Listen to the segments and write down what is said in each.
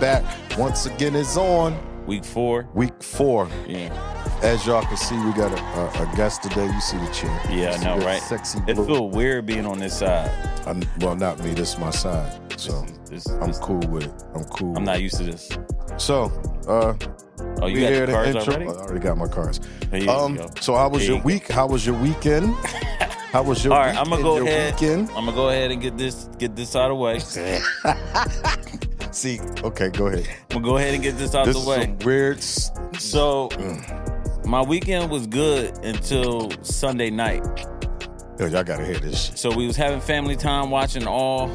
back once again is on Week four. week four. Yeah. As y'all can see, we got a, a, a guest today. You see the chair. Yeah, You I see know, that right? Sexy It blue. feel weird being on this side. I'm, well, not me. This is my side. So This, I'm this, cool with it. I'm cool. I'm not used to this. So, uh, Oh, you we got hear your the cards intro. Uh, already? I already got my cards. There you Um, go. so how was There your you go. week? How was your weekend? How was your All right, week I'm gonna and go your ahead. weekend? I'm gonna go ahead and get this get this out of the way. See, okay, go ahead. I'm gonna go ahead and get this out of This the is way. some Mm. weird. s- So my weekend was good until Sunday night. Yo, y'all gotta hear this shit. So we was having family time, watching all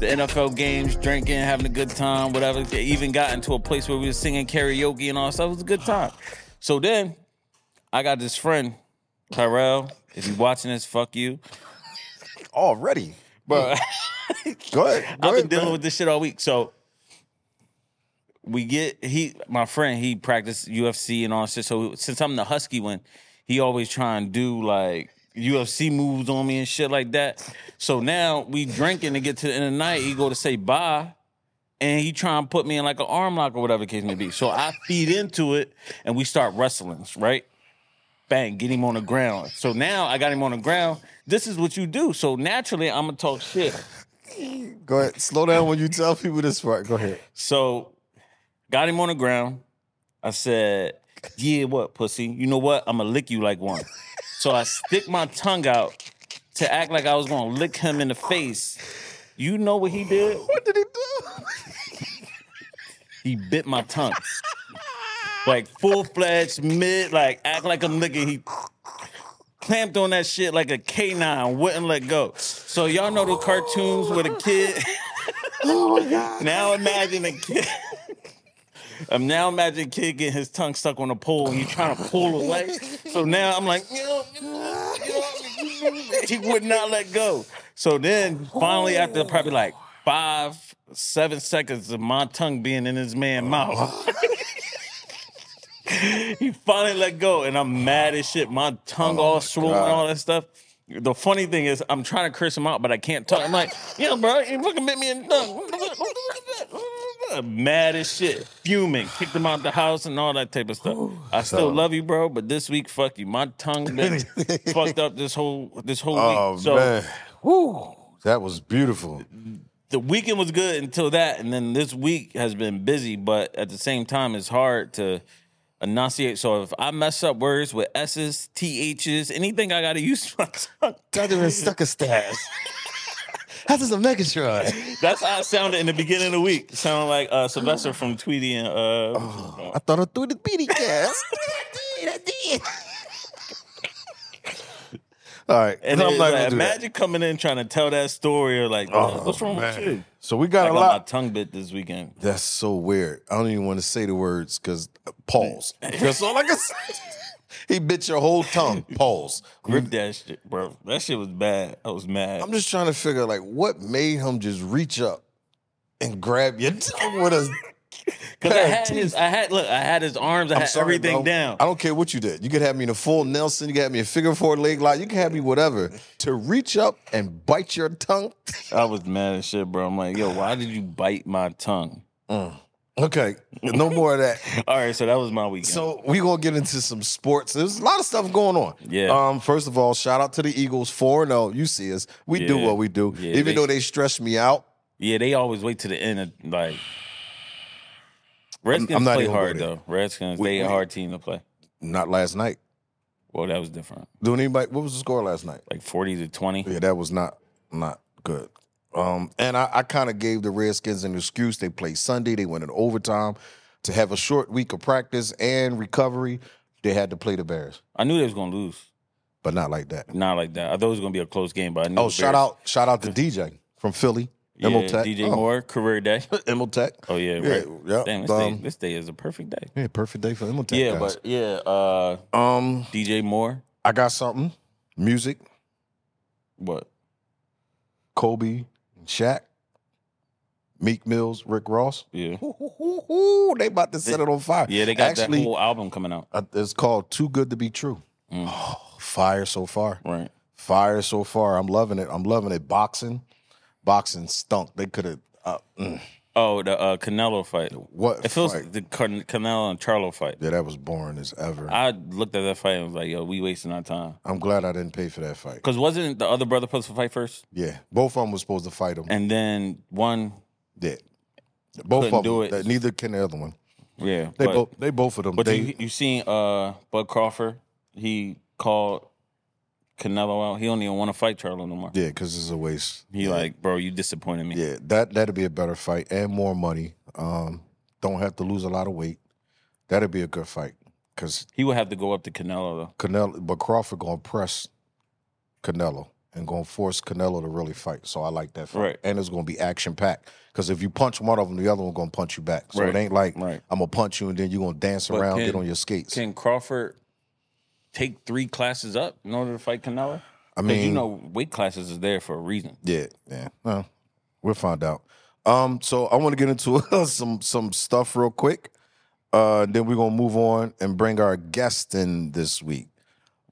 the NFL games, drinking, having a good time, whatever. It even got into a place where we was singing karaoke and all stuff. It was a good time. So then I got this friend, Tyrell. If you watching this, fuck you. already. But Go ahead. go I've been ahead, dealing man. with this shit all week. So we get he my friend, he practiced UFC and all shit. So since I'm the husky one, he always try and do like UFC moves on me and shit like that. So now we drinking to get to the end of the night. He go to say bye. And he try and put me in like an arm lock or whatever the case may be. So I feed into it and we start wrestling, right? bang, get him on the ground. So now I got him on the ground. This is what you do. So naturally, I'm gonna talk shit. Go ahead. Slow down when you tell people this part. Go ahead. So got him on the ground. I said, Yeah, what, pussy? You know what? I'm gonna lick you like one. So I stick my tongue out to act like I was gonna lick him in the face. You know what he did? What did he do? He bit my tongue. Like full fledged, mid, like act like I'm licking. He clamped on that shit like a canine, wouldn't let go. So y'all know the cartoons with a kid. oh my god. Now imagine a kid. I'm now imagine a kid getting his tongue stuck on a pole and he's trying to pull away. So now I'm like, he would not let go. So then finally, after Oh. probably like five, seven seconds of my tongue being in his man's mouth, he finally let go. And I'm mad as shit. My tongue all swollen and Oh God. all that stuff. The funny thing is, I'm trying to curse him out, but I can't talk. I'm like, yeah, bro, you fucking bit me in the tongue. Mad as shit, fuming, kicked him out the house and all that type of stuff. I still So- love you, bro, but this week, fuck you. My tongue been fucked up this whole this whole Oh week. So man. Woo. That was beautiful. the weekend was good until that, and then this week has been busy, but at the same time, it's hard to enunciate. So if I mess up words with S's, THs, anything I gotta use my tongue, Dr. Sucker Stars. How's this a Megatron? that's how I sounded in the beginning of the week. Sounding like uh, Sylvester from Tweety and uh, Oh, I thought I threw the beady cast. I did. All right. and I'm not I'm like, gonna do that. Oh, imagine coming in trying to tell that story or like, what's wrong man. with you? So we got I a got lot. my tongue bit this weekend. That's so weird. I don't even want to say the words because pause. That's all I can say. He bit your whole tongue. Pause. Rip that shit, bro. That shit was bad. I was mad. I'm just trying to figure out, like what made him just reach up and grab your tongue with a Because I pair of had his, I had look, I had his arms, I I'm had sorry, everything bro. down. I don't care what you did. You could have me in a full Nelson. You could have me in a figure four leg lock. You could have me whatever. To reach up and bite your tongue. I was mad as shit, bro. I'm like, yo, why did you bite my tongue? Okay, no more of that. All right, so that was my weekend. So we gonna get into some sports. There's a lot of stuff going on. Yeah. Um. First of all, shout out to the Eagles four zero. You see us. We do Yeah. what we do. Yeah, Even they- though they stress me out, yeah, they always wait to the end of like. Redskins I'm not play even hard going though. Redskins, We- they a we- hard team to play. not last night. Well, that was different. Doing anybody? What was the score last night? Like forty to twenty. Yeah, that was not not good. Um, and I, I kind of gave the Redskins an excuse. They played Sunday. They went in overtime to have a short week of practice and recovery. They had to play the Bears, I knew they was gonna lose. but not like that. Not like that. I thought it was gonna be a close game, but I knew. Oh, the shout Bears- out! Shout out to DJ from Philly. yeah, Emotech. DJ Oh, Moore, career day. Emotech. Oh yeah, Yeah, right. yeah. Damn, this, day, Um, this day is a perfect day. Yeah, perfect day for Emotech. Yeah, guys. but yeah, uh, um, DJ Moore. I got something. Music, What? Kobe, Shaq, Meek Mills, Rick Ross. Yeah, Ooh, ooh, ooh, ooh, they about to set it on fire. yeah. They got actually. that whole album coming out. uh, it's called "Too Good to Be True." Mm. Oh, fire so far, Right. fire so far. I'm loving it. I'm loving it. Boxing, boxing stunk. They could have. Uh, mm. Oh, the uh, Canelo fight. What It feels fight? the Can- Canelo and Charlo fight. yeah, that was boring as ever. I, I looked at that fight and was like, "Yo, we wasting our time." am glad I didn't pay for that fight. Because wasn't the other brother supposed to fight first, Yeah, both of them were supposed to fight him. and then one? Dead. Both Couldn't of them. do it. That- Neither can the other one. Yeah, They but both. They both of them. but they, you you seen uh Bud Crawford? He called Canelo out. He don't even want to fight Charlo no more. yeah, because it's a waste. He like, bro, you disappointed me. Yeah, that that'd be a better fight and more money. Um, don't have to lose a lot of weight. That'd be a good fight because He would have to go up to Canelo though. Canelo, but Crawford gonna press Canelo and gonna force Canelo to really fight. So I like that fight, Right. and it's gonna be action packed. Because if you punch one of them, the other one gonna punch you back. So Right. it ain't like Right. I'm gonna punch you and then you are gonna dance around, can- get on your skates. Can Crawford take three classes up in order to fight Canelo? I 'Cause mean, you know, weight classes is there for a reason. Yeah, yeah. Well, we'll find out. Um, so I want to get into some some stuff real quick. Uh, then we're gonna move on and bring our guest in this week.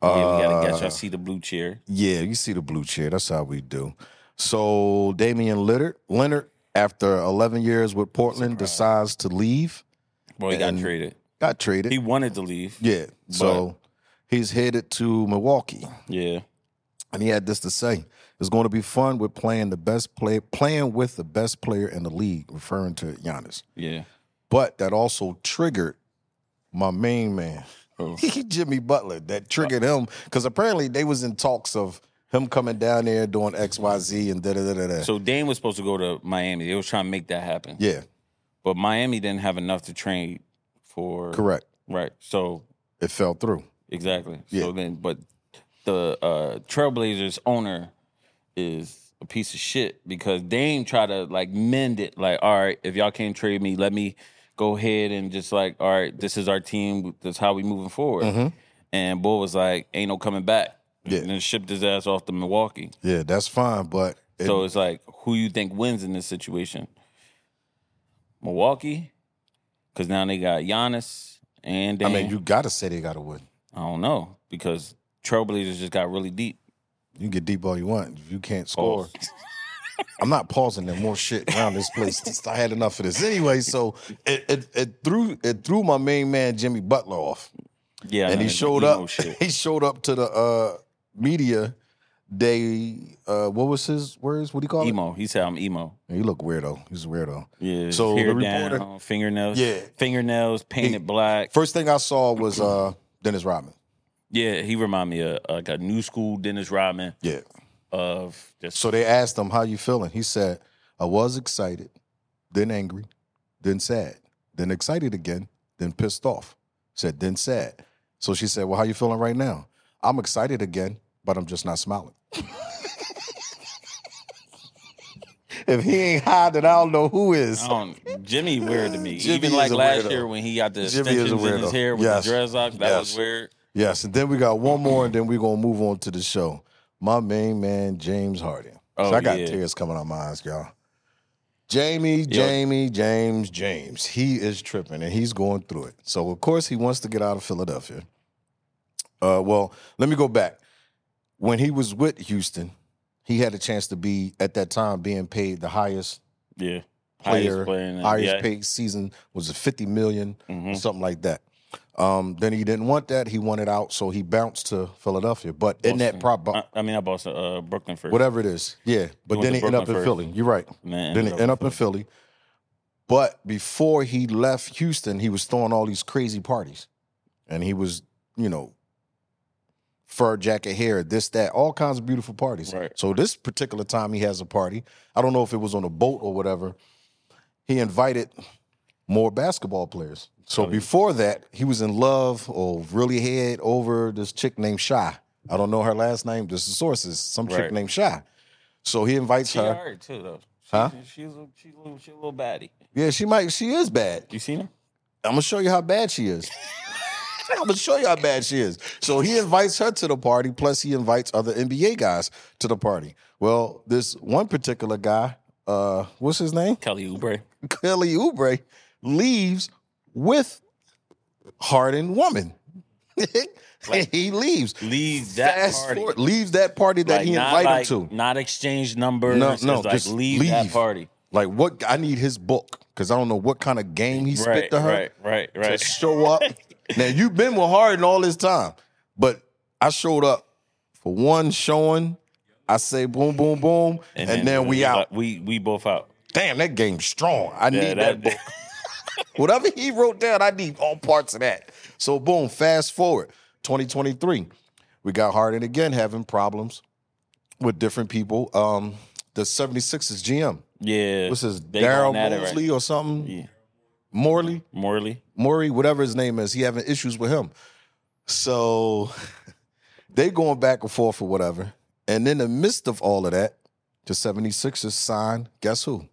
yeah, we Uh, gotta guess. Y'all see the blue chair. Yeah, you see the blue chair. That's how we do. So Damian Leonard, Leonard, after 11 years with Portland, decides to leave. Boy, he got And- traded. Got traded. He wanted to leave. yeah. So he's headed to Milwaukee. Yeah. And he had this to say: "It's going to be fun with playing the best player, playing with the best player in the league," referring to Giannis. Yeah. But that also triggered my main man, Who? Jimmy Butler. That triggered him because apparently they was in talks of him coming down there doing X, Y, Z, and da da da da da. So Dane was supposed to go to Miami. They was trying to make that happen. Yeah, But Miami didn't have enough to train for. correct. Right. So It fell through. exactly. Yeah. So then, but the uh, Trailblazers owner is a piece of shit because Dame tried to like mend it. Like, all right, if y'all can't trade me, let me go ahead and just like, all right, this is our team. That's how we moving forward. And Bull was like, ain't no coming back. Mm-hmm. Yeah. And then shipped his ass off to Milwaukee. Yeah, that's fine, but it, So it's like, who you think wins in this situation? Milwaukee, because now they got Giannis and I Dame. mean, you gotta say they gotta win. I don't know because Trailblazers just got really deep. You can get deep all you want. If you can't score, Pause. I'm not pausing there. More shit around this place. I had enough of this anyway. So it, it it threw it threw my main man Jimmy Butler off. Yeah, and no, he showed you know up. shit. He showed up to the uh, media day. Uh, what was his words? What do you call emo. He said I'm emo. it? He looked weirdo. He's a weirdo. Yeah. So hair the reporter- down, fingernails. Yeah. Fingernails painted black. First thing I saw was uh, Dennis Rodman. Yeah, he remind me of like a new school Dennis Rodman Yeah. of just So they asked him, "How you feeling?" He said, "I was excited, then angry, then sad, then excited again, then pissed off." Said then sad. So she said, "Well, how you feeling right now?" I'm excited again, but I'm just not smiling. if he ain't high, then I don't know who is. I don't, Jimmy weird to me. Jimmy Even like is a last weirdo. year when he got the Jimmy is a extensions in his weirdo. hair with Yes. the dreads out, that Yes. was weird. Yes, and then we got one more, and then we're gonna move on to the show. My main man, James Harden. Oh, so I got yeah. tears coming out my eyes, y'all. Jamie, Jamie, James, James. He is tripping and he's going through it. So of course he wants to get out of Philadelphia. Uh, well, let me go back. When he was with Houston, he had a chance to be at that time being paid the highest Yeah. player, Highest player in the highest NBA. paid season was a 50 million or Mhm. something like that. Um, then he didn't want that. He wanted out, so he bounced to Philadelphia. But in that prop, I, I mean, I bought some, uh, Brooklyn first. whatever it is, yeah. But went then to he ended up in Brooklyn first. Philly. You're right. Man, Then he ended up in Philly. But before he left Houston, he was throwing all these crazy parties, and he was, you know, fur jacket hair, this, that, all kinds of beautiful parties. Right. So this particular time he has a party. I don't know if it was on a boat or whatever. He invited more basketball players. Oh, So before that, he was in love or really head over this chick named Shy. I don't know her last name. This is sources. Some chick Right. named Shy. So he invites She her. alright too though. She, Huh? She's a, she's a little she's a little baddie. Yeah, she might. She is bad. You seen her? I'm gonna show you how bad she is. I'm gonna show you how bad she is. So he invites her to the party, plus he invites other NBA guys to the party. Well, this one particular guy, uh, what's his name? Kelly Oubre. Kelly Oubre, leaves with Harden woman. he leaves. Leave that Fast party. forward, leaves that party that Like, he not invited like- to. Not exchange numbers. No, No, no, no. Like just leave, that leave. party. Like what? I need his book. because I don't know what kind of game he Right, spit to her right, right, to right. show up. now you've been with Harden all this time, but I showed up for one showing. I say boom, boom, boom, and, then we out. We we both out. Damn, that game's strong. I Yeah, need that, that- book. Whatever he wrote down, I need all parts of that. So boom, fast forward 2023. We got Harden again having problems with different people. Um, the 76ers GM. Yeah. What's his They Daryl going at it right Mosley or something? Yeah. Morley? Morley. Murray, whatever his name is, he having issues with him. So they going back and forth or whatever. And in the midst of all of that, the 76ers sign, guess who?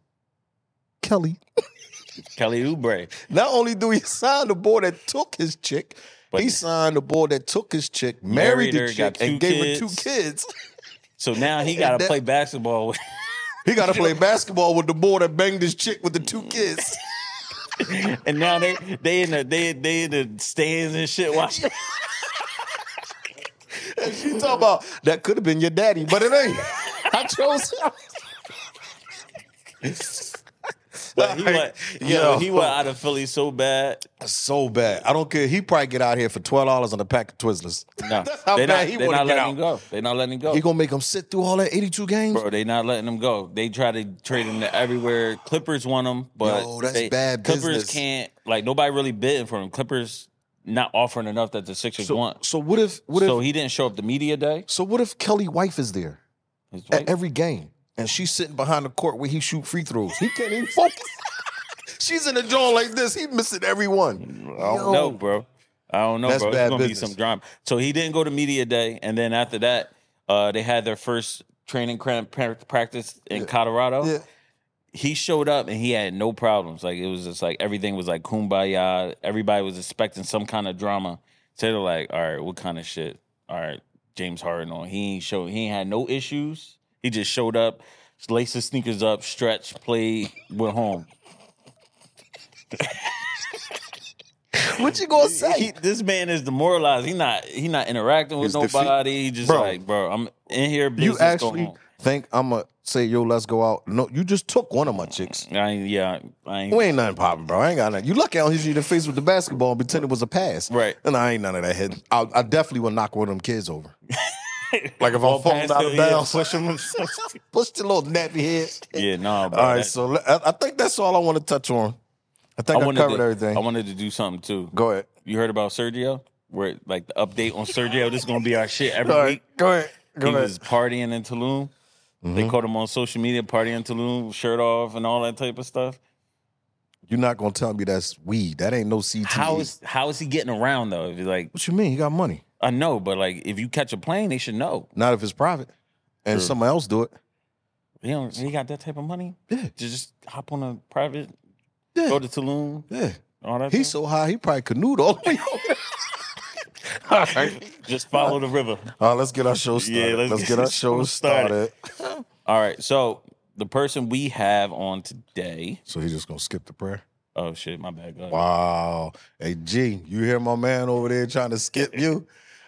Kelly. Kelly Oubre. Not only do he sign the boy that took his chick, But- he signed the boy that took his chick, married, Married the her, chick, got and two gave her two kids. kids. So now he got And to that- play basketball with. He got to play basketball with the boy that banged his chick with the two kids. And now they they in the they they in the stands and shit watching. You talking about that could have been your daddy, but it ain't. I chose him. But he went, Like, yo, yo. he went out of Philly so bad. So bad. I don't care. He probably get out here for twelve dollars on a pack of Twizzlers. No, That's how they bad not, he they wanna get not letting out. him go. They not letting him go. He gonna make him sit through all that eighty-two games. Bro, they not letting him go. They try to trade him to everywhere. Clippers want him, but Yo, that's they- bad Clippers business. can't like nobody really bidding for him. Clippers not offering enough that the Sixers so, want. so what if? What so if? he didn't show up the media day. So what if Kelly wife is there His at wife- every game and she's sitting behind the court where he shoot free throws? He can't even focus. she's in the joint like this. He missing every one. I don't know, bro. I don't know, oh. That's bro. It's bad gonna business. be some drama. So he didn't go to media day, and then after that, uh, they had their first training cramp pra- practice in Colorado. Yeah. He showed up and he had no problems. Like it was just like everything was like kumbaya. Everybody was expecting some kind of drama. So they're like, all right, what kind of shit? All right, James Harden on. He ain't show. He ain't had no issues. He just showed up, laced his sneakers up, stretched, played, went home. What you gonna say? he, this man is demoralized. He not he not interacting with He's defeat- nobody. He just Bro. like, bro, I'm in here. you business actually Going think I'm gonna say, yo, let's go out? No, you just took one of my chicks. on. I ain't, yeah, I ain't. We ain't nothing popping, bro. I ain't got nothing. You lucky I don't hit you in the face with the basketball and pretend it was a pass. Right. And I ain't none of that hit. I, I definitely will knock one of them kids over. like if I'm falling past out the- of yeah, bounds, push push the little nappy head. Yeah, no. Bro, All right, that- so le- I, I think that's all I want to touch on. I think I, wanted covered to, everything. I wanted to do something too. go ahead. You heard about Sergio? Where like the update on Sergio? This is gonna be our shit every All week. right, go ahead. Go he ahead. was partying in Tulum. They caught him on social media, partying in Tulum, shirt off, and all that type of stuff. You're not gonna tell me that's weed. That ain't no CTE. How is how is he getting around though? If he's like, what you mean? He got money. I know, but like if you catch a plane, they should know. Not if it's private, and someone else do it. You know, he got that type of money. Yeah. To just hop on a private, Yeah. go to Tulum, Yeah. all that. He's stuff. so high, he probably canoed all the way over. there. all right. just follow the river. All right, let's get our show started. Yeah, let's, let's get get our this show show started. started. All right. So the person we have on today. So he's just gonna skip the prayer. Oh shit, my bad. Go ahead. Wow. Hey G, you hear my man over there trying to skip you?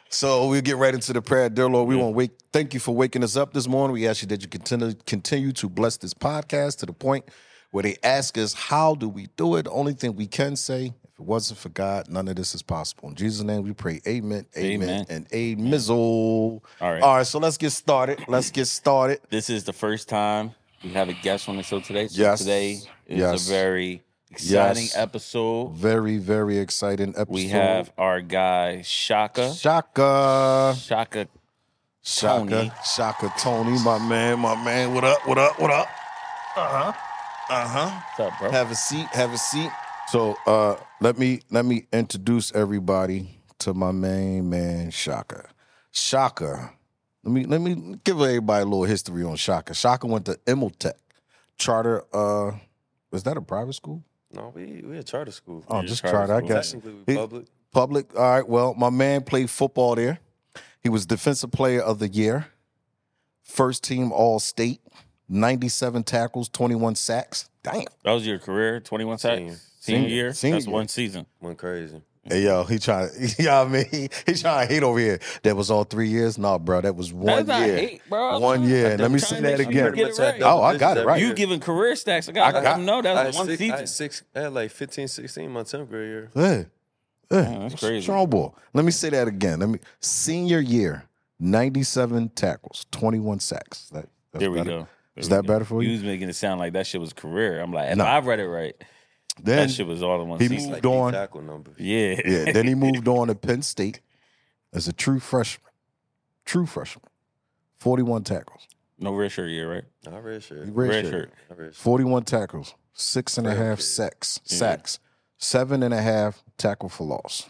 So we get right into the prayer. Dear Lord, we want to wake thank you for waking us up this morning. We ask you that you continue continue to bless this podcast to the point where they ask us, how do we do it? The only thing we can say, if it wasn't for God, none of this is possible. In Jesus' name we pray. Amen. Amen. Amen. And amen. All right. All right. So let's get started. Let's get started. This is the first time we have a guest on the show today. So Yes. today is Yes. a very exciting Yes. episode. Very, very exciting episode. We have our guy Shaka. Shaka. Shaka. Shaka. Tony. Shaka Tony, my man, my man. What up? What up? What up? What's up, bro? Have a seat. Have a seat. So uh let me let me introduce everybody to my main man Shaka. Shaka. Let me let me give everybody a little history on Shaka. Shaka went to Imotech. Charter uh was that a private school? No, we we a charter school. Oh, Yeah, just charter charter. I school. guess. Technically, we He- public. Public. All right. Well, my man played football there. He was defensive player of the year, first team All State, 97 tackles, 21 sacks. Damn. That was your career, 21 sacks. Senior. Senior, Senior. year. Senior That's year. one season. Went crazy. Hey, yo, he trying. You know what I mean? He trying to hate over here. That was all three years. No, bro, that was one That's not year. hate, bro. One year. Let me trying say to that make sure you again. get it right. Oh, I got it right. You giving career stacks? I got. I I got- got. No, I had that's one six, I season. had six. I had like 15, 16 my tenth grade year. Hey, hey, that's crazy. Strong ball. Let me say that again. Let me senior year, ninety-seven tackles, twenty-one sacks. That, that's There we better. go. Is There that we go. better for You you? was making it sound like that shit was career. I'm like, if No. I read it right, Then, that shit was all in one he season. moved the on. tackle number. yeah. yeah. Then he moved on to Penn State as a true freshman. True freshman. Forty-one tackles. no red shirt year, right? I read shit. He redshirted. Red shirt. I read shit. 41 tackles, six and a Damn, half kid. sacks, Yeah. sacks, seven and a half tackle for loss.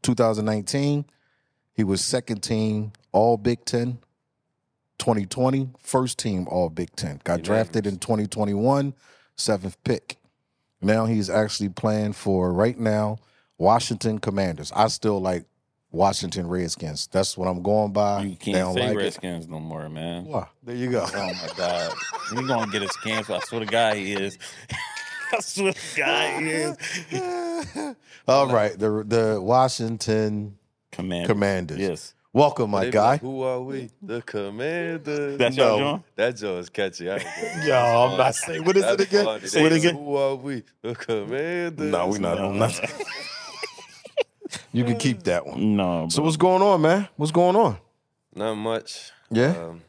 2019, he was second team All Big Ten. 2020, first team All Big Ten. Got drafted in 2021, seventh pick. Now he's actually playing for right now Washington Commanders. I still like Washington Redskins. That's what I'm going by. Oh, You they can't don't say like it. Redskins no more, man. Why? There you go. Oh my god, he gonna get us canceled. I swear to God, he is. I swear to God, he is. All right, the the Washington Command. Commanders. Yes, Welcome, They my be guy. like, Who are we? The commander. that's No. y'all doing. that joke is catchy. I ain't gonna lie. Yo, I'm not saying. What is That's it again? funny. Say it They again. go, Who are we? The commander. No, we not doing nothing. You can keep that one. No, So what's going on, man? What's going on? Uh, Not much. Yeah, Um,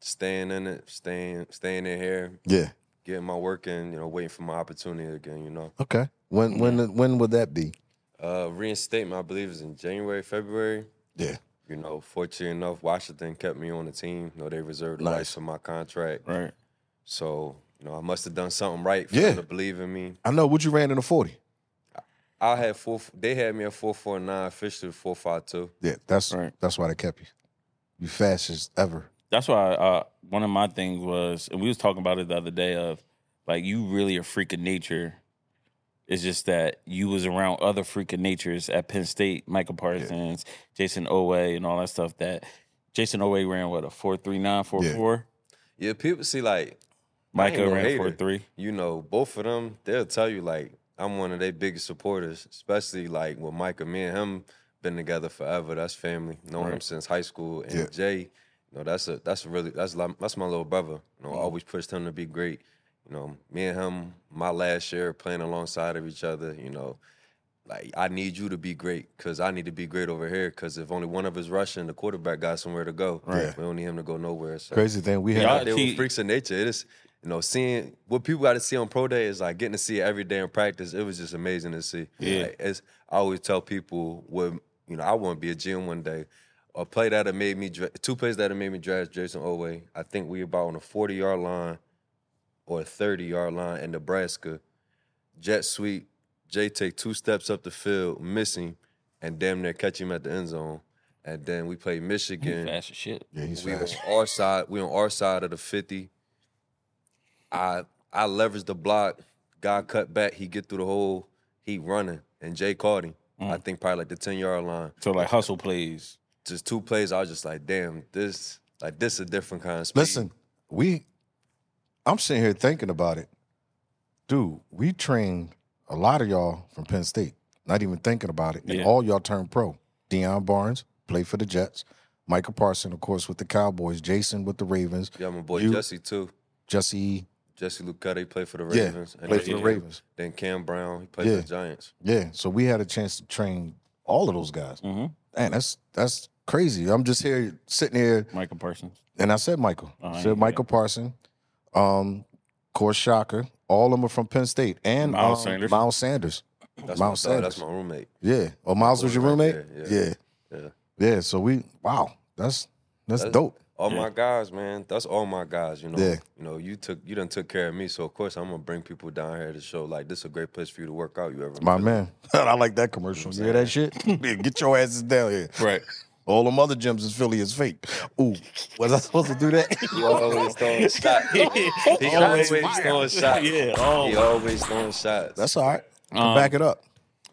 staying in it, staying, staying in here, yeah. getting my work in. You know, waiting for my opportunity again. You know, Okay. When when when would that be? uh, reinstatement. I believe is in January, February. Yeah. You know, fortunate enough, Washington kept me on the team. You know, they reserved the Nice. rights for my contract. right. So, you know, I must have done something right for Yeah. them to believe in me. I know. What you ran in the forty? I had four. They had me at four four nine, officially four five two. Yeah. That's Right. that's why they kept you. You fastest ever. That's why uh, one of my things was, and we was talking about it the other day of, like you really a freak of nature. It's just that you was around other freak of natures at Penn State, Michael Parsons, Jason Owe, and all that stuff. That Jason Owe ran what a four three nine four four. Yeah, people see like Michael no ran hater. four three. you know, both of them, they'll tell you like I'm one of their biggest supporters, especially like with Micah. Me and him been together forever. That's family. Knowing him Right. since high school. And Yeah. Jay, you know, that's a that's a really that's li- that's my little brother. You know, Mm-hmm. I always pushed him to be great. You know, me and him, my last year playing alongside of each other. You know, like I need you to be great because I need to be great over here. Because if only one of us rushing, the quarterback got somewhere to go. Right. We don't need him to go nowhere. So Crazy thing. We had. Yeah. yeah, they were see- freaks of nature. It is, you know, seeing what people got to see on pro day is like getting to see it every day in practice. It was just amazing to see. Yeah. Like, it's I always tell people what you know. I want to be a GM one day. A play that have made me dra- two plays that have made me draft Jason Oway. I think we about on a forty yard line or a thirty yard line in Nebraska. Jet sweep. Jay take two steps up the field, missing, and damn near catch him at the end zone. And then we play Michigan Fast as shit. Yeah, he's we on fast. our side. We on our side of the fifty. I I leveraged the block. Guy cut back. He get through the hole. He running, and Jay caught him. I Mm. think probably like the ten yard line. So like hustle plays. Just two plays. I was just like, damn, this like this a different kind of speed. Listen, we. I'm sitting here thinking about it, dude. We trained a lot of y'all from Penn State. Not even thinking about it, and Yeah. all y'all turned pro. Deion Barnes played for the Jets. Michael Parson, of course, with the Cowboys. Jason with the Ravens. yeah, my boy you- Jesse too. Jesse, E, Jesse Lucetti played for the Yeah, Ravens. played for the then- Ravens. Then Cam Brown, he played Yeah. for the Giants. Yeah, so we had a chance to train all of those guys. Mhm. Man, that's that's crazy. I'm just here sitting here, Michael Parsons. and I said Michael, Oh, I I knew said Michael Parson, um, of course Shocker. All of them are from Penn State, and Miles um, Sanders. Miles Sanders. That's Miles my dog, That's Sanders. my roommate. Yeah. Oh, Miles was your Right roommate. there, yeah. yeah. Yeah. Yeah, So we. Wow. That's that's, dope. All Oh my guys, man. That's all my guys. You know, Yeah. you know, you took you done took care of me, so of course I'm gonna bring people down here to show like this is a great place for you to work out. You ever My man. I like that commercial. You hear that shit? Yeah, Get your asses down here. Right. All them other gyms in Philly is fake. Ooh, was I supposed to do that? He always throwing shots. He always throwing shots. Yeah, oh He always throwing shots. That's all right. Can Um, back it up.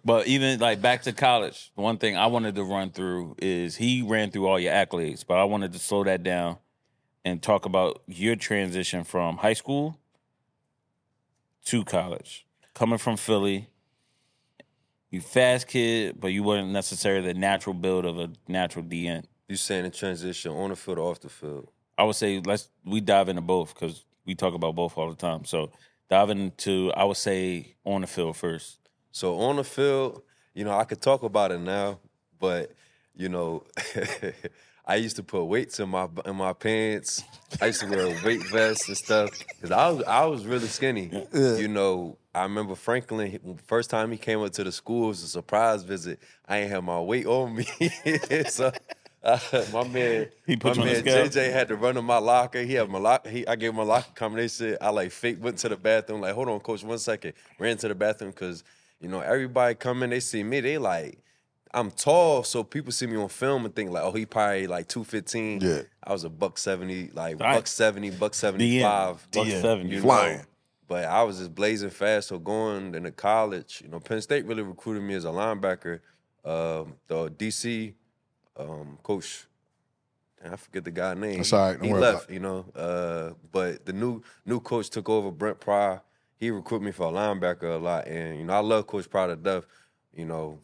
But even like back to college, one thing I wanted to run through is he ran through all your accolades, but I wanted to slow that down and talk about your transition from high school to college, coming from Philly You fast kid, but you weren't necessarily the natural build of a natural DN. You saying the transition on the field or off the field? I would say let's we dive into both because we talk about both all the time. So dive into I would say on the field first. So on the field, you know, I could talk about it now, but you know, I used to put weights in my in my pants. I used to wear a weight vests and stuff because I was I was really skinny. You know, I remember Franklin he- first time he came up to the school it was a surprise visit. I ain't had my weight on me, so. Uh, my man, He put my you on the man scale? JJ had to run to my locker. He had my lock. He, I gave him a locker combination. I like fake went to the bathroom. Like, hold on, coach, one second. Ran to the bathroom because you know everybody coming. They see me. They like, I'm tall, so people see me on film and think like, oh, he probably like two fifteen. Yeah. I was a buck seventy, like Right. buck seventy, buck seventy DN, five, buck Yeah. 70. you Flying. But I was just blazing fast. So going into college, you know, Penn State really recruited me as a linebacker. Um, the DC um, coach, and I forget the guy's name. That's all right, don't He, he worry left, about you know. Uh, but the new new coach took over. Brent Pryor. He recruited me for a linebacker a lot, and you know I love Coach Pryor to death. You know,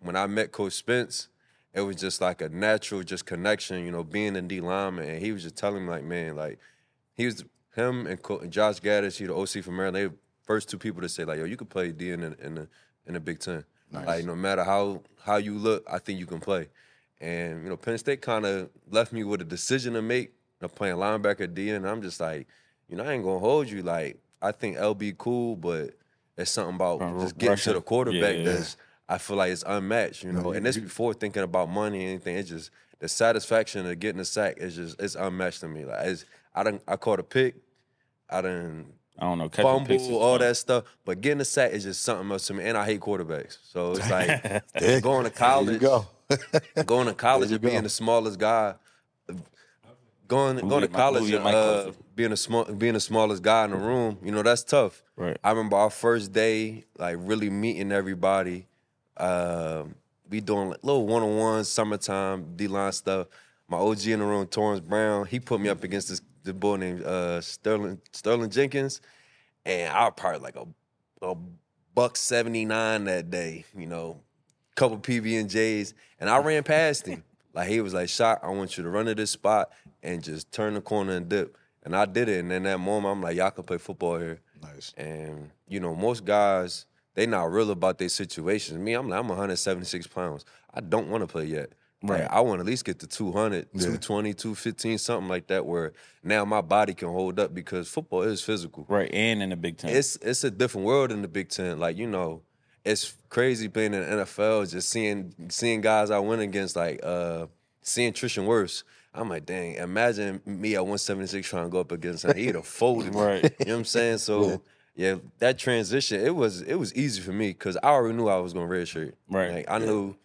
when I met Coach Spence, it was just like a natural just connection. You know, being in D lineman, and he was just telling me like, man, like he was him and Co- and Josh Gaddis, he the OC from Maryland. They were first two people to say like, yo, you could play D in the, in the in the Big Ten. Like no matter how how you look, I think you can play. And you know, Penn State kind of left me with a decision to make. I'm playing linebacker D, and I'm just like, you know, I ain't gonna hold you. Like I think LB cool, but it's something about Uh, just getting rushing. to the quarterback Yeah, yeah. that's I feel like it's unmatched, you know. and this before thinking about money and anything, it's just the satisfaction of getting a sack is just it's unmatched to me. Like it's, I done I caught a pick, I done I don't know. catching picks is fumble, all fun. that stuff. But getting a sack is just something else to me. And I hate quarterbacks. So it's like going to college. There you go. Going to college There you and being go. the smallest guy. Going going to get my- we'll college get and my uh, closer. being the small being the smallest guy in the room, you know, that's tough. Right. I remember our first day, like really meeting everybody. Um, we doing like little one on ones, summertime D line stuff. My OG in the room, Torrance Brown, he put me up against this, this boy named uh, Sterling Sterling Jenkins, and I was probably like a, a buck seventy nine that day. You know, couple PB and J's, and I ran past him. Like he was like, "Shot, I want you to run to this spot and just turn the corner and dip." And I did it. And in that moment, I'm like, "Y'all can play football here." Nice. And you know, most guys they not real about their situations. Me, I'm like, I'm 176 pounds. I don't want to play yet. Right. I want to at least get to 200, 220, 215, something like that, where now my body can hold up because football is physical. Right, and in the Big Ten. It's it's a different world in the Big Ten. Like you know, it's crazy being in the NFL, just seeing seeing guys I went against, like uh seeing Trishan Wirfs. I'm like, dang, imagine me at 176 trying to go up against him. He'd have folded. Right. You know what I'm saying? So yeah, that transition, it was it was easy for me because I already knew I was gonna redshirt. Right. Like I knew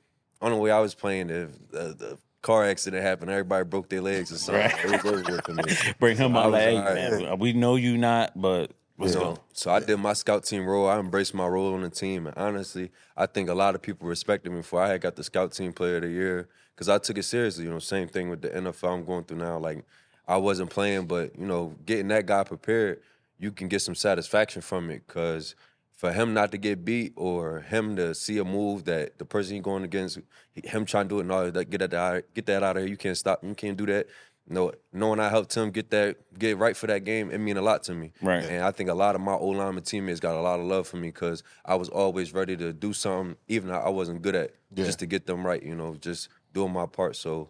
on the way I was playing if the, the car accident happened, everybody broke their legs or something. It was over with for me. Bring him I out was like, hey, all right. man, we know you not, but what's So- up? So I did my scout team role. I embraced my role on the team, and honestly, I think a lot of people respected me for I had got the scout team player of the year because I took it seriously. You know, same thing with the NFL I'm going through now. Like I wasn't playing, but you know, getting that guy prepared, you can get some satisfaction from it because for him not to get beat or him to see a move that the person he going against, him trying to do it and all that, get that out, get that out of here. You can't stop. You can't do that. No, knowing I helped him get that, get right for that game, it mean a lot to me. Right. And I think a lot of my old lineman teammates got a lot of love for me because I was always ready to do something, even though I wasn't good at, just to get them right. You know, just doing my part. So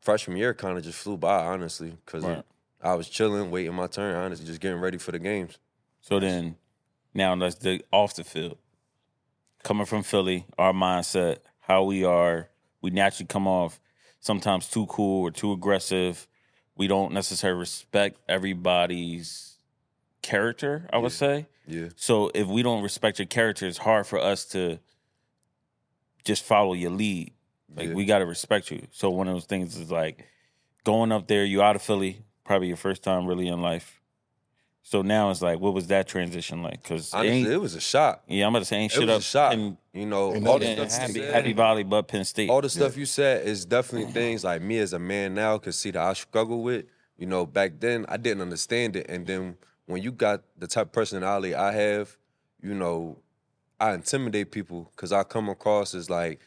freshman year kind of just flew by, honestly, because Right. I was chilling, waiting my turn, honestly, just getting ready for the games. So then, now let's dig off the field. Coming from Philly, our mindset, how we are, we naturally come off sometimes too cool or too aggressive. We don't necessarily respect everybody's character, I would say. Yeah. So if we don't respect your character, it's hard for us to just follow your lead. Like Yeah. we gotta respect you. So one of those things is like going up there, you out of Philly, probably your first time really in life. So now it's like, what was that transition like? Because Honestly, it was a shock. yeah, I'm about to say ain't It shit was up. a shock. And, you know, and all that- the and stuff you happy, said- happy Valley, but Penn State. all the stuff you said is definitely things like me as a man now could see that I struggle with. You know, back then I didn't understand it, and then when you got the type of personality I have, you know, I intimidate people because I come across as like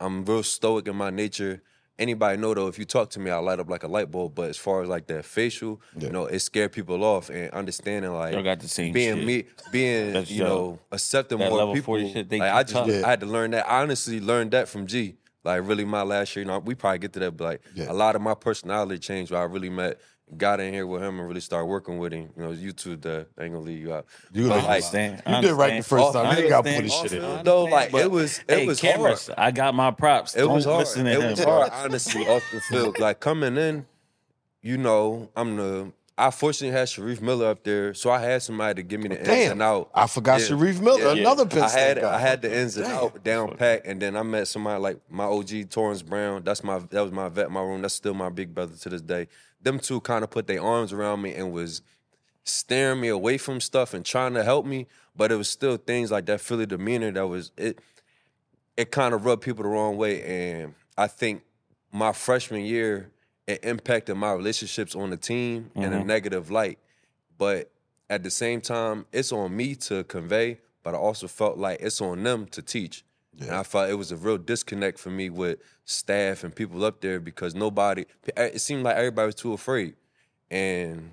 I'm real stoic in my nature. Anybody know though, if you talk to me, I light up like a light bulb. But as far as like that facial, you know, it scared people off and understanding like Y'all got the same being shit. me being That's you dope. know accepting That more level people. 40 shit, they like too I just tough. I had to learn that. I honestly learned that from G. Like really, my last year, you know, we probably get to that, but like Yeah. a lot of my personality changed. Where I really met, got in here with him, and really started working with him. You know, you two, the I ain't gonna leave you out. You But, like- like, I You did right understand. the first I time. You ain't got to put understand. this shit in. Also, Though, like But- it was, it hey, was hard. cameras, I got my props. It Don't was hard. listen to it him. was bro. hard, honestly, off the field. Like coming in, you know, I'm the. I fortunately had Sharif Miller up there, so I had somebody to give me the ins Damn. and out. I forgot Sharif Miller, another Penn I had State guy. I had the ins and out down pat, and then I met somebody like my OG Torrance Brown. That's my that was my vet in my room. That's still my big brother to this day. Them two kind of put their arms around me and was steering me away from stuff and trying to help me, but it was still things like that Philly demeanor that was it. It kind of rubbed people the wrong way, and I think my freshman year it impacted my relationships on the team in a negative light. But at the same time, it's on me to convey, but I also felt like it's on them to teach. And I felt it was a real disconnect for me with staff and people up there because nobody, it seemed like everybody was too afraid. And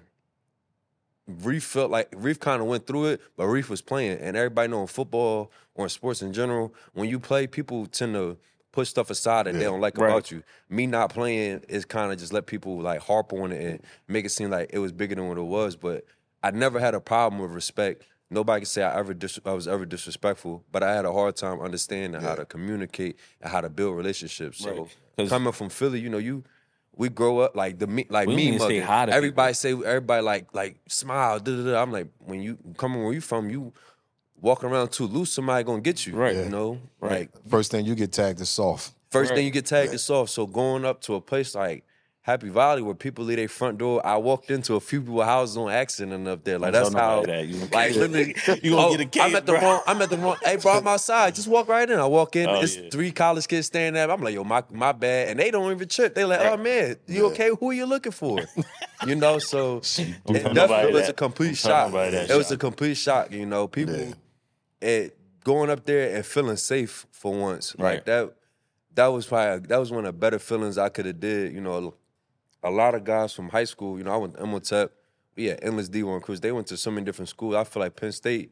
Reef felt like Reef kind of went through it, but Reef was playing, and everybody know in football or in sports in general, when you play, people tend to put stuff aside that they don't like about you. Me not playing is kind of just let people like harp on it and make it seem like it was bigger than what it was. But I never had a problem with respect. Nobody can say I ever dis- I was ever disrespectful, but I had a hard time understanding how to communicate and how to build relationships. So Right. 'Cause- coming from Philly, you know you. We grow up like the me, like We me need to stay mugging. high to people. Everybody everybody say everybody like like smile. Da, da, da. I'm like when you coming where you from, you walking around too loose, somebody gonna get you. Right. You know, Right. like First thing you get tagged is soft. first Right. thing you get tagged is soft. So going up to a place like Happy Valley where people leave their front door, I walked into a few people's houses on accident and up there. Like Don't that's nobody how that. You- like literally You gonna oh, get a case, I'm at the bro. wrong I'm at the wrong hey bro, I'm outside. Just walk right in. I walk in, Oh, it's yeah. three college kids standing there. I'm like, yo, my my bad. And they don't even trip. They like, oh man, you okay? Who are you looking for? you know, so Don't it tell definitely nobody was that. a complete Don't tell shock. nobody It that was shot. a complete shock, you know. People it going up there and feeling safe for once. Like Right. that that was probably that was one of the better feelings I could have did. You know, a lot of guys from high school, you know, I went to MOTEP, we had endless D1 crews. They went to so many different schools. I feel like Penn State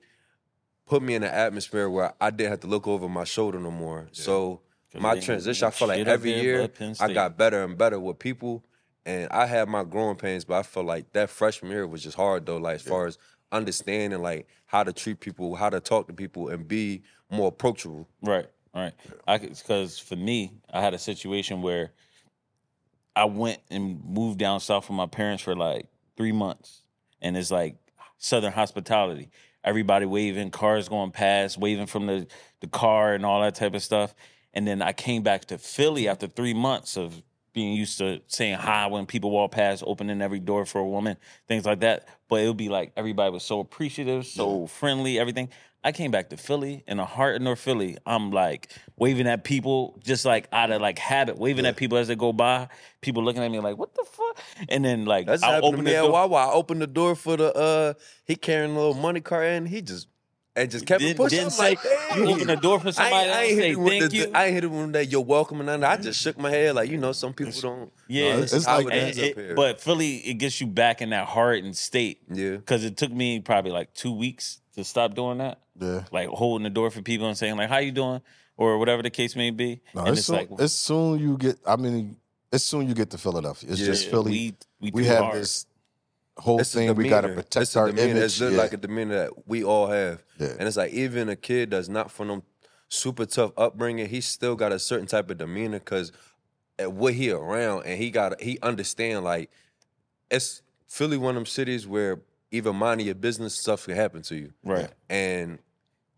put me in an atmosphere where I didn't have to look over my shoulder no more. So my they ain't transition, I got feel like shit up every there year but Penn I State. got better and better with people. And I had my growing pains, but I felt like that freshman year was just hard though, like as far as understanding like how to treat people, how to talk to people and be more approachable. Right, right. I because for me, I had a situation where I went and moved down south with my parents for like three months, and it's like southern hospitality. Everybody waving, cars going past, waving from the the car and all that type of stuff. And then I came back to Philly after three months of being used to saying hi when people walk past, opening every door for a woman, things like that. But it would be like everybody was so appreciative, so friendly, everything. I came back to Philly in the heart of North Philly. I'm like waving at people, just like out of like habit, waving at people as they go by. People looking at me like, "What the fuck?" And then like That's I happened to open me the at door. Wawa. I opened the door for the uh he carrying a little money cart and he just and just kept it Didn't, pushing. didn't I'm say like, "Hey." you open the door for I somebody. ain't, I I ain't hit say it with thank the- you. Mm-hmm. I ain't hit it with that. You're welcome and nothing. I just shook my head like you know some people don't. Yeah, That's it's how like it that. is And up it- here. But Philly, it gets you back in that heart and state. Yeah. Because it took me probably like two weeks to stop doing that. Yeah. Like holding the door for people and saying like, "How you doing?" or whatever the case may be. No, and it's, soon, it's soon you get. I mean, it's soon you get to Philadelphia. It's just Yeah, Philly. we we, we too have hard. this whole It's a thing. We got to demeanor. protect It's a our demeanor. image. It's literally like a demeanor that we all have, Yeah. and it's like even a kid that's not from them super tough upbringing, he still got a certain type of demeanor because what he around and he got he understand like it's Philly one of them cities where even minding your business stuff can happen to you, Right. And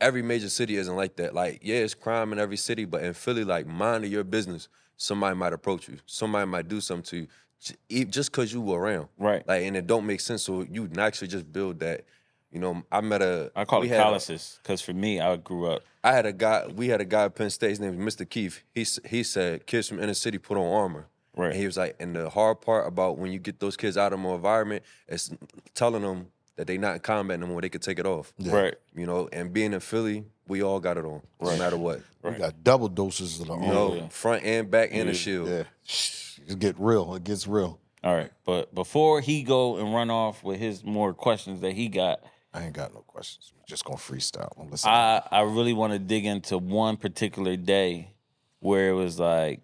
every major city isn't like that. Like yeah, it's crime in every city, but in Philly, like minding your business, somebody might approach you, somebody might do something to you, j- e- just cause you were around, Right. Like and it don't make sense. So you naturally just build that. You know, I met a I call we it had a- calluses because for me, I grew up. I had a guy. We had a guy at Penn State. His name was Mr. Keith. He s- he said kids from inner city put on armor. Right. And he was like, and the hard part about when you get those kids out of more environment is telling them that they not in combat no more. They could take it off. Right. You know, and being in Philly, we all got it on, no matter what. We got double doses of the You arm. know, front and back and a shield. Oh, Yeah. It get real. It gets real. All right, but before he go and run off with his more questions that he got, I ain't got no questions. We're just gonna freestyle. I'm listening. I I really want to dig into one particular day where it was like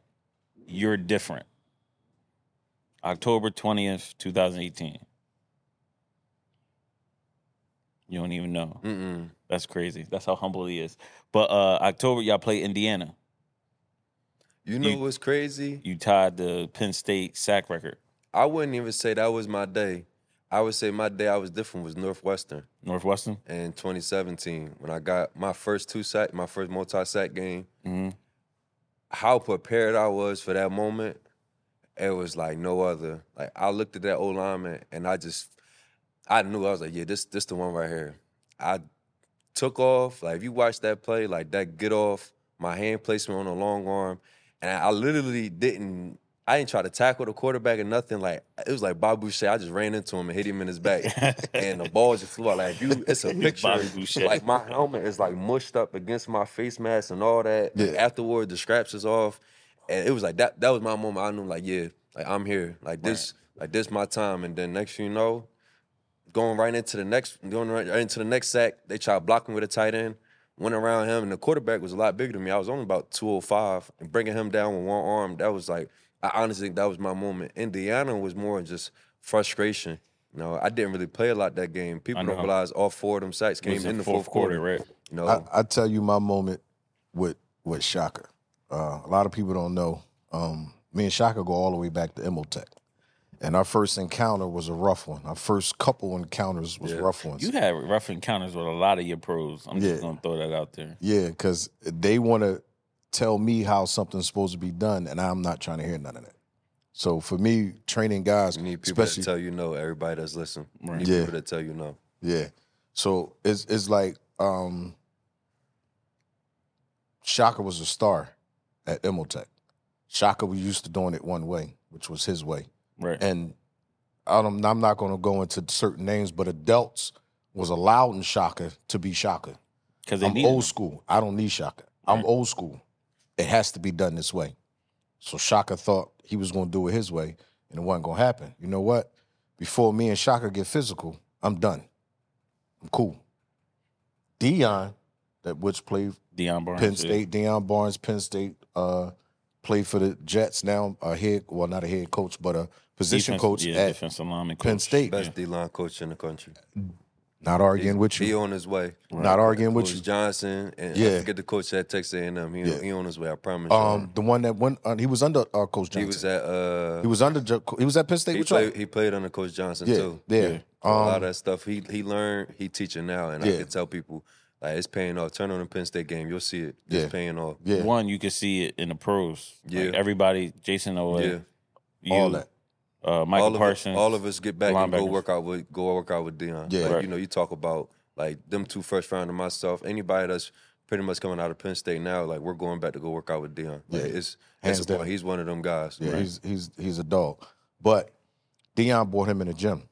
you're different. October twentieth, two thousand eighteen. You don't even Mm. know. Mm-mm. That's crazy. That's how humble he is. But uh October, y'all play Indiana. You know You- what's crazy? You tied the Penn State sack record, I wouldn't even say that was my day. I would say my day I was different was Northwestern Northwestern. in 2017 when I got my first two sack, my first multi sack game. hmm How prepared I was for that moment, it was like no other. Like I looked at that old lineman and I just, I knew I was like, yeah, this this the one right here. I took off. Like if you watch that play, like that get off, my hand placement on the long arm, and I literally didn't. I didn't try to tackle the quarterback or nothing. Like it was like Bob Boucher. I just ran into him and hit him in his back, and the ball just flew out. Like if you, it's a picture. Bobby Boucher. Like my helmet is like mushed up against my face mask and all that. Yeah. Afterward, the scraps is off, and it was like that. That was my moment. I knew like yeah, like I'm here. Like this, like this my time. And then next thing you know, going right into the next going right right into the next sack. They tried blocking with a tight end, went around him, and the quarterback was a lot bigger than me. I was only about 205, and bringing him down with one arm, that was like I honestly think that was my moment. Indiana was more just frustration. You know, I didn't really play a lot that game. People know. don't realize all four of them sacks came in the fourth, quarter. right? You know, I, I tell you my moment with with Shaka. Uh, a lot of people don't know. Um, me and Shaka go all the way back to Imotech. And our first encounter was a rough one. Our first couple encounters was rough ones. You had rough encounters with a lot of your pros. I'm Yeah. just gonna throw that out there. Yeah, because they want to tell me how something's supposed to be done, and I'm not trying to hear none of that. So for me, training guys, you need people especially that tell you no. Everybody that's listening, you need Yeah. people that tell you no. yeah, so it's it's like um Shaka was a star at Imotech. Shaka was used to doing it one way, which was his way, Right. and I don't, I'm not going to go into certain names, but adults was allowing Shaka to be Shaka. Because they I'm need old school. I don't need Shaka. I'm old school. It has to be done this way. So Shaka thought he was going to do it his way, and it wasn't going to happen. You know what? Before me and Shaka get physical, I'm done. I'm cool. Dion, that which played Deion Barnes. Penn yeah. State, Deion Barnes, Penn State, uh, played for the Jets now, a head, well, not a head coach, but a position Defense- coach yeah, at defensive lineman coach. Penn State. Best D line coach in the country. Not arguing with He you. on his way. Not arguing with Coach you. Johnson and I Yeah. forget the coach at Texas A&M. He, Yeah. he on his way. I promise. you. Um, the one that went, uh, he was under uh, Coach Johnson. He was at uh He was under. Jo- He was at Penn State he with played, he played under Coach Johnson y'all. too. Yeah, yeah. So a lot of Um, that stuff he he learned, he teaching now, and I Yeah. can tell people like it's paying off. Turn on the Penn State game, you'll see it. It's Yeah. paying off. yeah. One, you could see it in the pros. Like, Yeah. everybody, Jason Owe, Yeah. you, all that. Uh, Michael All of, us, Parsons. all of us get back and go linebackers. work out with go work out with Dion. Yeah. Like, Right. you know, you talk about like them two first round and myself, anybody that's pretty much coming out of Penn State now, like we're going back to go work out with Dion. Yeah. Like, it's Hands it's a point. down. He's one of them guys. Yeah, Right. he's he's he's a dog. But Dion bought him in the gym.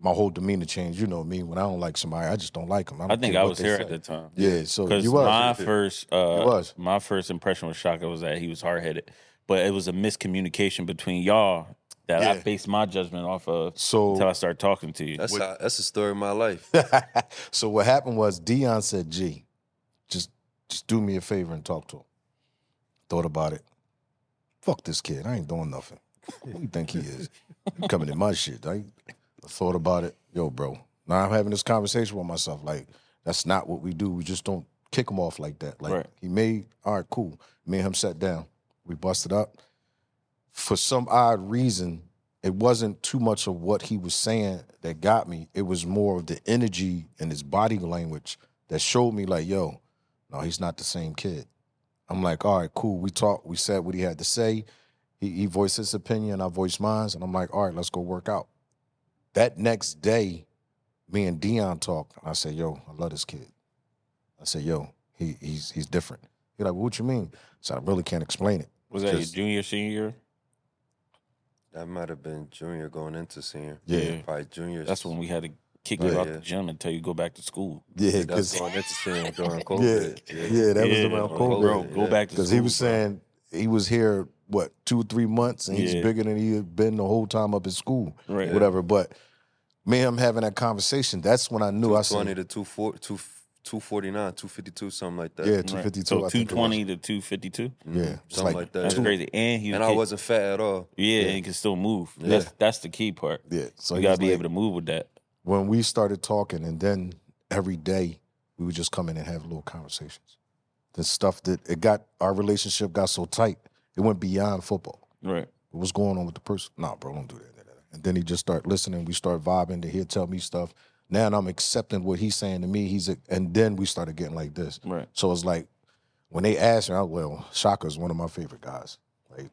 My whole demeanor changed. You know me. When I don't like somebody, I just don't like him. I, I don't think care I what was they here say. at the time. Yeah, so Because you was. my first, uh, You was. my first impression with Shaka was that he was hard headed, but it was a miscommunication between y'all that I Yeah. based my judgment off of until so I started talking to you. That's how, that's the story of my life. so what happened was Dion said, "G, just just do me a favor and talk to him." Thought about it. Fuck this kid. I ain't doing nothing. Who you think he is? You coming in my shit. I thought about it. Yo, bro. Now I'm having this conversation with myself. Like that's not what we do. We just don't kick him off like that. Like Right. he made all right, cool. Me and him sat down. We busted up. For some odd reason, it wasn't too much of what he was saying that got me. It was more of the energy and his body language that showed me, like, yo, no, he's not the same kid. I'm like, all right, cool. We talked, we said what he had to say. He, he voiced his opinion, I voiced mine, and I'm like, all right, let's go work out. That next day, me and Dion talked, and I said, yo, I love this kid. I said, yo, he, he's he's different. He's like, what you mean? So I really can't explain it. was that just- your junior, senior year? That might have been junior going into senior. Yeah. Probably junior. That's when we had to kick you Right, out yeah. the gym until you go back to school. Yeah, That's because on interesting during yeah, COVID. yeah, that was Yeah, around bro. COVID. Bro, go Yeah. back to school. Because he was saying he was here what two three months, and he's Yeah. bigger than he had been the whole time up at school, Right. Whatever. But me and him having that conversation, that's when I knew. I said, 220 to 240, 249, 252, something like that. yeah, Right. two fifty two. So two twenty mm-hmm, to two fifty two. Yeah, it's Something like, like, that. That's crazy. And he was And I kick- wasn't fat at all. yeah, and he can still move. That's that's the key part. yeah. So you he gotta was be like- able to move with that. when we started talking, and then every day we would just come in and have little conversations. The stuff that it got our relationship got so tight, it went beyond football. Right. what's going on with the person? Nah, bro, don't do that. And then he just start listening. We start vibing to hear tell me stuff. Now I'm accepting what he's saying to me. He's a, and then we started getting like this. Right. So it's like when they asked me, I, well, Shaka's one of my favorite guys. Like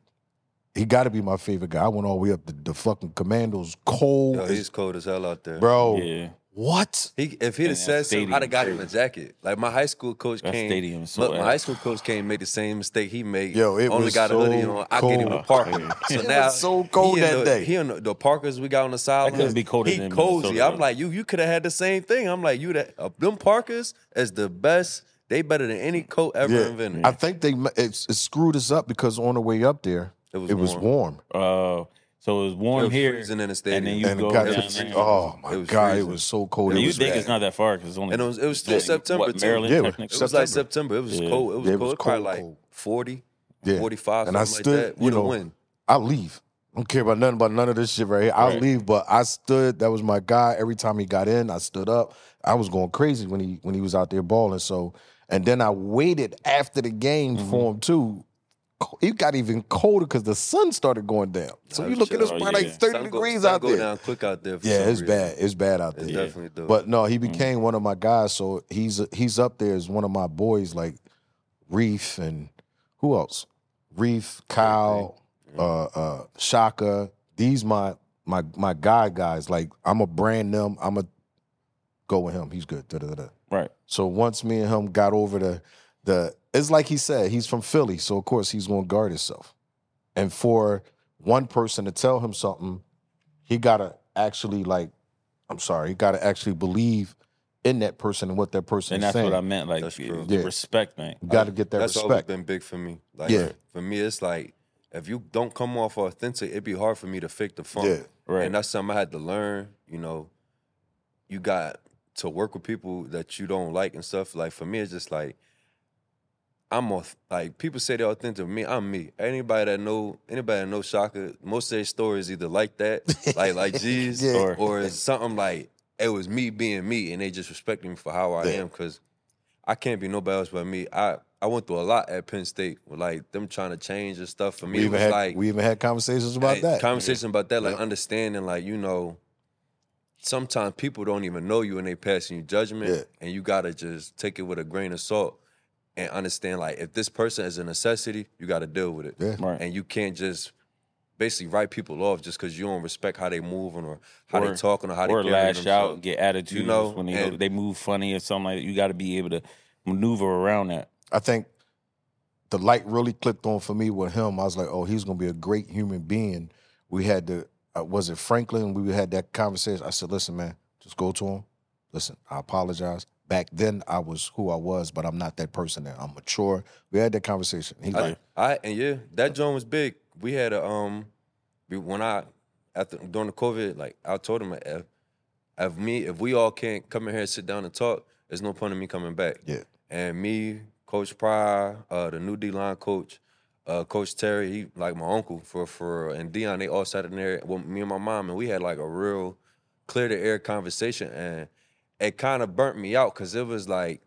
he got to be my favorite guy. I went all the way up to the fucking Commandos, cold, Yo, as- he's cold as hell out there. bro. Yeah. What? He, if he'd that have said something, I'd stadium have got him a jacket. Like my high school coach That came. stadium is so look, my ass. high school coach came and made the same mistake he made. Yo, it only was got a hoodie so on. I get him cold. the Parker. It So was now so cold he in that the, day. He and the, the Parkers we got on the sideline. couldn't be colder he than cozy. Minnesota, I'm though. like you. You could have had the same thing. I'm like you. That uh, them Parkers is the best. They better than any coat ever invented. I think they it, it screwed us up because on the way up there, It was warm. warm. Uh, so it was warm It was here, freezing in the and then stadium. you and go it got down to, there. oh my It was god, freezing. it was so cold. It It you was think bad. it's not that far because it's only and it was it was still like, September what, too. Maryland Yeah, it was technically. It was like September. September. It was Yeah. cold. It was Yeah, it cold. was probably cold, like cold. 40, Yeah. 45, and I something stood, like that. you With a know, win. I leave. I don't care about nothing about none of this shit right here. I will Right. leave, but I stood. That was my guy. Every time he got in, I stood up. I was going crazy when he when he was out there balling. So, and then I waited after the game for him too. Co- It got even colder because the sun started going down. So Oh, you look at shit. us Oh, probably yeah. like thirty Some go- degrees some out go there. down quick out there. for Yeah, some it's reason. bad. It's bad out there. It's definitely dope. But no, he became one of my guys. So he's he's up there as one of my boys, like Reef and who else? Reef, Kyle, uh, uh, Shaka. These my my my guy guys. Like I'm a brand them. I'm a go with him. He's good. Da, da, da, da. right. So once me and him got over the the, it's like he said, he's from Philly, so of course he's gonna guard himself. And for one person to tell him something, he gotta actually like, I'm sorry, he gotta actually believe in that person and what that person And is that's saying. what I meant. Like That's true. the Yeah. respect, man. You gotta get that That's always respect. been big for me. Like Yeah. for me, it's like if you don't come off authentic, it'd be hard for me to fake the funk. Yeah. Right. And that's something I had to learn. You know, you got to work with people that you don't like and stuff. Like for me, it's just like I'm auth- like people say they're authentic. Me, I'm me. Anybody that know anybody that know Shaka, most of their stories either like that, like like geez, Yeah. or or it's something like it was me being me, and they just respect me for how I Yeah. am because I can't be nobody else but me. I I went through a lot at Penn State, with like them trying to change and stuff for we me. it even was had like we even had conversations about Hey, that. Conversation about that, like understanding, like you know, sometimes people don't even know you and they passing you judgment, Yeah. and you gotta just take it with a grain of salt and understand, like if this person is a necessity, you gotta deal with it, Yeah. Right. and you can't just basically write people off just because you don't respect how they moving or how Or- they talking or how or they carrying lash out, themselves. and get attitudes You know, when they and- they move funny or something like that. You got to be able to maneuver around that. I think the light really clicked on for me with him. I was like, oh, he's gonna be a great human being. We had the uh, was it Franklin? We had that conversation. I said, listen, man, just go to him. Listen, I apologize. Back then, I was who I was, but I'm not that person now. I'm mature. We had that conversation. He's like, I and yeah, that joint was big. We had a um, we, when I after during the COVID, like I told him if if me if we all can't come in here and sit down and talk, there's no point in me coming back. yeah, And me, Coach Pryor, uh, the new D line coach, uh, Coach Terry, he like my uncle for for and Dion, they all sat in there with me and my mom, and we had like a real clear the air conversation, and it kind of burnt me out because it was like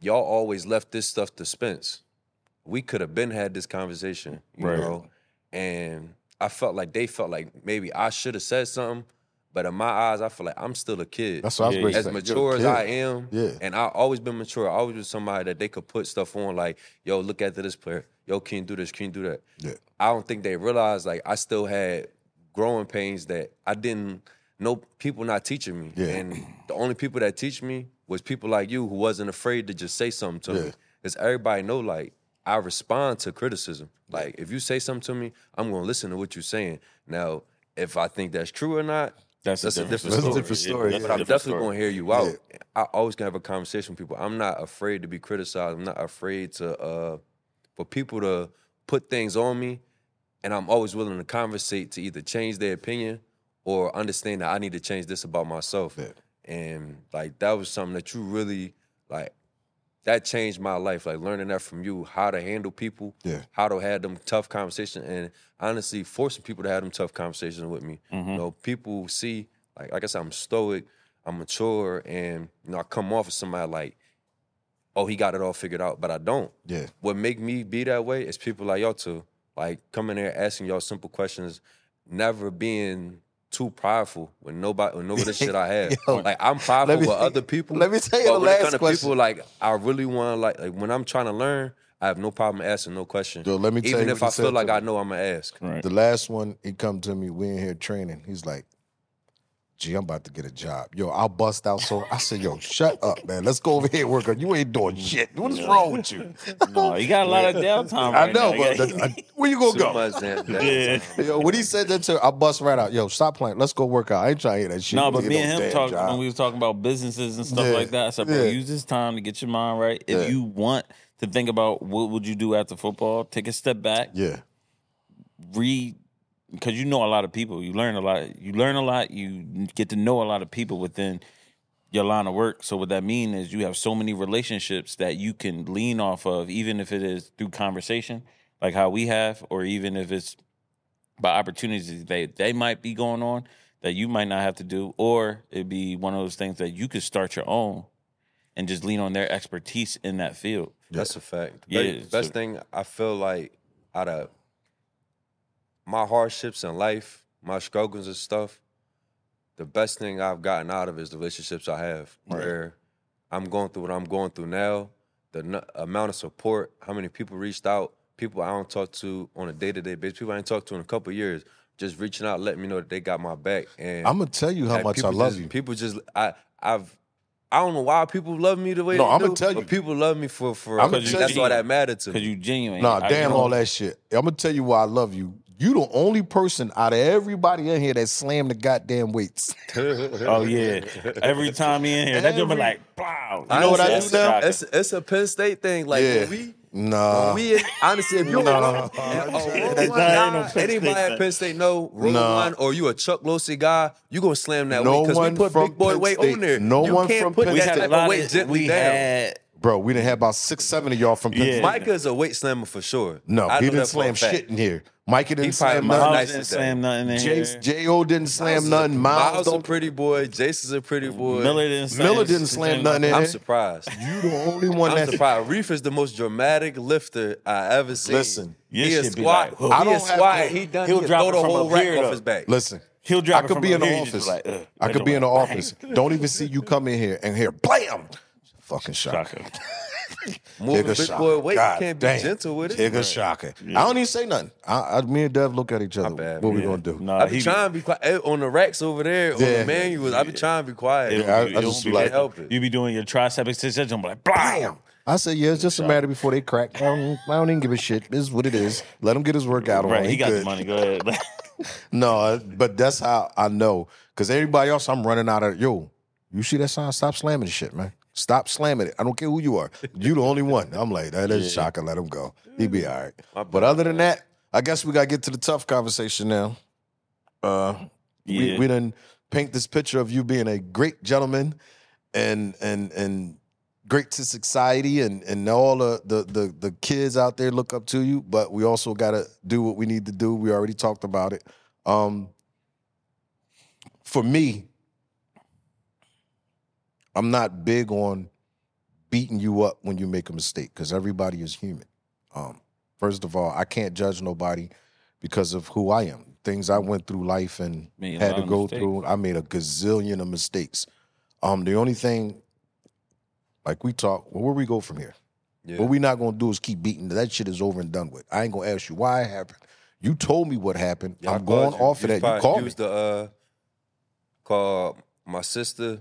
y'all always left this stuff to Spence. We could have been had this conversation, you Right. know. And I felt like they felt like maybe I should have said something, but in my eyes, I feel like I'm still a kid that's what I was Yeah, great. yeah. as mature as I am, Yeah. and I always been mature. I always was somebody that they could put stuff on, like, yo, look after this player. Yo, can you do this? Can you do that? Yeah. I don't think they realized like I still had growing pains that I didn't know people not teaching me. Yeah. And the only people that teach me was people like you who wasn't afraid to just say something to Yeah. me. Because everybody know like I respond to criticism. Like if you say something to me, I'm gonna listen to what you're saying. Now, if I think that's true or not, That's, That's a a different, different story. story. Yeah, That's But I'm a definitely gonna hear you out. I always can have a conversation with people. I'm not afraid to be criticized. I'm not afraid to uh for people to put things on me, and I'm always willing to conversate to either change their opinion or understand that I need to change this about myself. Yeah. And like that was something that you really like that changed my life. Like learning that from you, how to handle people, Yeah. how to have them tough conversations, and honestly forcing people to have them tough conversations with me. Mm-hmm. You know, people see like like I said, I'm stoic, I'm mature, and you know I come off as somebody like, oh he got it all figured out, but I don't. Yeah. What make me be that way is people like y'all too, like coming there asking y'all simple questions, never being too prideful when nobody when nobody the shit I have. Yo. like I'm prideful Let me- with other people. let me tell you but the when it last come to question. People like I really want like, like when I'm trying to learn, I have no problem asking no question. Yo, let me tell even you if what he I feel said like to I me. know I'm gonna ask. Right. The last one, he come to me. We in here training. He's like, "Gee, I'm about to get a job. Yo, I'll bust out." So I said, "Yo, shut up, man. Let's go over here and work on. You ain't doing shit. What is wrong with you?" No, you got a lot of downtime. I right know, now. but You that- got- I- where you gonna Too go? much, damn, damn. yeah. Yo, when he said that to, I bust right out. Yo, stop playing. Let's go work out. I ain't trying to hear that shit. No, You but don't me get and no him damn talked job. when we was talking about businesses and stuff Yeah. like that. I said, bro, Yeah. use this time to get your mind right. If Yeah. you want to think about what would you do after football, take a step back, Yeah, read because you know a lot of people. You learn a lot. You learn a lot. You get to know a lot of people within your line of work. So what that means is you have so many relationships that you can lean off of, even if it is through conversation, like how we have, or even if it's by opportunities they they might be going on that you might not have to do, or it'd be one of those things that you could start your own and just lean on their expertise in that field. That's a fact. Yeah, Be- so- best thing I feel like out of my hardships in life, my struggles and stuff, the best thing I've gotten out of is the relationships I have. Where I'm going through what I'm going through now, the n- amount of support, how many people reached out, people I don't talk to on a day to day basis, people I ain't talked to in a couple years, just reaching out, letting me know that they got my back. And I'm gonna tell you how like, much I people love just- you. People just I I've I don't know why people love me the way No, they I'ma do, tell you. but people love me for for I'ma that's tell you. all that mattered to Because me. you genuine. Nah, I- damn you all know- that shit. I'm gonna tell you why I love you. You the only person out of everybody in here that slammed the goddamn weights. Oh yeah. Every time he in here, that joint be Every- like, wow. You know what I Honestly, do now? Uh, It's, it's a Penn State thing. Like when we. nah. when we in- honestly, if you Nah. and, That's oh, Rule One not- ain't no guy, Penn State anybody thing. at Penn State know Rule Nah. One or you a Chuck Losey guy, you gonna slam that No weight because one we put from big boy Penn weight State- on there. no you one can't from put Penn that State- type of weight gently we down. had Bro, we didn't have about six, seven of y'all from Penn Yeah. State. Micah is a weight slammer for sure. No, he I know didn't that for a slam fact. shit in here. Micah didn't He slam probably Miles nothing. Miles nice didn't today. slam nothing in Jace, here. J.O. didn't slam is nothing. a- Miles Miles a don't. pretty boy. Jason's a pretty boy. Miller didn't slam Miller didn't slam nothing in I'm here. surprised. You the only one I'm that's. surprised. Reef is the most dramatic lifter I ever seen. Listen, Your he is shit be squat. like, whoa. I he don't is have squat. to- He done. he'll He'll drop throw it the from whole up rack here, off though. his back. Listen, He'll drop I it could from be in up the here, you just office. be like, ugh. I That could be joint in the like, office. Don't even see you come in here and hear blam. Fucking shocker. Shocker. Moving Tigger big shocker. boy weight. God you can't be damn. gentle with it. Tigger shocker. I don't even say nothing. I, I, me and Dev look at each other. bad, what we man. gonna do? Nah, I be he- trying to be quiet Eh, on the racks over there on Yeah. the manuals. I be trying to be quiet. it'll I- be- I it'll just be be like- like- Help it. you be doing your tricep extensions. I'm like, blam. I said, yeah, it's just a matter before they crack. I don't, I don't even give a shit. This is what it is. Let him get his workout on. Right, he got good. the money. Go ahead. No, uh, but that's how I know. Because everybody else, I'm running out of, yo, you see that sign? Stop slamming the shit, man. Stop slamming it. I don't care who you are. You the only one. I'm like, that is shocker. Let him go. He be all right. But other than that, I guess we got to get to the tough conversation now. Uh, we, Yeah. we done paint this picture of you being a great gentleman and and and great to society and and all the the the, the kids out there look up to you but we also got to do what we need to do we already talked about it um for me i'm not big on beating you up when you make a mistake because everybody is human um first of all i can't judge nobody because of who i am things i went through life and Made a had lot to of go mistakes. through i made a gazillion of mistakes um the only thing like we talk, well, where we go from here? Yeah. What we not gonna do is keep beating. That shit is over and done with. I ain't gonna ask you why it happened. You told me what happened. Yeah, I I'm going called you. off of that. You probably called me. used the uh, call my sister.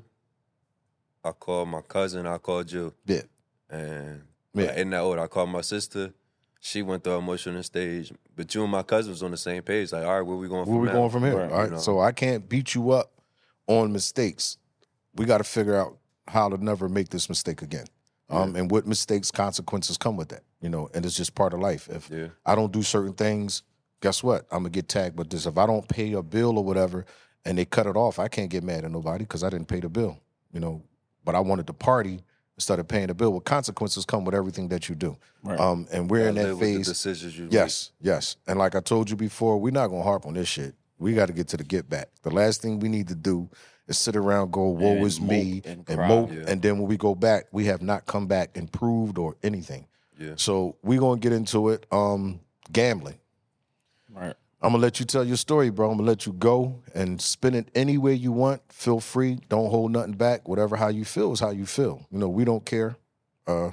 I called my cousin. I called you. yeah. And Yeah. like, in that order, I called my sister. She went through emotional stage, but you and my cousin was on the same page. Like, all right, where we going? Where from we now? going from here? Right, All right. you know. So I can't beat you up on mistakes. We got to figure out how to never make this mistake again. Um, and what mistakes, consequences come with that, you know, and it's just part of life. If Yeah. I don't do certain things, guess what? I'm gonna get tagged with this. If I don't pay a bill or whatever and they cut it off, I can't get mad at nobody because I didn't pay the bill, you know. But I wanted to party instead of paying the bill. Well, consequences come with everything that you do. Right. Um, and we're in I that live with the phase. decisions you Yes, yes. And like I told you before, we're not gonna harp on this shit. We got to get to the get back. The last thing we need to do is sit around, go, "Woe And is me," mope and and cry. mope, Yeah. and then when we go back, we have not come back improved or anything. Yeah. So we're gonna get into it. Um, gambling. Right. I'm gonna let you tell your story, bro. I'm gonna let you go and spin it any way you want. Feel free. Don't hold nothing back. Whatever how you feel is how you feel. You know, we don't care. Uh,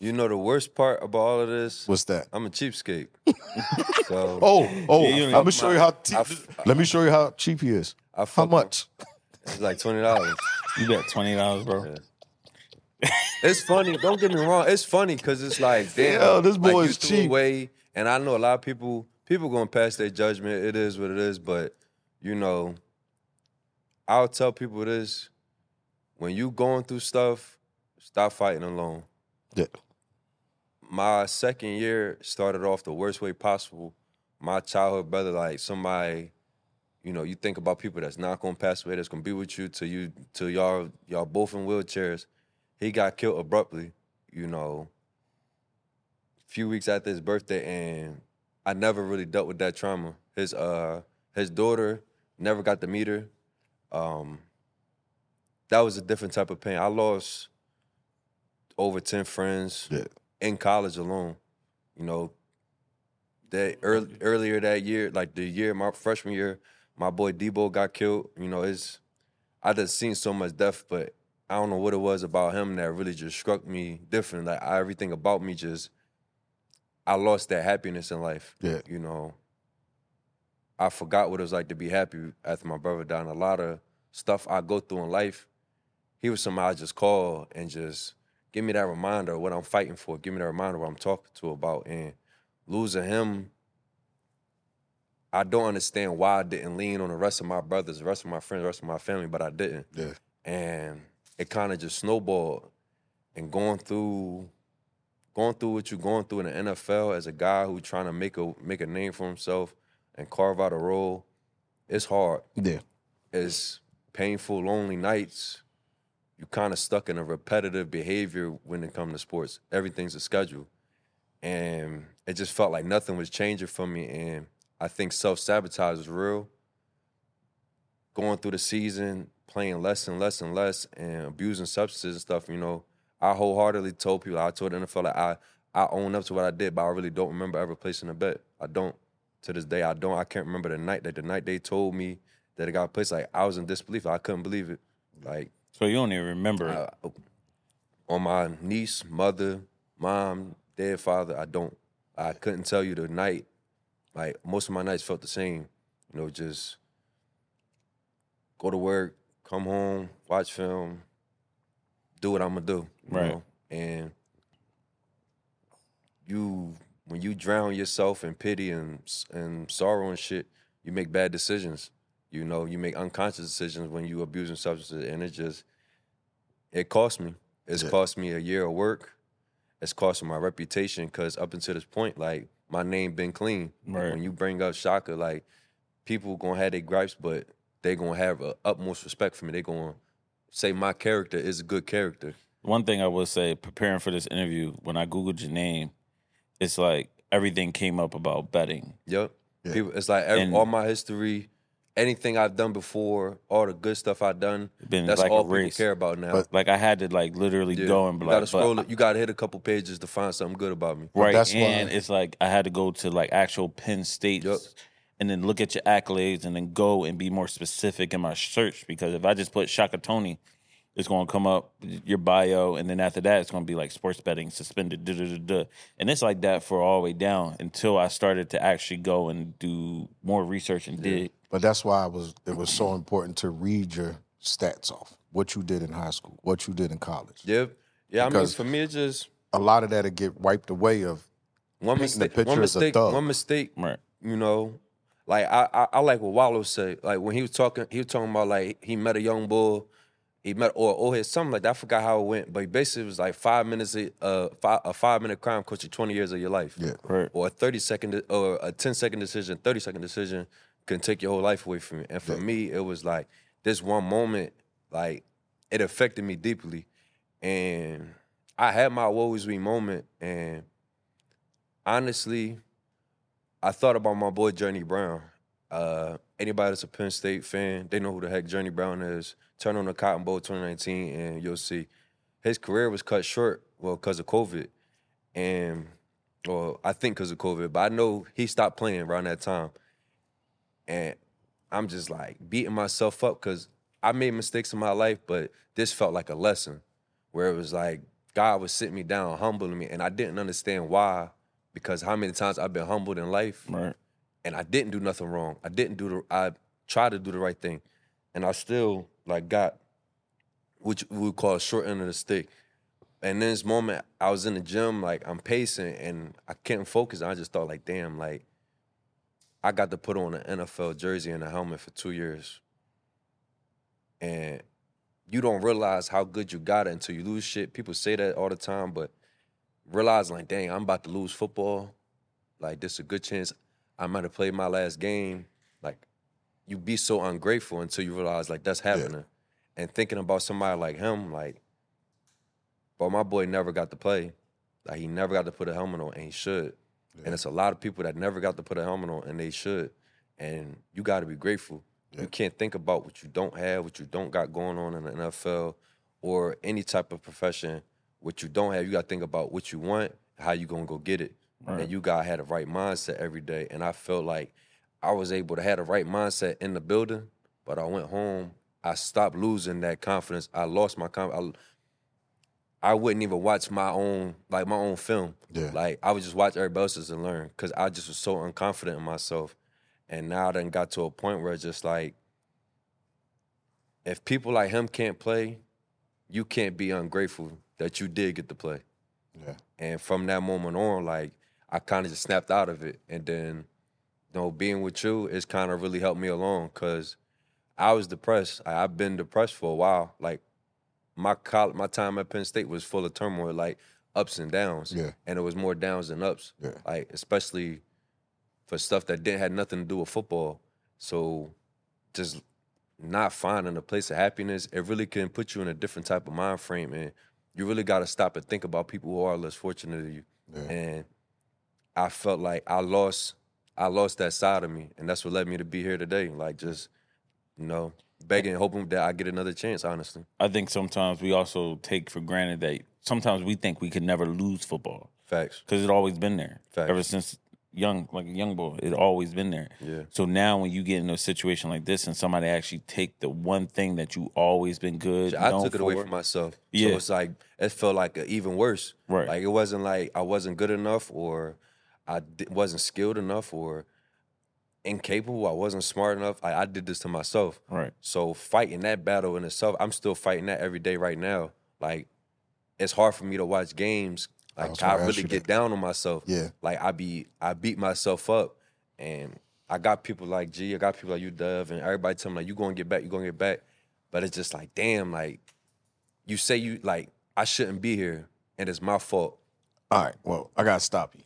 You know the worst part about all of this? what's that? I'm a cheapskate. so Oh, oh! you I'm don't- gonna show you how. Te- I f- let me show you how cheap he is. I How fuck much? with- It's like twenty dollars. You got twenty dollars, bro. Yeah. It's funny. Don't get me wrong. It's funny because it's like, damn, Yeah, this like, boy you is threw cheap. Away, and I know a lot of people. People gonna pass their judgment. It is what it is. But you know, I'll tell people this: when you going through stuff, stop fighting alone. Yeah. My second year started off the worst way possible. My childhood brother, like somebody, you know, you think about people that's not gonna pass away, that's gonna be with you till you till y'all y'all both in wheelchairs. He got killed abruptly, you know, a few weeks after his birthday, and I never really dealt with that trauma. His uh his daughter never got to meet her. Um that was a different type of pain. I lost over 10 friends Yeah. in college alone. You know, that ear earlier that year, like the year my freshman year, my boy Debo got killed. You know, it's I just seen so much death, but I don't know what it was about him that really just struck me different. Like I, everything about me just I lost that happiness in life. Yeah. You know, I forgot what it was like to be happy after my brother died. And a lot of stuff I go through in life, he was somebody I just call and just give me that reminder of what I'm fighting for. Give me that reminder of what I'm talking to about. And losing him, I don't understand why I didn't lean on the rest of my brothers, the rest of my friends, the rest of my family, but I didn't. Yeah. And it kind of just snowballed. And going through going through what you're going through in the NFL as a guy who's trying to make a make a name for himself and carve out a role, it's hard. Yeah. It's painful, lonely nights. You're kind of stuck in a repetitive behavior when it comes to sports. Everything's a schedule. And it just felt like nothing was changing for me. And I think self sabotage is real. Going through the season, playing less and less and less, and abusing substances and stuff, you know, I wholeheartedly told people, I told the NFL, like, I, I own up to what I did, but I really don't remember ever placing a bet. I don't. To this day, I don't. I can't remember the night that the night they told me that it got placed. Like, I was in disbelief. I couldn't believe it. Like, So you don't even remember Uh, it. I- on my niece, mother, mom, dead father, I don't. I couldn't tell you the night. Like most of my nights felt the same. You know, just go to work, come home, watch film, do what I'm gonna do. you Right. know? And you, when you drown yourself in pity and s- and sorrow and shit, you make bad decisions. You know, you make unconscious decisions when you abusing substances, and it just it cost me. It's Yeah. cost me a year of work. It's cost me my reputation because up until this point, like my name been clean. Right. When you bring up Shaka, like people gonna have their gripes, but they gonna have a utmost respect for me. They gonna say my character is a good character. One thing I will say, preparing for this interview, when I googled your name, it's like everything came up about betting. Yep. Yeah. People, it's like every, And- all my history, anything I've done before, all the good stuff I've done. Been That's like all a people race. care about now. But Like I had to like literally Yeah. go and be you like, gotta scroll. but- it. You gotta hit a couple pages to find something good about me. right? that's why- and it's like I had to go to like actual Penn States Yup. and then look at your accolades and then go and be more specific in my search because if I just put Shaka Tony, it's gonna come up your bio and then after that it's gonna be like sports betting suspended, da da da da, and it's like that for all the way down until I started to actually go and do more research and did. But that's why it was it was so important to read your stats off what you did in high school, what you did in college. Yep. Yeah. Because- I mean, for me, it just A lot of that would get wiped away of one Painting the mistake. One picture as a mistake. thug. One mistake. Right. You know, Like I, I, I like what Wallow said. Like when he was talking, he was talking about like he met a young bull, he met or or his something like that. I forgot how it went, but basically it was like five minutes, of, uh, five, a five minute crime cost you twenty years of your life. Yeah. Right. Or a thirty second de- or a 10 second decision, thirty second decision can take your whole life away from you. And for me, it was like this one moment, like it affected me deeply, and I had my woe is me moment, and honestly, I thought about my boy Journey Brown. Uh, anybody that's a Penn State fan, they know who the heck Journey Brown is. Turn on the Cotton Bowl 2019, and you'll see his career was cut short, well, because of COVID, and well, I think because of COVID, but I know he stopped playing around that time, and I'm just like beating myself up because I made mistakes in my life, but this felt like a lesson where it was like God was sitting me down, humbling me, and I didn't understand why because how many times I've been humbled in life Right. and I didn't do nothing wrong. I didn't do the I tried to do the right thing. And I still like got which we would call short end of the stick. And then this moment I was in the gym, like I'm pacing and I can't focus. I just thought like, damn, like I got to put on an NFL jersey and a helmet for two years. And you don't realize how good you got it until you lose shit. People say that all the time, but realize like, dang, I'm about to lose football. Like this is a good chance I might have played my last game. Like you be so ungrateful until you realize like that's happening. And thinking about somebody like him, like, but my boy never got to play. Like he never got to put a helmet on and he should. And it's a lot of people that never got to put a helmet on and they should. And you gotta be grateful. You can't think about what you don't have, what you don't got going on in the NFL or any type of profession. What you don't have, you gotta think about what you want, how you gonna go get it. And you gotta have the right mindset every day. And I felt like I was able to have the right mindset in the building, but I went home. I stopped losing that confidence. I lost my confidence. I wouldn't even watch my own like my own film. Yeah. Like I would just watch everybody else's and learn because I just was so unconfident in myself. And now I done got to a point where it's just like, if people like him can't play, you can't be ungrateful that you did get to play. Yeah. And from that moment on, like I kind of just snapped out of it. And then, you know, being with you, it's kind of really helped me along because I was depressed. I, I've been depressed for a while. Like my college, my time at Penn State was full of turmoil, like ups and downs. Yeah. And it was more downs than ups. Yeah. Like especially for stuff that didn't had nothing to do with football. So just not finding a place of happiness, it really can put you in a different type of mind frame. And you really gotta stop and think about people who are less fortunate than you. Yeah. And I felt like I lost I lost that side of me. And that's what led me to be here today. Like just, you know, begging, hoping that I get another chance, honestly. I think sometimes we also take for granted that sometimes we think we could never lose football Facts. because it always been there Facts. ever since young, like a young boy. It always been there. Yeah. So now when you get in a situation like this and somebody actually take the one thing that you always been good, I known took it away for, from myself. Yeah. So it's like it felt like a, even worse. Right. Like it wasn't like I wasn't good enough or I di- wasn't skilled enough or incapable. I wasn't smart enough. I, I did this to myself. Right. So fighting that battle in itself, I'm still fighting that every day right now. Like it's hard for me to watch games. was Like gonna I ask really you get that. down on myself. Yeah. Like I be I beat myself up and I got people like G, I got people like you Dove and everybody telling me like you gonna get back, you gonna get back. But it's just like, damn, like you say you like I shouldn't be here and it's my fault. All right. Well, I gotta stop you.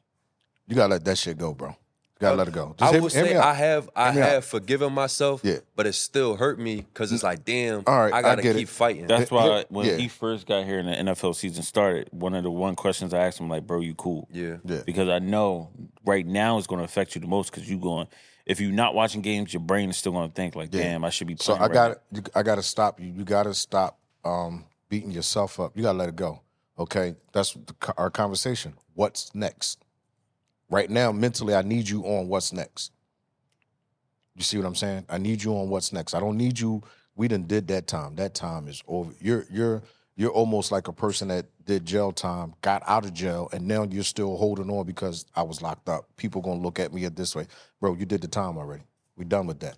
You gotta let that shit go, bro. You gotta let it go. Just I hear would me- hear me say out. I have I Hear me out. have forgiven myself, Yeah. but it still hurt me because it's like, damn, All right, I I gotta get it. keep fighting. That's why hit- when yeah. he first got here and the NFL season started, one of the one questions I asked him like, "Bro, you cool?" yeah. Yeah. Because I know right now it's going to affect you the most because you going if you're not watching games, your brain is still going to think like, Yeah. "Damn, I should be." So Playing I right got to I got to stop you. You got to stop um, beating yourself up. You got to let it go. Okay, that's the, co- our conversation. What's next? Right now, mentally, I need you on what's next. You see what I'm saying? I need you on what's next. I don't need you. We done did that time. That time is over. You're you're you're almost like a person that did jail time, got out of jail, and now you're still holding on because I was locked up. People gonna look at me at this way, bro. You did the time already. We done with that.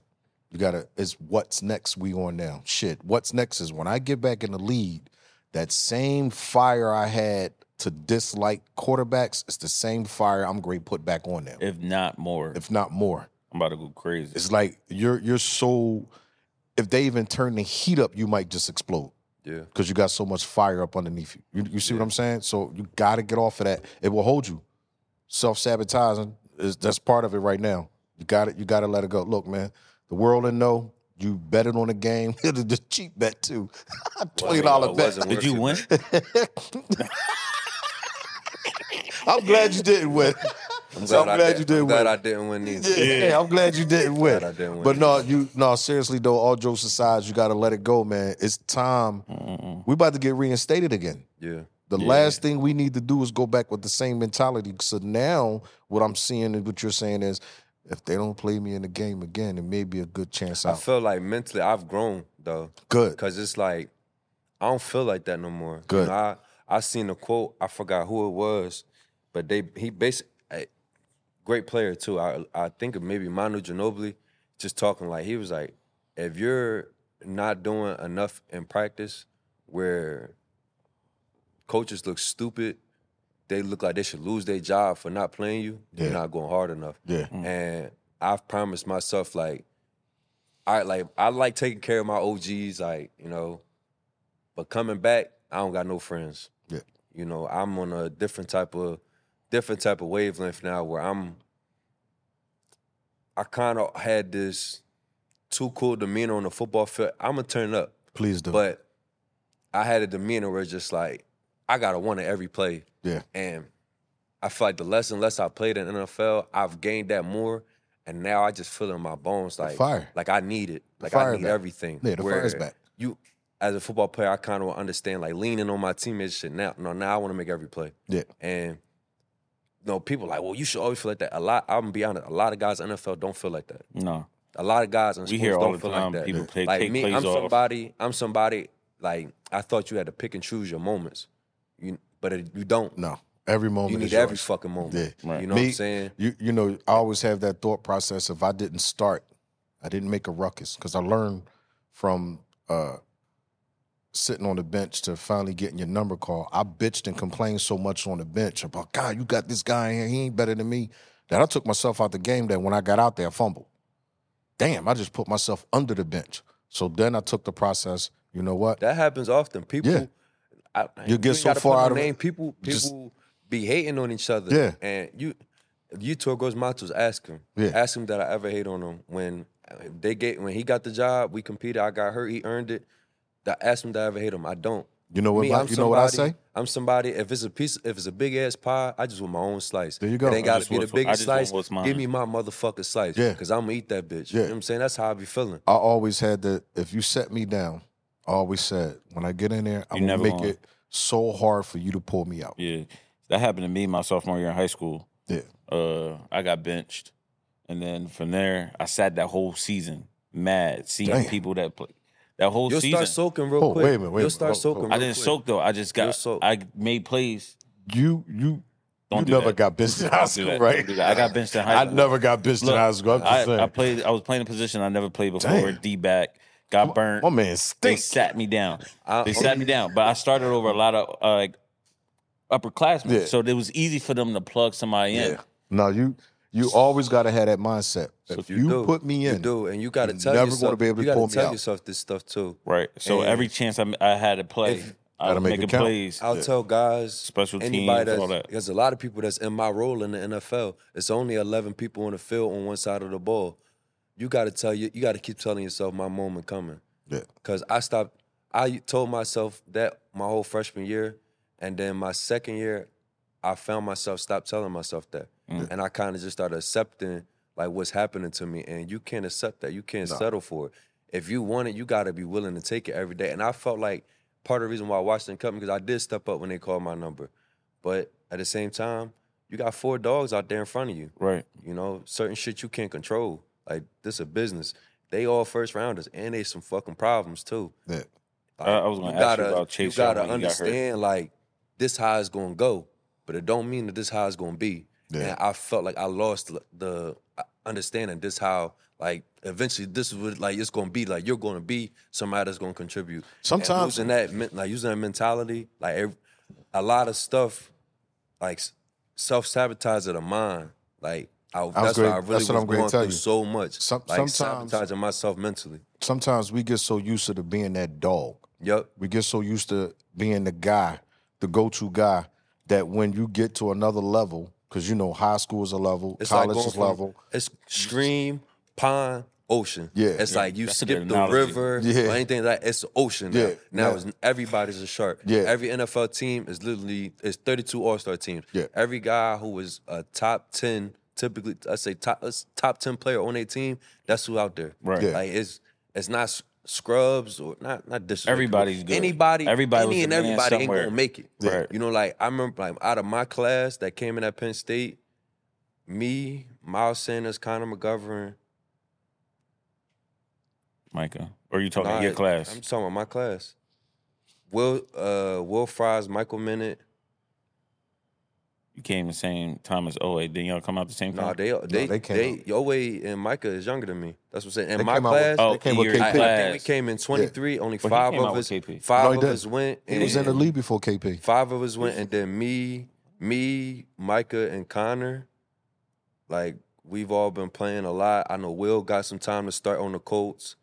You gotta. It's what's next. We on now. Shit. What's next is when I get back in the lead. That same fire I had to dislike quarterbacks. It's the same fire I'm going to put back on them, If not more, if not more. I'm I'm about to go crazy. It's like you're you're so if they even turn the heat up, you might just explode Yeah. because you got so much fire up underneath you. You, you see what I'm saying? So you got to get off of that. It will hold you. Self sabotaging is that's part of it right now. You got it. You got to let it go. Look, man, the world didn't know. You bet it on the game. It's a cheap bet too. Twenty dollar it bet. wasn't Did you worth it, win? I'm glad you didn't win. I'm So glad, I'm I glad did, you did I'm glad win. I didn't win either. Yeah, I'm glad you didn't win. Glad I didn't win. But no, you no seriously though. All jokes aside, you got to let it go, man. It's time. We about to get reinstated again. Yeah. The last thing we need to do is go back with the same mentality. So now, what I'm seeing and what you're saying is, if they don't play me in the game again, it may be a good chance I out. feel like mentally I've grown though. good. Cause it's like I don't feel like that no more. You Good. know, I I seen a quote. I forgot who it was, but they he basically great player too. I I think of maybe Manu Ginobili just talking like he was like, if you're not doing enough in practice, where coaches look stupid, they look like they should lose their job for not playing you. You're Yeah. not going hard enough. Yeah. And I've promised myself like I like I like taking care of my OGs, like, you know, but coming back, I don't got no friends. Yeah. You know, I'm on a different type of different type of wavelength now where I'm I kind of had this too cool demeanor on the football field. I'ma turn up. Please do. But I had a demeanor where it's just like I gotta win at every play. yeah. And I feel like the less and less I played in NFL, I've gained that more. And now I just feel it in my bones like fire. Like I need it. Like fire I need back. everything. Yeah, the Where fire's back. You as a football player, I kind of understand like leaning on my teammates shit now. No, now I want to make every play. Yeah. And no, people like, well, you should always feel like that. A lot, I'm gonna be honest, a lot of guys in NFL don't feel like that. No. A lot of guys in We sports hear all don't the feel time like that. people Yeah. take- like take me, plays I'm off. somebody. I'm somebody. Like I thought you had to pick and choose your moments, you but it, you don't. No. Every moment. You is need yours. every fucking moment. Yeah. You know Me- what I'm saying? You you know, I always have that thought process. If I didn't start, I didn't make a ruckus because I learned from uh, sitting on the bench to finally getting your number call. I bitched and complained so much on the bench about God, you got this guy in here, he ain't better than me. That I took myself out the game. That when I got out there, I fumbled. Damn, I just put myself under the bench. So then I took the process. You know what? That happens often. People, Yeah. I, You get ain't so gotta far put no out of it, name. People, people just- be hating on each other. Yeah. and you, you tour goes Matos. Ask him. Yeah. Ask him that I ever hate on him when they get when he got the job. We competed. I got hurt. He earned it. That ask him that I ever hate him. I don't. You know what? Me, my- I'm you know what I somebody- say? I'm somebody. If it's a piece, if it's a big ass pie, I just want my own slice. There you go. It ain't I got just to be want- the I biggest just want slice. what's mine. Give me my motherfucking slice. Yeah. Cause I'm gonna eat that bitch. You Yeah. know what I'm saying? That's how I be feeling. I always had the if you set me down, I always said when I get in there, I'm You gonna never make gonna- it so hard for you to pull me out. Yeah. That happened to me my sophomore year in high school. Yeah. Uh, I got benched, and then from there, I sat that whole season mad seeing Damn. people that play that whole You'll season. start soaking real Oh, quick. wait a minute, wait a You'll minute. start Hold- soaking. hold- I real didn't quick. soak though. I just You're got soaked. I made plays. You you Don't you do never that. got benched in high Don't do school, that. right? Don't do that. I got benched in high I school. never got benched in Look, high school. I'm just saying. I, I played. I was playing a position I never played before. Damn. D back got burnt. My man they stinks. sat me down. I- they sat me down. But I started over a lot of uh, like upperclassmen, Yeah. so it was easy for them to plug somebody in. No, you you always gotta have that mindset. If you, do. put me You in, do, and you got to you're tell never yourself. gonna be able to you gotta pull me tell out. yourself this stuff too. Right. So And every chance I, I had to play, If- I Gotta was make it making count. plays. I'll tell guys, Special anybody teams, that's, all that. There's a lot of people that's in my role in the NFL. It's only 11 people on the field on one side of the ball. You got to tell you. You got to keep telling yourself, my moment coming. yeah, Cause I stopped. I told myself that my whole freshman year, and then my second year, I found myself stop telling myself that, and I kind of just started accepting like what's happening to me. And you can't accept that. You can't settle for it. If you want it, you got to be willing to take it every day. And I felt like part of the reason why Washington cut me because I did step up when they called my number, but at the same time, you got four dogs out there in front of you. Right. You know, certain shit you can't control. Like this a business. They all first rounders, and they some fucking problems too. yeah. Like, I- I was gonna ask you about Chase You gotta Young when he got hurt. understand like this how it's gonna go, but it don't mean that this how it's gonna be. Yeah. And I felt like I lost l- the uh, understanding this how like eventually this is what like it's gonna be like you're gonna be somebody that's gonna contribute. And Sometimes- losing that men- like using that mentality like ev- a lot of stuff like self sabotage of the mind. Like I, that's great- why I really that's what was I'm gonna going tell through you. so much. Some- like sometimes- sabotaging myself mentally. Sometimes we get so used to the being that dog. Yep. We get so used to being the guy, the go-to guy, that when you get to another level, because you know high school is a level, It's college like going is from, level. It's stream, pond, ocean. Yeah. It's like you that's a good skip the analogy. river Yeah. or anything like that. It's the ocean now. Yeah, Now yeah. it's everybody's a shark. Yeah. Every NFL team is literally it's 32 all-star teams. Yeah. Every guy who was a top 10, typically I say top us- top 10 player on a team, that's who out there. Right. Yeah. Like it's it's not s- scrubs or not not disrespectful. Everybody's good. Anybody, Everybody was any the and man everybody ain't somewhere. gonna make it. Right. You know, like I remember like out of my class that came in at Penn State, me, Miles Sanders, Connor McGovern. Micah. Or you talking Nah, your class? I'm talking about my class. Will uh Will Fries, Michael Minute. you came the same time as OA. Didn't y'all come out the same time? Nah, they they they they, came out. Yowei and Micah is younger than me. That's what I'm saying. In They my came out with- class, oh, They came with your KP. I, I think we class. came in 23. Only he five came of out with us, KP. No, five he of didn't. us went. He was in the league before KP. Five of us went, and then me, me, Micah, and Connor. Like we've all been playing a lot. I know Will got some time to start on the Colts.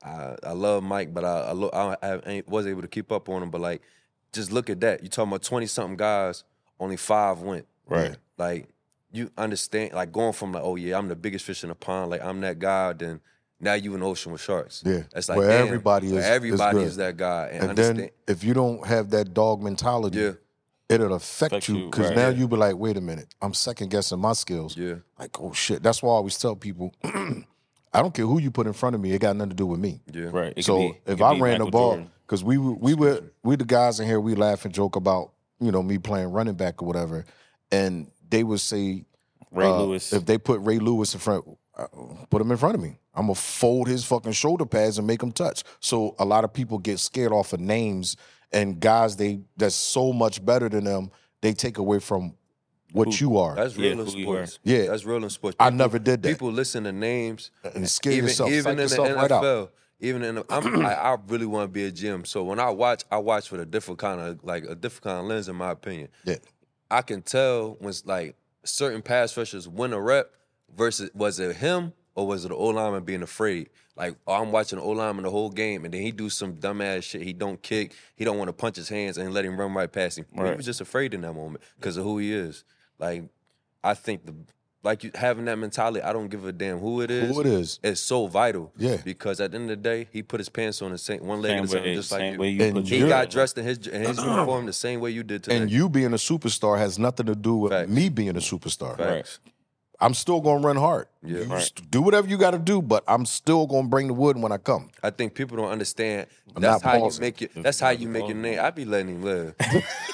I, I love Mike, but I I, lo- I, I ain't, was able to keep up on him. But like, just look at that. You talking about twenty something guys? Only five went. Right. Like you understand? Like going from like, oh yeah, I'm the biggest fish in the pond. Like I'm that guy. Then now you in the ocean with sharks. Yeah. That's like Where damn, everybody where is- is Everybody good. is that guy. And, And understand? then if you don't have that dog mentality, yeah. it'll affect, Affect you you, because right. now you be like, wait a minute, I'm second guessing my skills. Yeah. Like, oh shit. That's why I always tell people, I don't care who you put in front of me, it got nothing to do with me. Yeah. Right. it could so be- it if could I be ran the Michael ball, Jordan. because we were- we were we the guys in here, we laugh and joke about you know me playing running back or whatever, and they would say Ray uh, Lewis. If they put Ray Lewis in front, uh, put him in front of me. I'm gonna fold his fucking shoulder pads and make him touch. So a lot of people get scared off of names and guys they that's so much better than them. They take away from what you are. That's real Yeah, in who you are. sports. Yeah. that's real in sports. I never did that. People listen to names, and scare even yourself, even psych in the yourself right out. NFL. Even in, the, I'm, I, I really want to be a gym. So when I watch, I watch with a different kind of like a different kind of lens, in my opinion. Yeah. I can tell when it's like certain pass rushers win a rep versus was it him or was it the O lineman being afraid? Like oh, I'm watching the O lineman the whole game and then he do some dumbass shit. He don't kick. He don't want to punch his hands and let him run right past him. He Right. was just afraid in that moment because of who he is. Like I think the like you having that mentality. I don't give a damn who it is. Who it is? It's so vital. Yeah. Because at the end of the day, he put his pants on the same one leg same in the way, same, just same like way you. you And put He your- you're- got dressed in his in his uniform the same way you did today. And you being a superstar has nothing to do with Facts. me being a superstar. Facts. I'm still gonna run hard. Yeah. You Right. st- do whatever you got to do, but I'm still gonna bring the wood when I come. I think people don't understand. I'm that's not how you pausing. make your. That's how you make your name. I be letting him live.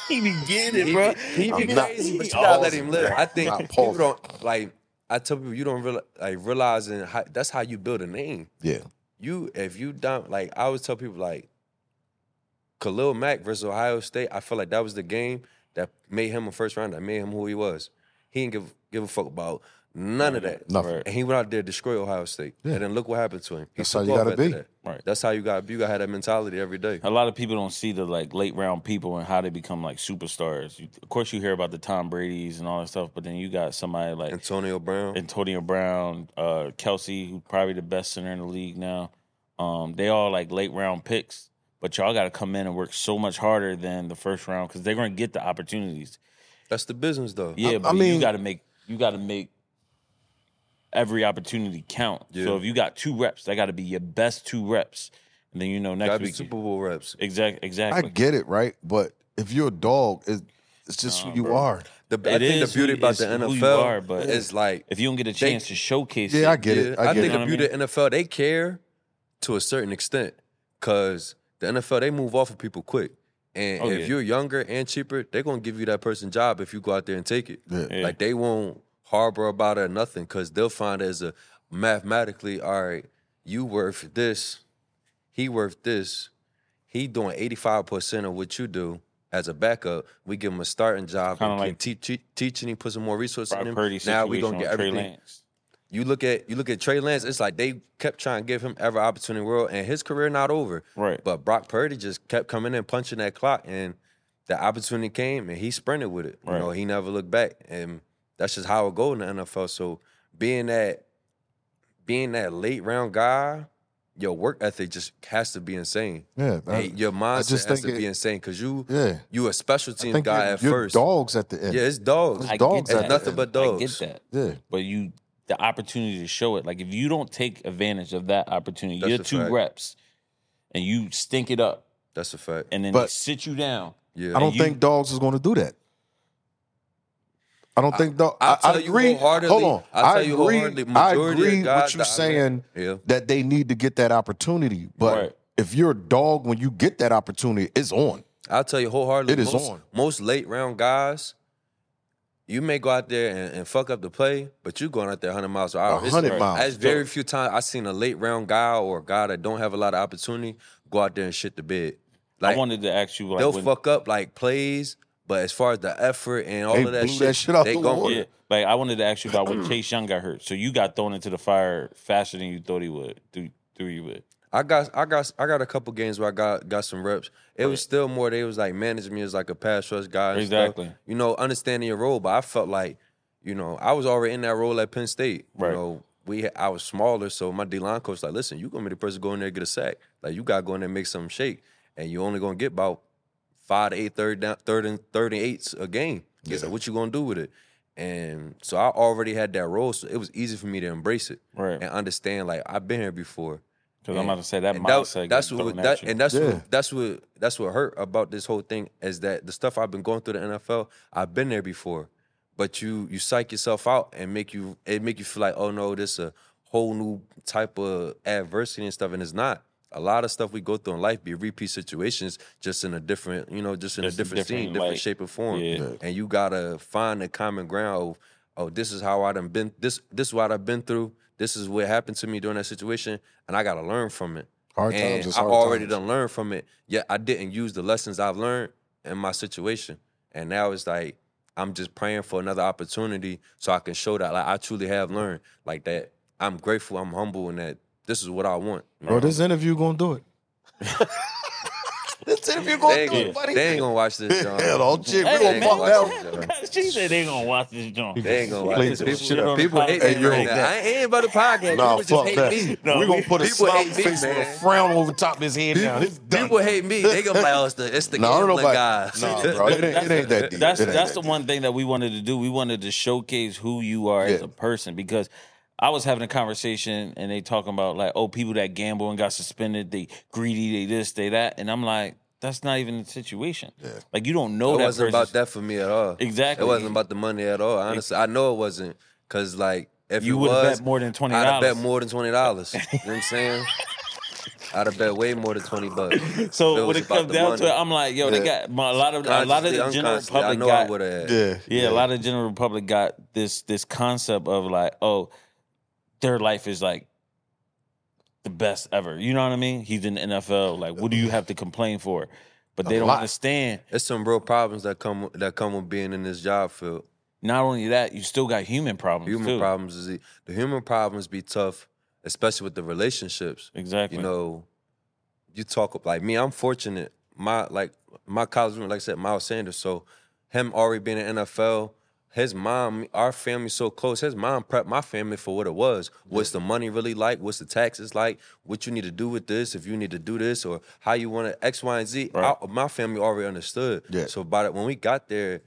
He be getting it, bro. He be not- crazy, but you gotta let him live. I I'm not think people pausing. don't like. I tell people you don't realize like realizing how, that's how you build a name. Yeah, You if you don't like, I always tell people like, Khalil Mack versus Ohio State. I feel like that was the game that made him a first rounder. That made him who he was. He didn't give give a fuck about none of that. nothing. And he went out there to destroy Ohio State. And then look what happened to him. He That's how took you off gotta after be. that. Right. That's how you got you gotta have that mentality every day. A lot of people don't see the like late round people and how they become like superstars. You, of course, you hear about the Tom Brady's and all that stuff, but then you got somebody like Antonio Brown. Antonio Brown, uh, Kelsey, who's probably the best center in the league now. Um, they all like late round picks, but y'all got to come in and work so much harder than the first round because they're going to get the opportunities. That's the business though. Yeah, I but mean- you got to make you got to make every opportunity count. Yeah. So if you got two reps, that got to be your best two reps, and then you know next Gotta be week. Super Bowl reps. Exact, I exactly. get it, right? But if you're a dog, it, it's just who you are. The, I It think is the beauty who- about it's the who you NFL are, but- is like if you don't get a chance to showcase, Yeah, I it, get it. Yeah, I get think it. it. the beauty of NFL, they care to a certain extent because the NFL, they move off of people quick. And Oh, if yeah. you're younger and cheaper, they're going to give you that person job if you go out there and take it. Yeah. Yeah. Like, they won't harbor about it or nothing because they'll find it as a mathematically, all right, you worth this, he worth this, he doing 85% of what you do. As a backup, we give him a starting job. Kinda and keep like- te- te- teaching him, put some more resources in Brock him. Purdy now situation we gonna with get Trey everything. Lance. You look at you look at Trey Lance. It's like they kept trying to give him every opportunity in the world, and his career not over. Right. But Brock Purdy just kept coming in, punching that clock, and the opportunity came, and he sprinted with it. You Right. know, he never looked back, and that's just how it go in the NFL. So being that being that late round guy, your work ethic just has to be insane. Yeah, I- And your I mindset just has think to be it- insane because you yeah. you a special I team think guy you're- at you're first. dogs at the end. Yeah, it's dogs. It's I dogs at get that. the Nothing but I get dogs. that. Yeah. But you, the opportunity to show it. Like if you don't take advantage of that opportunity, That's your a two fact. reps, and you stink it up, That's a fact. and then they But- sit you down. Yeah. I don't you- think dogs is going to do that. I don't think dog. I'll I, I tell you agree. wholeheartedly- Hold on. I'll tell I you agree. wholeheartedly, I majority of agree with you guys that I met- saying Yeah. that they need to get that opportunity. But Right. if you're a dog when you get that opportunity, it's on. I'll tell you wholeheartedly. It is most, on. Most late round guys, you may go out there and, and fuck up the play, but you going out there 100 miles an hour. It's- 100 miles. That's very few times I've seen a late round guy or a guy that don't have a lot of opportunity go out there and shit the bed. Like, I wanted to ask you, like, they'll when- fuck up like plays, but as far as the effort and all They of that blew shit, that shit out they the gone. water. yeah, like I wanted to ask you about when Chase Young got hurt. So you got thrown into the fire faster than you thought he would. Threw, threw you with. I got I got I got a couple games where I got got some reps. It was still more they was like managing me as like a pass rush guy. and stuff. Exactly. You know, understanding your role, but I felt like, you know, I was already in that role at Penn State. Right. You know, we had- I was smaller, so my D line coach like, listen, you gonna be the person going there to get a sack. Like you gotta go in there and make something shake. And you only gonna get about five to eight third down third and third and eights a game. It's like what you gonna do with it? And so I already had that role, so it was easy for me to embrace it Right. and understand like I've been here before. Because I'm about to say that And that- mindset. got that's what thrown at that, you. and that's Yeah. what that's what that's what hurt about this whole thing is that the stuff I've been going through the NFL, I've been there before. But you you psych yourself out and make you it make you feel like, oh no, this a whole new type of adversity and stuff, and it's not. A lot of stuff we go through in life be repeat situations, just in a different, you know, just in Just a different, different scene, different light. shape or form. Yeah. And you gotta find the common ground of, oh, this is how I done been this this is what I've been through. This is what happened to me during that situation, and I gotta learn from it Hard and times is I hard already times. done learned from it. Yet I didn't use the lessons I've learned in my situation, and now it's like I'm just praying for another opportunity so I can show that like I truly have learned. Like that, I'm grateful, I'm humble, and that this is what I want. Bro, this interview gonna do it. this interview They gonna ain't, do it, gonna, buddy. they ain't gonna watch this. John. Hell, old chick, we Hey, gonna man, bump what that. the hell? one. she said they gonna watch this joint. They ain't gonna watch Play this. the People, shit on the people hate podcast. me Hey, right yo. now. I ain't about the podcast. Nah, people just fuck hate that. me. No, we gonna put a people smile hate me, face and a man. frown over top of his head now. This done. People hate me. They gonna be like, oh, it's the, it's the No, I don't know gambling about guys. no, bro. It ain't, it ain't that deep. That's It ain't that's that the one thing that we wanted to do. We wanted to showcase who you are as Yeah. a person because I was having a conversation and they talking about like, oh, people that gamble and got suspended, they greedy, they this, they that, and I'm like, that's not even the situation. Like you don't know It that wasn't person. about that for me at all. Exactly. It wasn't about the money at all. Honestly, I know it wasn't. Cause like if You it would've bet was, more than $20. I'd have bet more than twenty dollars. you know what I'm saying? I'd have bet way more than twenty bucks. So If when was it about comes the down to money, it, I'm like, yo, they Yeah. got my, a lot of a lot of consciously, the general unconsciously, public I know got I would have. Yeah. yeah, a lot of general public got this this concept of like, oh, their life is like the best ever. You know what I mean? He's in the NFL. Like, what do you have to complain for? But they A don't lot. understand. It's some real problems that come that come with being in this job field. Not only that, you still got human problems Human too. problems is e, the human problems be tough, especially with the relationships. Exactly. you know, you talk like me. I'm fortunate. My like my college roommate, like I said, Miles Sanders. So him already being in NFL. His mom, our family so close. His mom prepped my family for what it was. What's the money really like? What's the taxes like? What you need to do with this? If you need to do this or how you want to X, Y, and Z. Right. I- my family already understood. Yeah. So by it when we got there,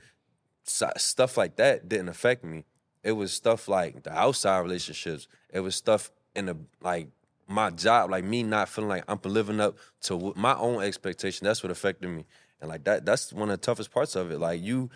si- stuff like that didn't affect me. It was stuff like the outside relationships. It was stuff in the like my job, like me not feeling like I'm living up to wh- my own expectation. That's what affected me, and like that. That's one of the toughest parts of it. Like you,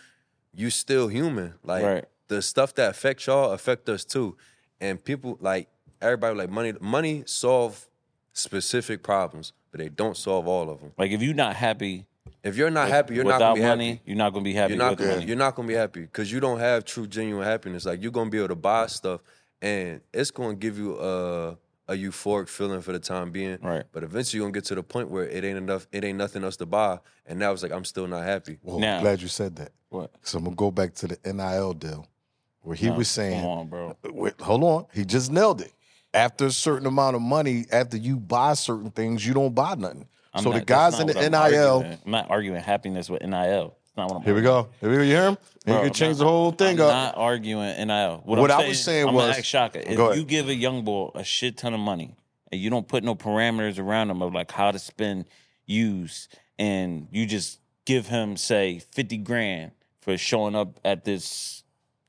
you still human. Like Right. the stuff that affects y'all affect us too, and people like everybody like money. Money solve specific problems, but they don't solve all of them. like, if you're not happy If you're not happy, you're not without gonna be money, happy. you're not gonna be happy You're not with gonna, money. you're not gonna be happy because you don't have true genuine happiness. Like you're gonna be able to buy stuff, and it's gonna give you a a euphoric feeling for the time being. Right. But eventually you're gonna get to the point where it ain't enough. It ain't nothing else to buy, and now it's like I'm still not happy. Well, Now- I'm glad you said that. What? So I'm gonna go back to the NIL deal where he No, was Come saying, on, bro. wait, hold on, he just nailed it. After a certain amount of money, after you buy certain things, you don't buy nothing. I'm so not- the that's guys not in the what I'm NIL, arguing. I'm not arguing happiness with NIL. It's not what I'm. Here we go. Here we go. You hear him? He Bro, could I'm change not- the whole thing I'm up. Not arguing NIL. What, What I'm I was saying I'm was- gonna ask Shaka. If Go ahead. you give a young boy a shit ton of money and you don't put no parameters around him of like how to spend, use, and you just give him say fifty grand for showing up at this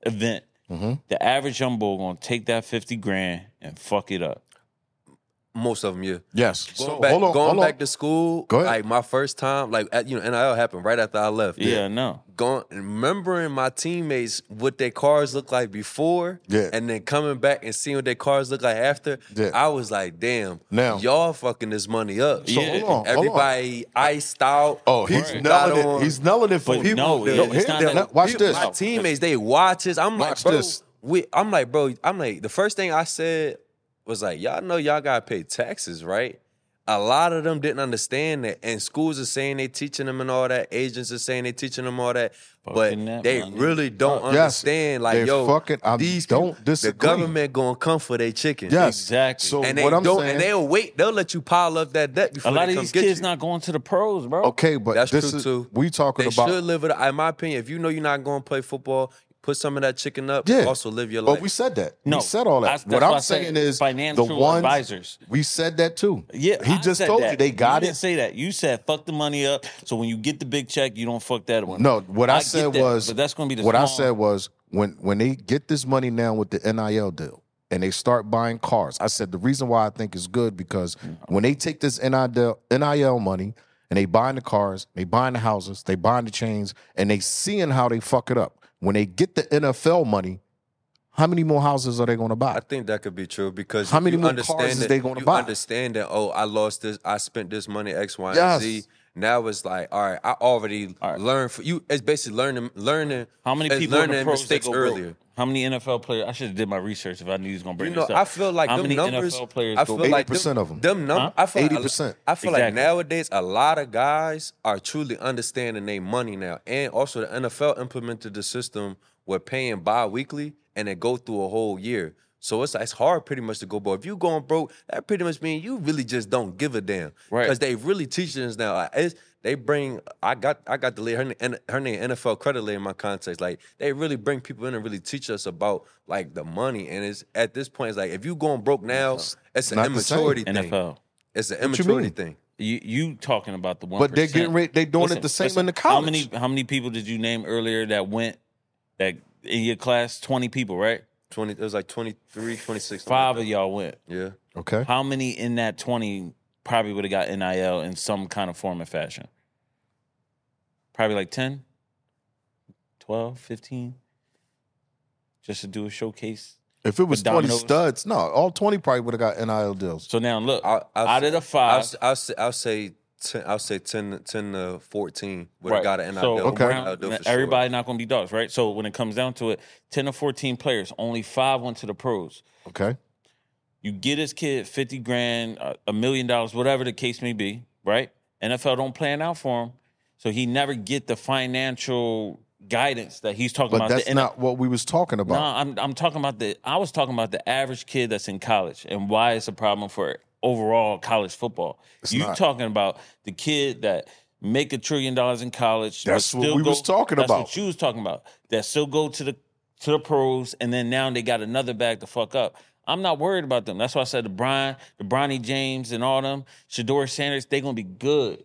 event, Mm-hmm. the average young boy gonna take that fifty grand and fuck it up. Most of them, yeah. Yes. Going So back, hold on. going hold back on. to school, Go ahead. like my first time, like at, you know, NIL happened right after I left. Yeah, no. Going remembering my teammates what their cars looked like before, Yeah. and then coming back and seeing what their cars look like after. Yeah. I was like, damn, Now- y'all fucking this money up. So hold on, hold on. everybody iced out. oh, he's Right. nulling Got it. on. He's nulling it for But you. no, it- it's here- not there- that- now, watch People- this. My teammates, they watches. I'm Watch like, bro, this. We, I'm like, bro, I'm like, the first thing I said was like, y'all know y'all gotta pay taxes, right? A lot of them didn't understand that, and schools are saying they teaching them and all that. Agents are saying they teaching them all that, Fucking but that they money. really don't Yes, understand. they Like, yo, fucking- I these don't people- disagree. The government gonna come for their chicken. Yes. Exactly. So and they what I'm don't, saying. and they'll wait. They'll let you pile up that debt A before lot they of come these get kids you. not going to the pros, bro. okay, but That's this true is, too. We talking They about. should live it. up. In my opinion, if you know you're not going to play football, put some of that chicken up. Yeah. Also live your but life. we said that. No, we said all I- that. that's what why I'm I said saying is financial the ones, advisors. We said that too. Yeah, he I just said told that. you they got you it. Didn't say that. You said fuck the money up, so when you get the big check, you don't fuck that one. No, what I, get said that, was but that's going to be the what I small- said was when when they get this money now with the NIL deal and they start buying cars. I said the reason why I think is good because when they take this NIL NIL money and they buying the cars, they buying the houses, they buying the chains, and they seeing how they fuck it up. When they get the NFL money, how many more houses are they going to I buy? think that could be true because How if many you more understand cars is that- they gonna you buy? Understand that? Oh, I lost this. I spent this money X, Y, Yes. and Z. Now it's like, all right, I already All right. learned. For, you, it's basically learning, learning. How many it's people in learning the pros that mistakes go broke? earlier? How many NFL players? I should have did my research if I knew he was going to bring You know, this up. I feel like how them many numbers. NFL players I go feel broke? like 80% them, of 'em. Them num- Huh? I feel 80%. Like, I feel like Exactly. nowadays a lot of guys are truly understanding their money now, and also the NFL implemented the system where paying bi-weekly and it go through a whole year. So it's it's hard pretty much to go, broke. if you going broke, that pretty much means you really just don't give a damn, Right. Because they really teaching us now. Like, It's, they bring I got I got the lady her name, her name NFL credit lady in my contacts. Like they really bring people in and really teach us about like the money. And it's at this point, it's like if you going broke now, it's an Not the same. immaturity thing. NFL. It's an you immaturity mean? thing. You you talking about the one? But they're getting ready. They're doing it the same in the college. How many how many people did you name earlier that went that in your class? Twenty people, right? Twenty it was like 23, 26. something Five like of y'all went. that. Yeah. Okay. How many in that twenty probably would have got NIL in some kind of form or fashion? Probably like 10, 12, 15. Just to do a showcase. If it was With 20 dominoes. studs, no, all 20 probably would have got NIL deals. So now look, I- I'll out say- of the I'll, five, s- I'll say I'll say ten I'll say 10, 10 to fourteen would have Right. got an NIL. So deal. Okay. around- NIL deal for sure. everybody not going to be dogs, right? So when it comes down to it, ten or fourteen players, only five went to the pros. Okay. You get this kid fifty grand, a- a million dollars, whatever the case may be, right? NFL don't plan out for him, so he never get the financial guidance that he's talking But about. that's The not what we was talking about. No, I'm I'm talking about the I was talking about the average kid that's in college and why it's a problem for overall college football. you not. talking about the kid that make a trillion dollars in college. but That's what still we go- was talking that's about. What you was talking about that still go to the to the pros and then now they got another bag to fuck up. I'm not worried about them. That's why I said the Brian, the Bronny James, and all them Shador Sanders. They're gonna be good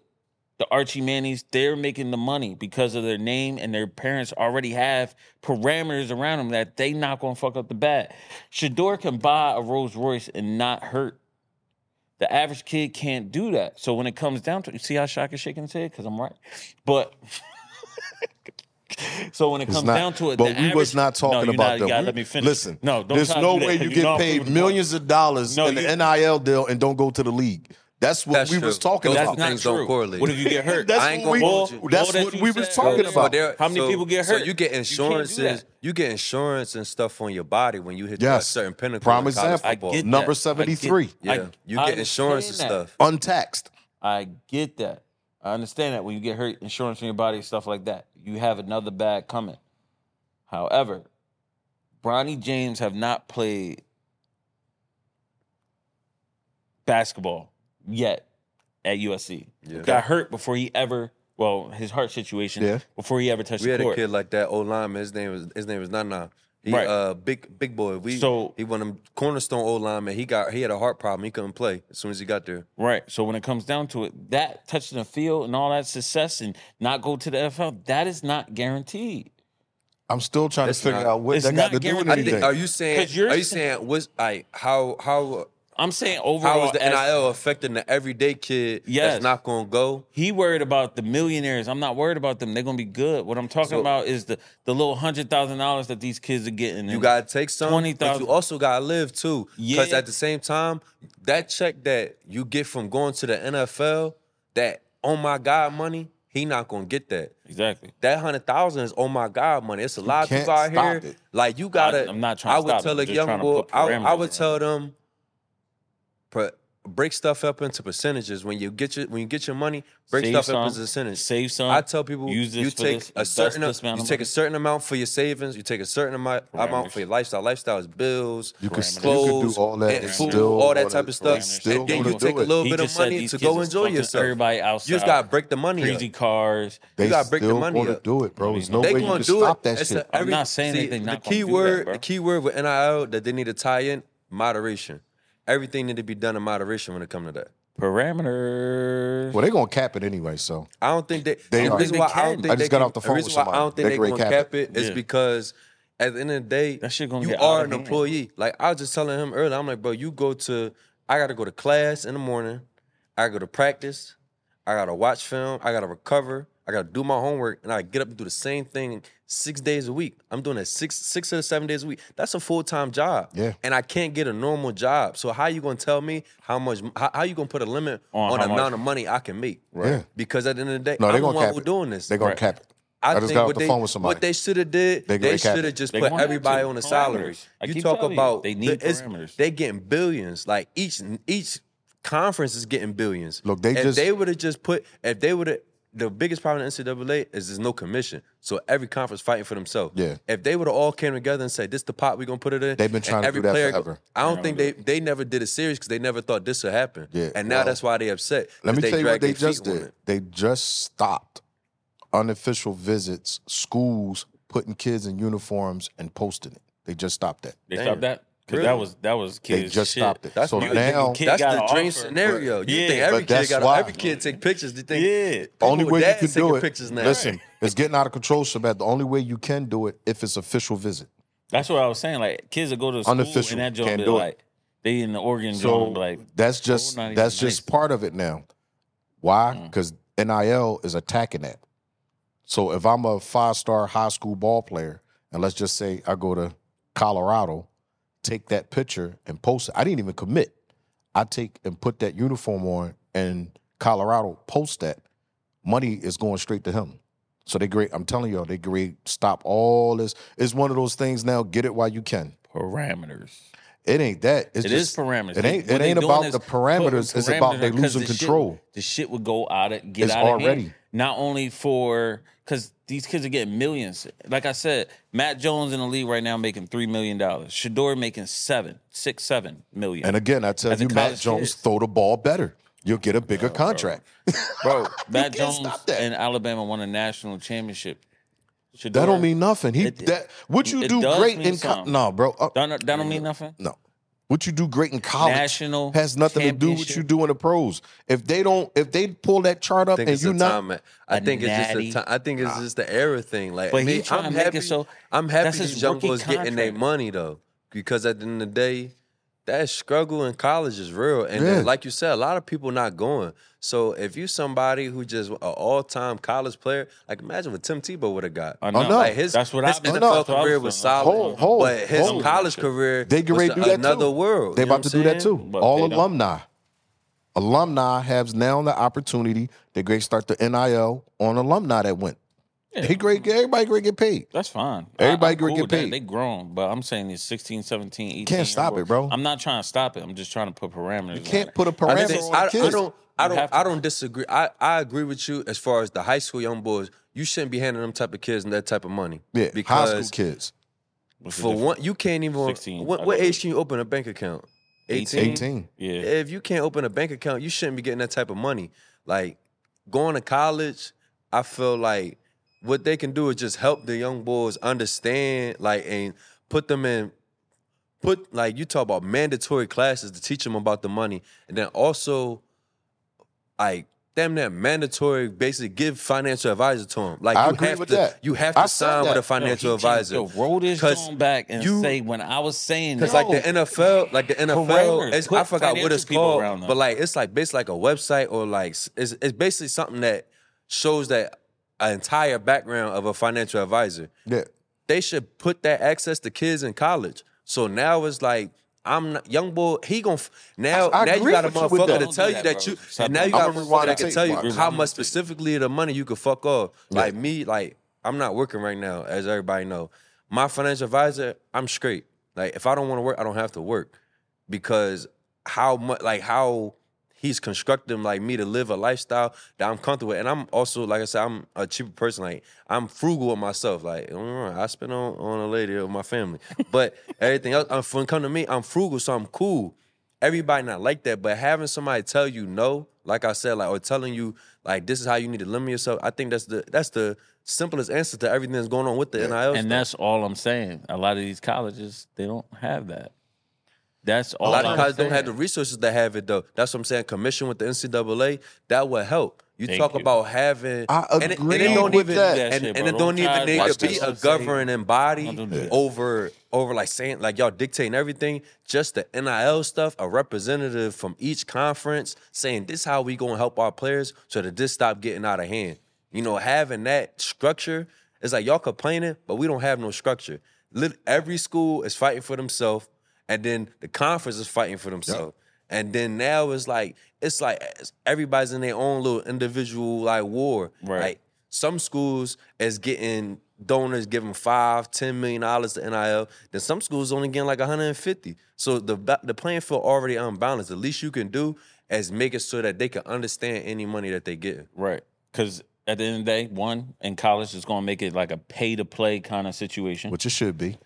the Archie Mannies, they're making the money because of their name and their parents already have parameters around them that they not gonna fuck up the bat. Shador can buy a Rolls Royce and not hurt. The average kid can't do that. So when it comes down to you see how Shaq is shaking his head? Because I'm right. But so when it comes not- down to it, but the we was average- not talking no, you about not- them. You gotta We- let me finish. Listen, no, don't there's try to no do that, way 'cause you know get I'm proving paid the point. millions of dollars No, in the you- NIL deal and don't go to the league. That's what That's we true. was talking Those That's about. two not things don't true. correlate. What if you get hurt? That's I ain't what we, gonna hold you. that's All that what you we was said talking was- about. there- How many people get So hurt? you get You can't do that. insurances. You, get insurance and stuff on your body when you hit that Yes. certain pinnacle. Prime in college example. I football. get that. Number I get- 73. Yeah, I- you I get insurance and understand that. stuff. Untaxed. I get that. I understand that when you get hurt, insurance on your body, stuff like that, you have another bag coming. However, Bronny James have not played basketball yet at USC. Yeah. Got hurt before he ever well, his heart situation Yeah. before he ever touched We the had a court. kid like that, old lineman. His name was his name was Nana. He Right. uh big big boy. We So- he won him cornerstone old lineman. He got he had a heart problem. He couldn't play as soon as he got there. Right. So when it comes down to it, that touching the field and all that success and not go to the NFL, that is not guaranteed. I'm still trying It's to figure not- out what it's that got to not do with I guaranteed. anything. think, are you saying 'Cause you're are you saying- saying what's I how how I'm saying how overall, is the as- NIL affecting the everyday kid Yes. that's not gonna go? he worried about the millionaires. I'm not worried about them. They're gonna be good. What I'm talking So- about is the the little hundred thousand dollars that these kids are getting. You And gotta take some, but 20,000. you also gotta live too. Because Yeah. at the same time, that check that you get from going to the NFL, that oh my god money, he not gonna get that. exactly. That hundred thousand is oh my god money. It's a lot of can't people out stop here. it. Like you gotta. I'm not trying to I would stop it. tell I'm a just young trying to boy. put I, I parameters would around tell them. pre- break stuff up into percentages. When you get your when you get your money, break Save stuff some, up into percentages. save some, I tell people use this you for take this, a invest certain this amount you of take money. a certain amount for your savings. You take a certain amount amount Parameters. for your lifestyle. Lifestyle is bills. You could, you could Clothes, do all that and and food, still all that wanna- type of and stuff. Still and then wanna you take do a it. little He bit of just said money these to kids go is enjoy fucking yourself. Everybody outside, You just gotta break the money. up. crazy cars. They you gotta break the still money want to up. do it, bro. There's no They way you gonna can do stop it. that It's shit. a- every- not saying anything The not gonna key do that, word, bro. the key word with NIL that they need to tie in moderation. Everything need to be done in moderation when it comes to that. Parameters. Well, they're gonna cap it anyway, so I don't think they. They the are. reason why I don't I think just they got can- off the phone reason with why somebody. I don't They think they're great going to cap cap it is Yeah. because at the end of the day, That shit gonna you get out are of an hand. employee. Like I was just telling him earlier, I'm like, bro, you go to. I got to go to class in the morning. I go to practice. I got to watch film. I got to recover. I got to do my homework, and I get up and do the same thing six days a week. I'm doing that six, six or seven days a week. That's a full time job. Yeah. And I can't get a normal job. So how you gonna tell me how much? How, how you gonna put a limit On on, how the much- amount of money I can make? Right. Yeah. Because at the end of the day, no, I'm they're the gonna one cap who it. doing this. They're gonna Right. cap it. I, I, just think got off what the they, phone with somebody. What they should have did, They they, gonna cap should it. have just They put gonna have everybody to. on a salary. Parameters. I you keep talk telling you, about they need the- it's- parameters. They getting billions. Like each each conference is getting billions. Look, they if just- they would have just put if they would have the biggest problem in NCAA is there's no commission. So every conference fighting for themselves. Yeah. If they would have all came together and said, this the pot we're gonna put it in. They've been and trying to every do that player- forever. I don't think they they never did a series because they never thought this would happen. Yeah, And now well, that's why they upset. Let 'cause me tell you what dragged they their just feet on did. it. They just stopped unofficial visits, schools putting kids in uniforms and posting it. They just stopped that. They Damn. stopped that because that Really? was that was They kids. just shit. stopped it. That's so my- now, kid That's got the an dream offer. scenario. You Yeah. think every But that's kid got why. every kid take pictures? You think Yeah. people only with way you dads can taking do it. Pictures now. Listen, it's getting out of control, Shabbat. The only way you can do it if it's official visit. That's what I was saying. Like kids that go to school Unofficial. and that job Can't be do it. like they in the Oregon So joint, like that's just not even Mm. that's just nice. part of it now. Why? Because NIL is attacking that. So if I'm a five star high school ball player, and let's just say I go to Colorado, take that picture and post it. I didn't even commit. I take and put that uniform on, and Colorado post that. Money is going straight to him. So they great. I'm telling y'all, they great. Stop all this. It's one of those things now. Get it while you can. parameters. It ain't that. It's It is just, parameters. It ain't. What It they ain't doing about is the putting parameters. It's about they parameters 'cause losing the shit- control. the shit would go out of get It's out of already. hand. Not only for because these kids are getting millions. Like I said, Matt Jones in the league right now making three million dollars. Shador making seven, six, seven million. and again, I tell As a you, Matt college Jones kid. throw the ball better. You'll get a bigger contract. bro. Matt can't Jones stop that. and Alabama won a national championship. Shador, That don't mean nothing. He It- that what you it do does great mean in co- something. no, bro. Uh, that don't, that don't mean nothing. no, what you do great in college National has nothing to do with what you championship. do in the pros. If they don't, if they pull that chart up I think and it's you the not, time. man. I a think it's just the natty. time. I think it's just the era thing. Like, But he me, trying I'm to make it happy. so- I'm that's happy his these young rookie boys getting their contract. money though, because at the end of the day, that struggle in college is real. And then, Yeah. like you said, a lot of people not going. So if you somebody who just an all time college player, like imagine what Tim Tebow would have got. I know. Like his, That's what I his mean. NFL That's what I was career feeling. was solid, Oh, Hold, hold, but his hold. college career they get was ready to do that another too. world. They You know about to do what that I'm too. saying? But All they don't. alumni, alumni has now the opportunity. They great start the nil on alumni that went. They great. Everybody great get paid. That's fine. Everybody I'm gonna get with that. paid. They grown, but I'm saying it's 16, 17, 18. can't stop it, year-olds. bro. I'm not trying to stop it. I'm just trying to put parameters. You can't on put a I, parameter think- on I- the I kids. don't. I You don't. have to. I don't disagree. I, I agree with you as far as the high school young boys. You shouldn't be handing them type of kids and that type of money. yeah, high because school kids, it. for one, you can't even. 16, I what, what believe. age can you open a bank account? 18? Eighteen. eighteen. yeah, If you can't open a bank account, you shouldn't be getting that type of money. Like going to college, I feel like what they can do is just help the young boys understand, like, and put them in, put like you talk about mandatory classes to teach them about the money, and then also, like, damn that mandatory, basically give financial advisor to them. Like, I you agree have with to, that. you have to I said sign with that. a financial Yo, he changed advisor. the roll this 'Cause joint back and you- say when I was saying Cause that, like the NFL, like the NFL, Parameters. it's, Put I forgot what financial it's people called, around them. but like it's like basically like a website or like s- it's it's basically something that shows that an entire background of a financial advisor. Yeah. They should put that access to kids in college. So now it's like I'm not, young boy. He gonna f- now I- I now you agree got a with you with motherfucker that. to Don't tell do you that, that bro. you Stop and now that. you got a I'ma rewind motherfucker that can the tell tape, you Mark. how much specifically the money you could fuck off. Like me, like I'm not working right now, as everybody know. My financial advisor, I'm straight. Like if I don't want to work, I don't have to work because how much like how he's constructing like me to live a lifestyle that I'm comfortable with. And I'm also, like I said, I'm a cheaper person. Like I'm frugal with myself. Like don't get me wrong, I spend on, on a lady or my family. But everything else, I'm when it come to me, I'm frugal, so I'm cool. Everybody not like that, but having somebody tell you no, like I said, like or telling you like this is how you need to limit yourself, I think that's the that's the simplest answer to everything that's going on with the NIL. and that's all I'm saying. A lot of these colleges they don't have that. That's all. A lot I'm of colleges don't saying. have the resources to have it though. That's what I'm saying. Commission with the NCAA that would help. You Thank talk you. about having. I and it, and agree it don't with even that. and, shit, and it bro. Don't don't even need try to to be watch a this. governing body Don't do that. over over like saying like y'all dictating everything. Just the NIL stuff. A representative from each conference saying this how we gonna help our players so that this stop getting out of hand. You know, having that structure it's like y'all complaining, but we don't have no structure. Lit- Every school is fighting for themselves and then the conference is fighting for themselves. And then now it's like it's like everybody's in their own little individual like war. Right. Like some schools is getting donors giving five, ten million dollars to NIL. Then some schools only getting like 150. So the ba- the playing field already unbalanced. The least you can do is make it so that they can understand any money that they get. Right. Because at the end of the day, one in college is going to make it like a pay to play kind of situation. Which it should be.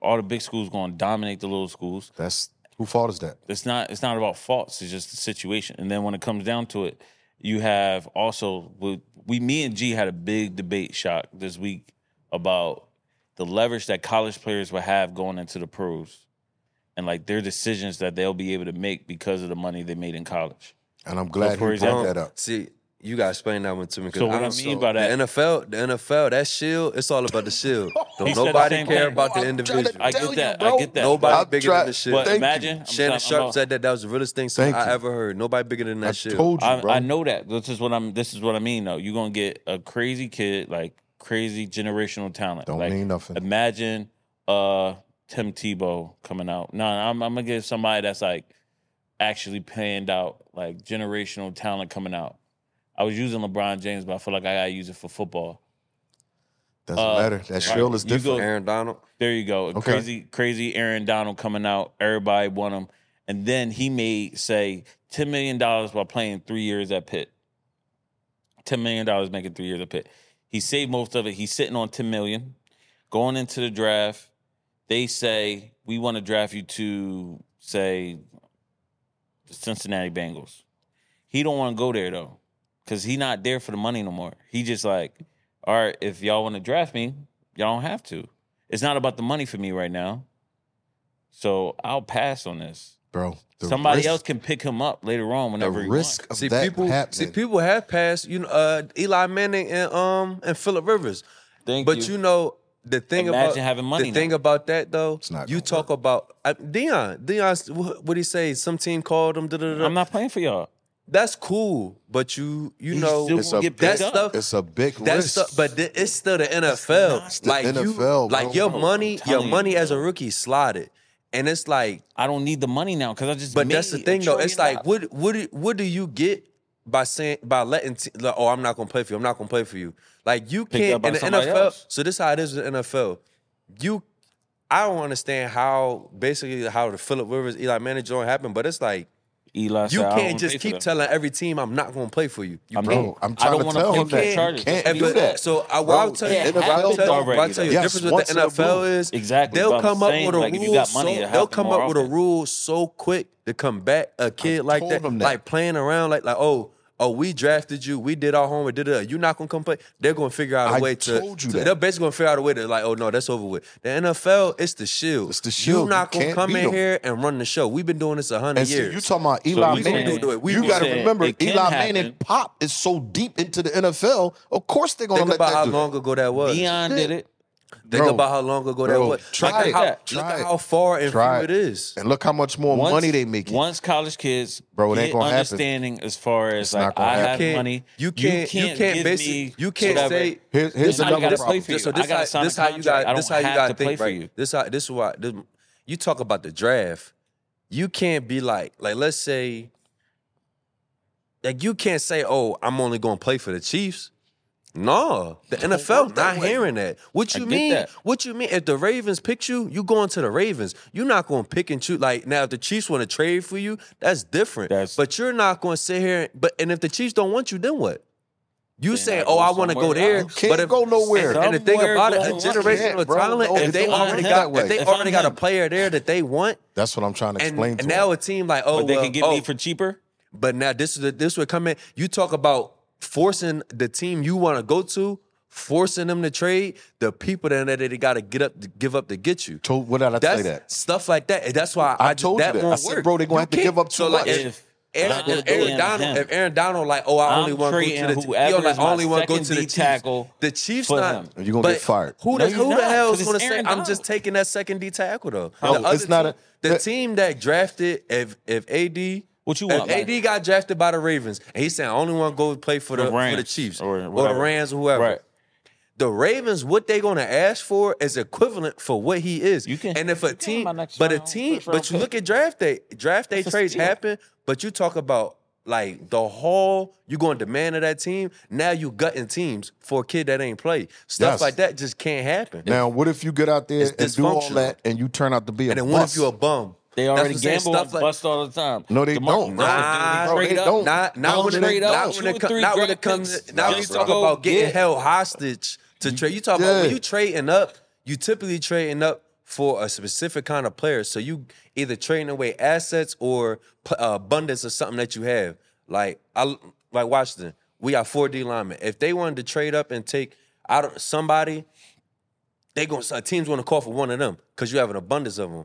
All the big schools going to dominate the little schools. That's who fault is that? It's not. It's not about faults. It's just the situation. And then when it comes down to it, you have also we, we me and G had a big debate shock this week about the leverage that college players will have going into the pros, and like their decisions that they'll be able to make because of the money they made in college. And I'm glad So, you for brought example- that up. Um, See, you gotta explain that one to me. 'cause So what I don't- mean by that- the NFL, the NFL, that shield, it's all about the shield. Don't He said the nobody same care thing. about the Oh, I'm trying to individual. I Tell get you, that. bro. I get that. Nobody I'll bigger try- than the shield. But Thank you. imagine I'm Shannon telling- I'm Sharp all- said that that was the realest thing so Thank I you. ever heard. Nobody bigger than that I shield. told you, I, bro. I know that. This is what I'm. This is what I mean. Though you're gonna get a crazy kid, like crazy generational talent. Don't like, mean nothing. Imagine uh Tim Tebow coming out. No, I'm, I'm gonna give somebody that's like actually panned out, like generational talent coming out. I was using LeBron James, but I feel like I gotta use it for football. Doesn't uh, matter. That shield is you go- different. Aaron Donald. There you go. Okay. Crazy, crazy Aaron Donald coming out. Everybody want him. And then he made say ten million dollars while playing three years at Pitt. Ten million dollars making three years at Pitt. He saved most of it. He's sitting on ten million. Going into the draft, they say we want to draft you to say the Cincinnati Bengals. He don't want to go there though, because he not there for the money no more. He just like, all right, if y'all want to draft me, y'all don't have to. It's not about the money for me right now. So I'll pass on this. bro. the Somebody risk- else can pick him up later on The whenever he risk of See that people. happening. See people have passed. You know, uh, Eli Manning and um and Philip Rivers. wants. Thank But you know the thing Imagine about having money The thing now. about that though, not you gonna talk about I, Dion. Dion, what he say? Some team called him. Da, da, da, I'm da. not playing for y'all. That's cool, but you you You know still It's gonna a- get that picked up. stuff. it's a big That's risk. stu- but th- it's still the NFL. the like you, NFL, bro. like your Bro, I'm money, your telling you, money as a bro. rookie slotted, and it's like. I don't need the money now because I just. But that's the made a thing though. trillion It's like dollars. what what do- what do you get by saying by letting te- like, oh I'm not gonna play for you. I'm not gonna play for you. Like you up can't by in the somebody NFL. else. So this is how it is with the NFL. You, I don't understand how basically how the Philip Rivers Eli Manning joint happened, but it's like. Eli You said, I don't wanna can't play just for keep them. telling every team I'm not going to play for you. You I'm bro, I'm I trying don't to wanna tell play him for that. the Chargers. Can't And do but- that. So uh, I, Bro, what I'll tell you, it what I'll happens tell you, already, what I'll tell you the though. Yes, difference with the once in a NFL blue. is Exactly, They'll but I'm come up saying, with a like, if you rule. got money, it so, they'll happen come more up with a often. rule so quick to combat a kid like told that, him that. like playing around, like like oh oh, we drafted you, we did our homework, da da. You're not gonna come play. They're gonna figure out a I way to. told you to- that. They're basically gonna figure out a way to like, oh no, that's over with. The NFL, it's the shield. It's the shield. You're not You gonna can't come beat in 'em. here and run the show. We've been doing this a hundred And so years. you talking about Eli we Manning? gonna do it. We you gonna got do to it. remember, It can Eli happen. Manning pop is so deep into the NFL. Of course they're gonna Think let about that how do. it. long ago that was. Dion did it. Think Bro, about how long ago that bro, was. try look at it. how, Try look at it. how far and Try few it it. is. And look how much more Once- money they making. Once college kids Bro, it get ain't gonna happen. understanding as far as It's like not gonna I happen. have can't- money, you can't- you can't give basic- me you can't whatever. say- Here- here's This how you another gotta problem. play for you. So I gotta sign a this how you contract. I got. This how don't you have got to to think. play for Right. you. This how. This is why. This, you talk about the draft. You can't be like like let's say. Like you can't say, "Oh, I'm only going to play for the Chiefs." No, the NFL not hearing that. What I you get mean? that. What you mean? If the Ravens pick you, you going to the Ravens. You're not going to pick and choose. Like now, if the Chiefs want to trade for you, that's different. That's- but you're not going to sit here. And, but and if the Chiefs don't want you, then what? You saying, I go "Oh, I want to go somewhere there," else. Can't but if, go nowhere. And, and the thing Somewhere about it, a going- Yeah, generational bro, talent. no, if it's they not already that got, way. if they If I'm already got a him. player there that they want, That's what I'm trying to and, explain to and you. now a team like, oh, But they well, can get oh, me for cheaper. but now this is the, this would come in. You talk about forcing the team you want to go to, forcing them to trade the people that that they got to get up, give up to get you. Told- what did I That's say that? stuff like that. And that's why I, I ju- told you that that. Won't I said, work. bro, they gonna You have to give can't- up too so like, much. If, If I'm Aaron, if the Aaron GM Donald, him, if Aaron Donald, like, oh, I I'm only want to go trading to the who- team. whoever Yo, like, is I my only want to go second to the D Chiefs. tackle the Chiefs for not. him. You gonna get but fired. Who No, the, you who the not, hell 'cause is it's going to say Aaron I'm just Donald." taking that second D tackle though? No, the other it's not team- a- the that- team that drafted if if AD. What you if want, AD got drafted by the Ravens, and he's saying I only want to go play for the, The for the Rams Chiefs or or, the whatever. Rams or whoever. Right. The Ravens, what they're gonna ask for is equivalent for what he is. You can- and if a you can have team, my next but a round, team, first round but you pick. look at draft day. Draft day It's a trades steal. happen, but you talk about like the whole you going to demand of that team. Now you gutting teams for a kid that ain't played. Stuff Yes. like that just can't happen. Now, what if you get out there It's and do all dysfunctional. that and you turn out to be a and then what if bust? you a bum? They That's already what I'm saying, gamble stuff and like- bust all the time. No, they DeMar- don't. Nah, Nah, dude, bro, they they straight don't. up. Not Go not when it, straight up, not when two it or come, three not when draft it comes picks now you just to talk go about getting get- held hostage to trade. You talk about when Yeah. you trading up, you typically trading up for a specific kind of player. So you either trading away assets or p- uh, abundance of something that you have. Like I like Washington, we got four D linemen. If they wanted to trade up and take out of somebody they going to teams going to call for one of them because you have an abundance of them.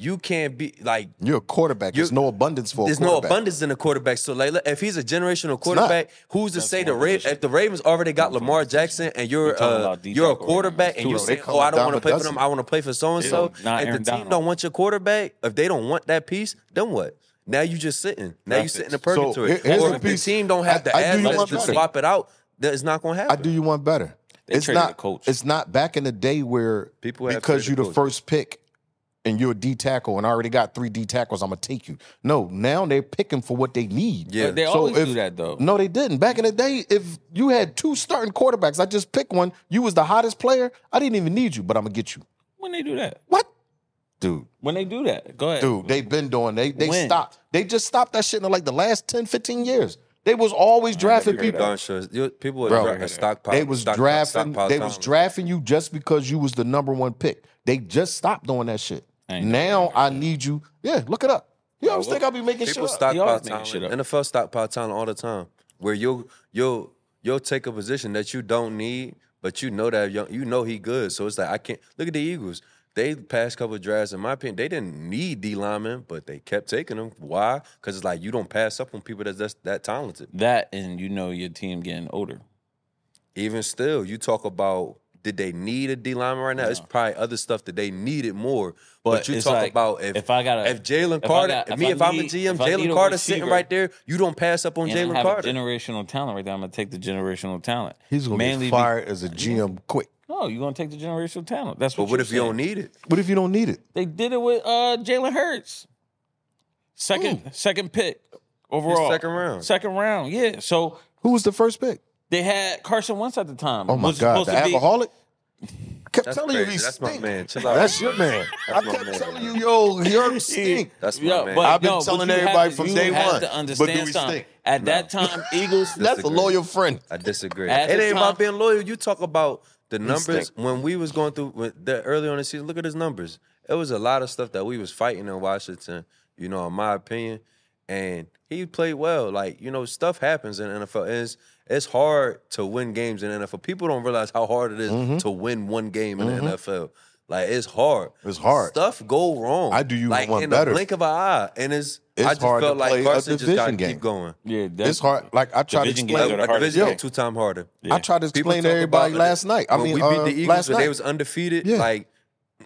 You can't be like You're a quarterback. There's You're- no abundance for a there's no quarterback. abundance in the quarterback. So like, look, if he's a generational quarterback, who's to say the Ra- if the Ravens already got Lamar Jackson and you're talking uh, about D you're a tackle right now. quarterback and Dude, you they say, come oh, I don't down want to a play for dozen. them, I want to play for so and so. If Not the Aaron team Donald. don't want your quarterback, if they don't want that piece, then what? Now you just sitting. Now you That's sitting it. in So, purgatory. here- here's or the if the piece. team don't I- have the I do you assets one to better. swap it out, then it's not going to I happen. do you one better. They it's traded not a coach. It's not back in the day where People have because traded you're the coaches. first pick and you're a D tackle and I already got three D tackles, I'm gonna take you. No, now they're picking for what they need. Yeah. But they So always if- do that though. No, they didn't. Back in the day, if you had two starting quarterbacks, I just picked one. You was the hottest player. I didn't even need you, but I'm gonna get you. When they do that. What? Dude, When they do that. Go ahead. dude, they've been doing they they When? stopped. They just stopped that shit in like the last 10, 15 years. They was always drafting You're people. darn sure. You- People are Bro, dra- stockpile. They was stockpile- drafting. stockpile They talent. was drafting you just because you was the number one pick. They just stopped doing that shit. Ain't Now I need you. Yeah, look it up. You always well, think I'll be making shit People up. He stockpile always making talent. shit up. NFL stockpile talent all the time. Where you'll you'll you'll take a position that you don't need, but you know that young, you know he good. So it's like I can't look at the Eagles. They past couple of drafts, in my opinion, they didn't need D linemen, but they kept taking them. Why? Because it's like you don't pass up on people that's, that's that talented. That and you know your team getting older. even still, you talk about did they need a D lineman right now? It's probably other stuff that they needed more. But, But you it's talk like, about if, if I gotta- if Jalen if I Carter, got- if me I if I'm a need- GM, if I need Jalen a Carter's sitting receiver- right there. You don't pass up on And I Jalen have Carter. a generational talent right there. I'm gonna take the generational talent. He's gonna Mainly be be- fired as a GM quick. No, you're gonna take the generational talent. That's but what. what you're if you saying. don't need it? What if you don't need it? They did it with uh, Jalen Hurts. Second, second pick overall. second round. Second round. Yeah. So Who was the first pick? they had Carson Wentz at the time. Oh my was god, supposed the to be- alcoholic. I kept That's telling you crazy. he That's my stink. man. Chill out. That's your man. That's I my kept man. telling you, yo, your stink. That's my Yeah, man. but I've been no, but telling you have everybody to- from you day have one, to but do understand we something. stink? At that time, Eagles. That's a Disagree. loyal friend. I disagree. At it the ain't about time- being loyal. You talk about the numbers Instinct. when we was going through when, the early on in the season. Look at his numbers. It was a lot of stuff that we was fighting in Washington. You know, in my opinion, and he played well. Like you know, stuff happens in NFL. And it's it's hard to win games in NFL. People don't realize how hard it is Mm-hmm. to win one game in the NFL. Like it's hard. It's hard. Stuff go wrong. I do you like one in better. the blink of an eye, and it's. It's I just hard to felt play like a Carson just got division to game. keep going. Yeah, that's, It's hard. Like I tried to Division explain. games are Like, the hardest division game. two time harder. I tried to People explain to talk everybody about- last night. I when mean, we beat uh, the Eagles last when night. they was undefeated. Yeah. Like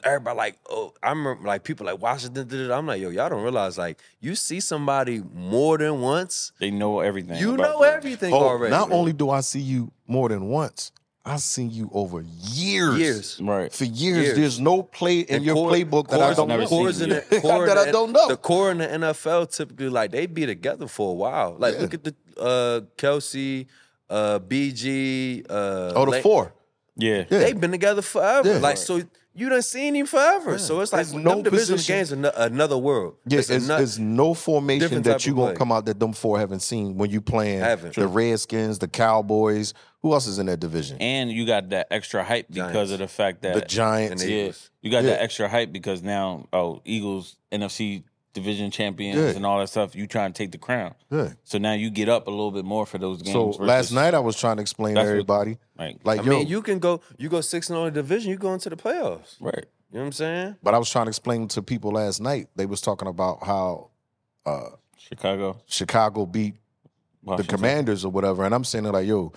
everybody, like oh, I remember like people like Washington did it. I'm like, yo, y'all don't realize like you see somebody more than once, they know everything. you about know them. everything Oh, already. not only do I see you more than once, I seen you over years. years. Right. For years, Years. there's no play in your core- playbook that I cores- don't never know. seen cores in you. the- core in That I the- don't know. The core in the NFL typically like they be together for a while. Like Yeah. look at the uh, Kelsey, uh, BG. Uh, Oh, the Lane- four. Yeah. Yeah. They've been together forever. Yeah. Like so, you done seen him forever. So it's like There's no no them division position- games are no- another world. Yeah, it's, ano- it's no formation different that type you of gonna play. come out that them four haven't seen when you playing Haven't. the Redskins, the Cowboys. Who else is in that division? And you got that extra hype because Giants. of the fact that the Giants. and they- yeah, Eagles. you got Yeah. that extra hype because now oh Eagles NFC division champions Yeah. and all that stuff. You trying to take the crown, Yeah. so now you get up a little bit more for those games. So versus, last night I was trying to explain to That's what- everybody, like, like I yo, mean, you can go. You go six and on the division. You go into the playoffs. right, You know what I'm saying? but I was trying to explain to people last night. They was talking about how uh, Chicago, Chicago beat the Washington. Commanders or whatever, and I'm saying like, yo,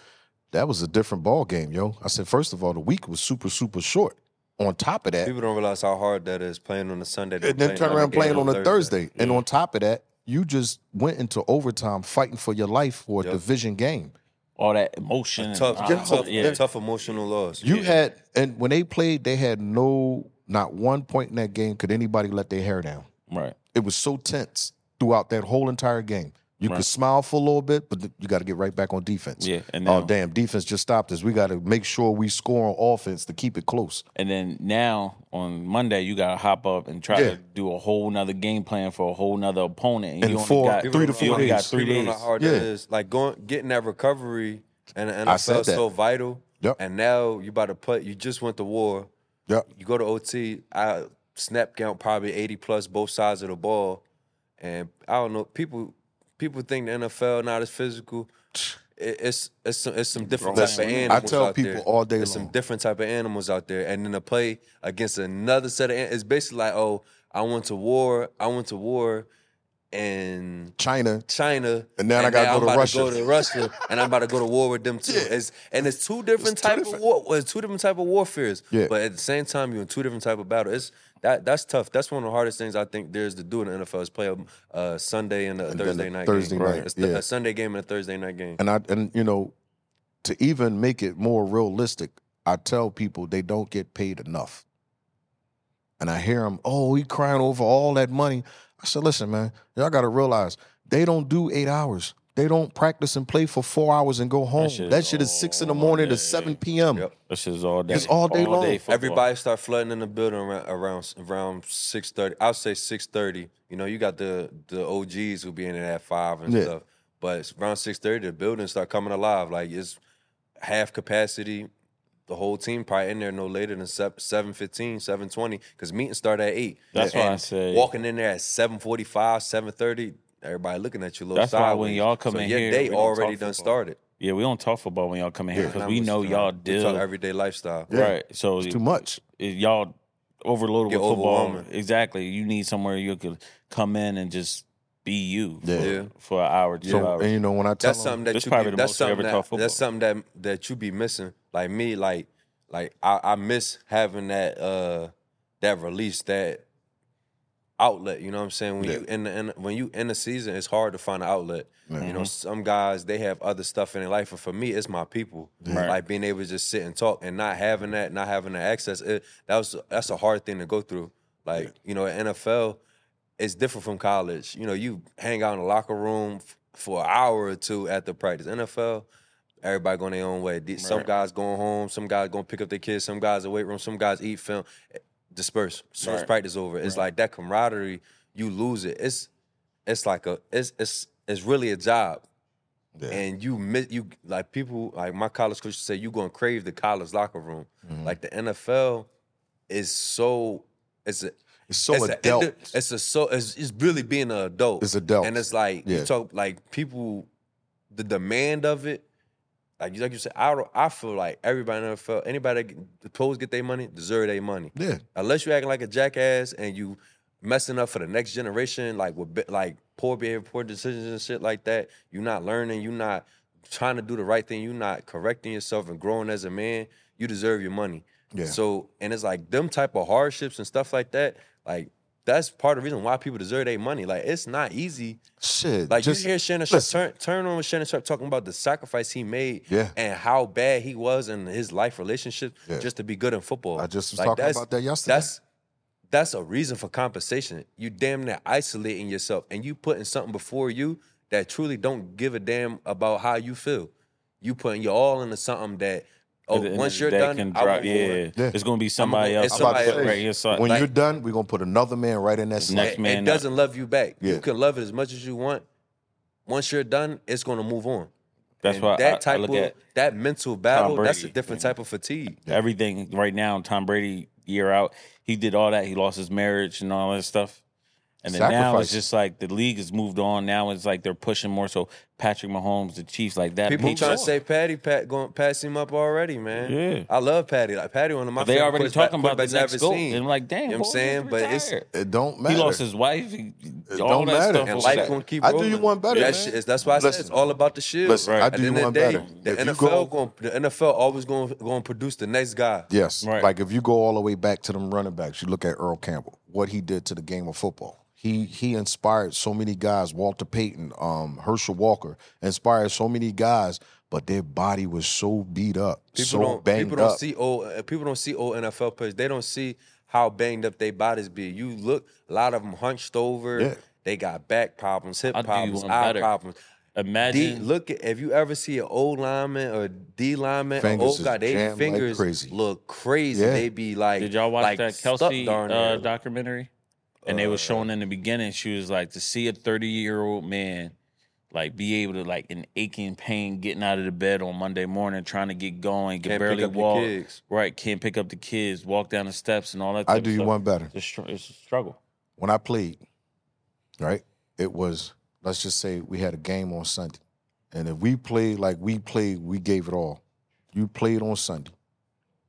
that was a different ball game, yo. I said, first of all, the week was super, super short. On top of that, People don't realize how hard that is playing on a Sunday. and then playing turn another around game playing on a Thursday. And Yeah. on top of that, you just went into overtime fighting for your life for a Yep. division game. all that emotion, and- Tough, uh, tough, yeah. tough emotional loss. You had, and when they played, they had no, not one point in that game could anybody let their hair down. right, It was so tense throughout that whole entire game. You Right. could smile for a little bit, but th- you got to get right back on defense. yeah, and now, Oh damn! Defense just stopped us. We got to make sure we score on offense to keep it close. and then now on Monday you got to hop up and try Yeah. to do a whole nother game plan for a whole nother opponent, and In you only four- got People three to you four only got days. three People don't know days. how hard Yeah. that is. Like going, getting that recovery and the I said NFL is that. so vital. Yep. And now you about to put. You just went to war. Yep. You go to OT. I snap count probably eighty plus both sides of the ball, and I don't know. People, people think the NFL not as physical. It- It's it's some, it's some different type of Listen, I animals. tell out people there. all day It's long. some different type of animals out there, and then to play against another set of an- it's basically like oh I went to war. I went to war, and China, China, And then I gotta go now to I'm Russia. about to go to Russia, and I'm about to go to war with them too. It's, and it's two different It's two type different- of war. well, It's two different type of warfares. Yeah. But at the same time, you're in two different type of battle. It's that that's tough. That's one of the hardest things I think there is to do in the NFL is play a uh, Sunday and a then Thursday a night. Thursday game. night, It's the- yeah. a Sunday game and a Thursday night game. and I and you know, to even make it more realistic, I tell people they don't get paid enough. And I hear them, oh, he crying over all that money. I said, listen, man, y'all got to realize they don't do eight hours. They don't practice and play for four hours and go home. That shit shit, is is six in the all morning day. to seven p.m. Yep. This is all day. It's all day long. football. Everybody start flooding in the building around around, around six thirty. I'll say six thirty. You know, you got the the OGs who be in there at five and Yeah. stuff. But it's around six thirty, the building start coming alive. Like it's half capacity. The whole team probably in there no later than 7, 15, 7.20, because meetings start at eight. That's why I and say- walking in there at seven forty five, seven thirty. Everybody looking at you a little That's why when sideways. y'all come so in your here, we day don't already talk football. done started. Yeah, we don't talk football when y'all come in here because And we I'm know just y'all trying- we talk deal. everyday lifestyle. Right. So It's too much. if y'all overloaded Get with football. overwhelming. Exactly. You need somewhere you could come in and just be you Yeah. for, Yeah. for an hour, two So and hours. you know when I tell that's 'em- something that That's you probably be, the that's most I ever something that, taught that's something that that you be missing. Like me, like like I, I miss having that uh that release that outlet. You know what I'm saying? When Yeah. you in the in, when you in the season, it's hard to find an outlet. You Mm-hmm. know, some guys they have other stuff in their life, but for me, it's my people. Right. Like being able to just sit and talk and not having that, not having the access. It, that was that's a hard thing to go through. Like you know, at NFL, it's different from college. You know, you hang out in the locker room f- for an hour or two after practice. NFL. Everybody going their own way. The- Some Right. guys going home. Some guys going to pick up their kids. Some guys in the weight room. Some guys eat film disperse as soon as Right. practice over. It's like that camaraderie, you lose it. It's it's like a it's it's it's really a job. Yeah. And you miss you like people like my college coach say you gonna Mm-hmm. Mm. crave the college locker room. Like the NFL is so it's a It's so it's adult. A, it- it's a so it's, it's really being an adult. It's adult. and it's like Yeah. you talk like people, the demand of it. Like you like you said, I don't- I feel like everybody never felt anybody that get- the pros get their money deserve their money. yeah. Unless you acting like a jackass and you messing up for the next generation, like with bi- like poor behavior, poor decisions and shit like that. You're not learning. You're not trying to do the right thing. You're not correcting yourself and growing as a man. You deserve your money. Yeah. So and it's like them type of hardships and stuff like that. Like that's part of the reason why people deserve their money. Like it's not easy. Shit. Like just, you hear Shannon Sharp listen. turn, turn on with Shannon Sharp talking about the sacrifice he made Yeah. and how bad he was in his life relationship Yeah. just to be good in football. I just was Like, talking that's- about that yesterday. That's that's a reason for compensation. You damn near isolating yourself and you putting something before you that truly don't give a damn about how you feel. You putting your all into something that oh And- and once you're that done, can I drop- will- yeah, Yeah. it's gonna be somebody it's else. I'm about somebody to say, else. right here. So when like- you're done, we're gonna put another man right in that slot. Next it, man it up. doesn't love you back. Yeah. You can love it as much as you want. Once you're done, it's gonna move on. that's And why that I, type I look of at that mental battle, that's a Brady. different type of fatigue. everything right now. Tom Brady year out, he did all that. He lost his marriage and all that stuff. And then now Sacrifice. it's just like the league has moved on. Now it's like they're pushing more. So Patrick Mahomes, the Chiefs, like that. People moves trying on. to say Patty Pat going pass him up already, man. Yeah. I love Patty. Like Patty one of my But they favorite already quarterback- talking about the quarterbacks next I've goal. ever And seen. I'm like, damn, You know boy, what I'm saying? But it's- retired. It don't matter. he lost his wife. He, It all don't that matter. stuff And and life was like- life gonna keep I do rolling. you one better, That man. shit is- that's why I said it's Listen. all about the shield. Listen, I At do the you end of one the day, better. If The you NFL go- going the NFL always going going to produce the next guy. Yes. Right. Like if you go all the way back to them running backs, you look at Earl Campbell, what he did to the game of football. He he inspired so many guys, Walter Payton, um, Herschel Walker, inspired so many guys, but their body was so beat up, People so don't banged people don't up. see old uh, people don't see old NFL players. They don't see how banged up their bodies be. You look a lot of them hunched over. Yeah. They got back problems, hip I'll do you problems, one eye better. problems. D, imagine look at if you ever see an old lineman or D lineman, or Fingers old is guy, they jammed like fingers crazy. look crazy. Yeah. They be like, Did y'all watch like that stuck Kelsey down uh, there. documentary? And they were Uh, showing in the beginning, she was like, to see a 30 year old man like be able to like in aching pain getting out of the bed on Monday morning, trying to get going, can Can't pick barely up your walk, kids. right? Can't pick up the kids, walk down the steps, and all that. I type do of you stuff. one better. It's a, str- it's a struggle. When I played, right, it was let's just say we had a game on Sunday. And if we played like we played, we gave it all. You played on Sunday.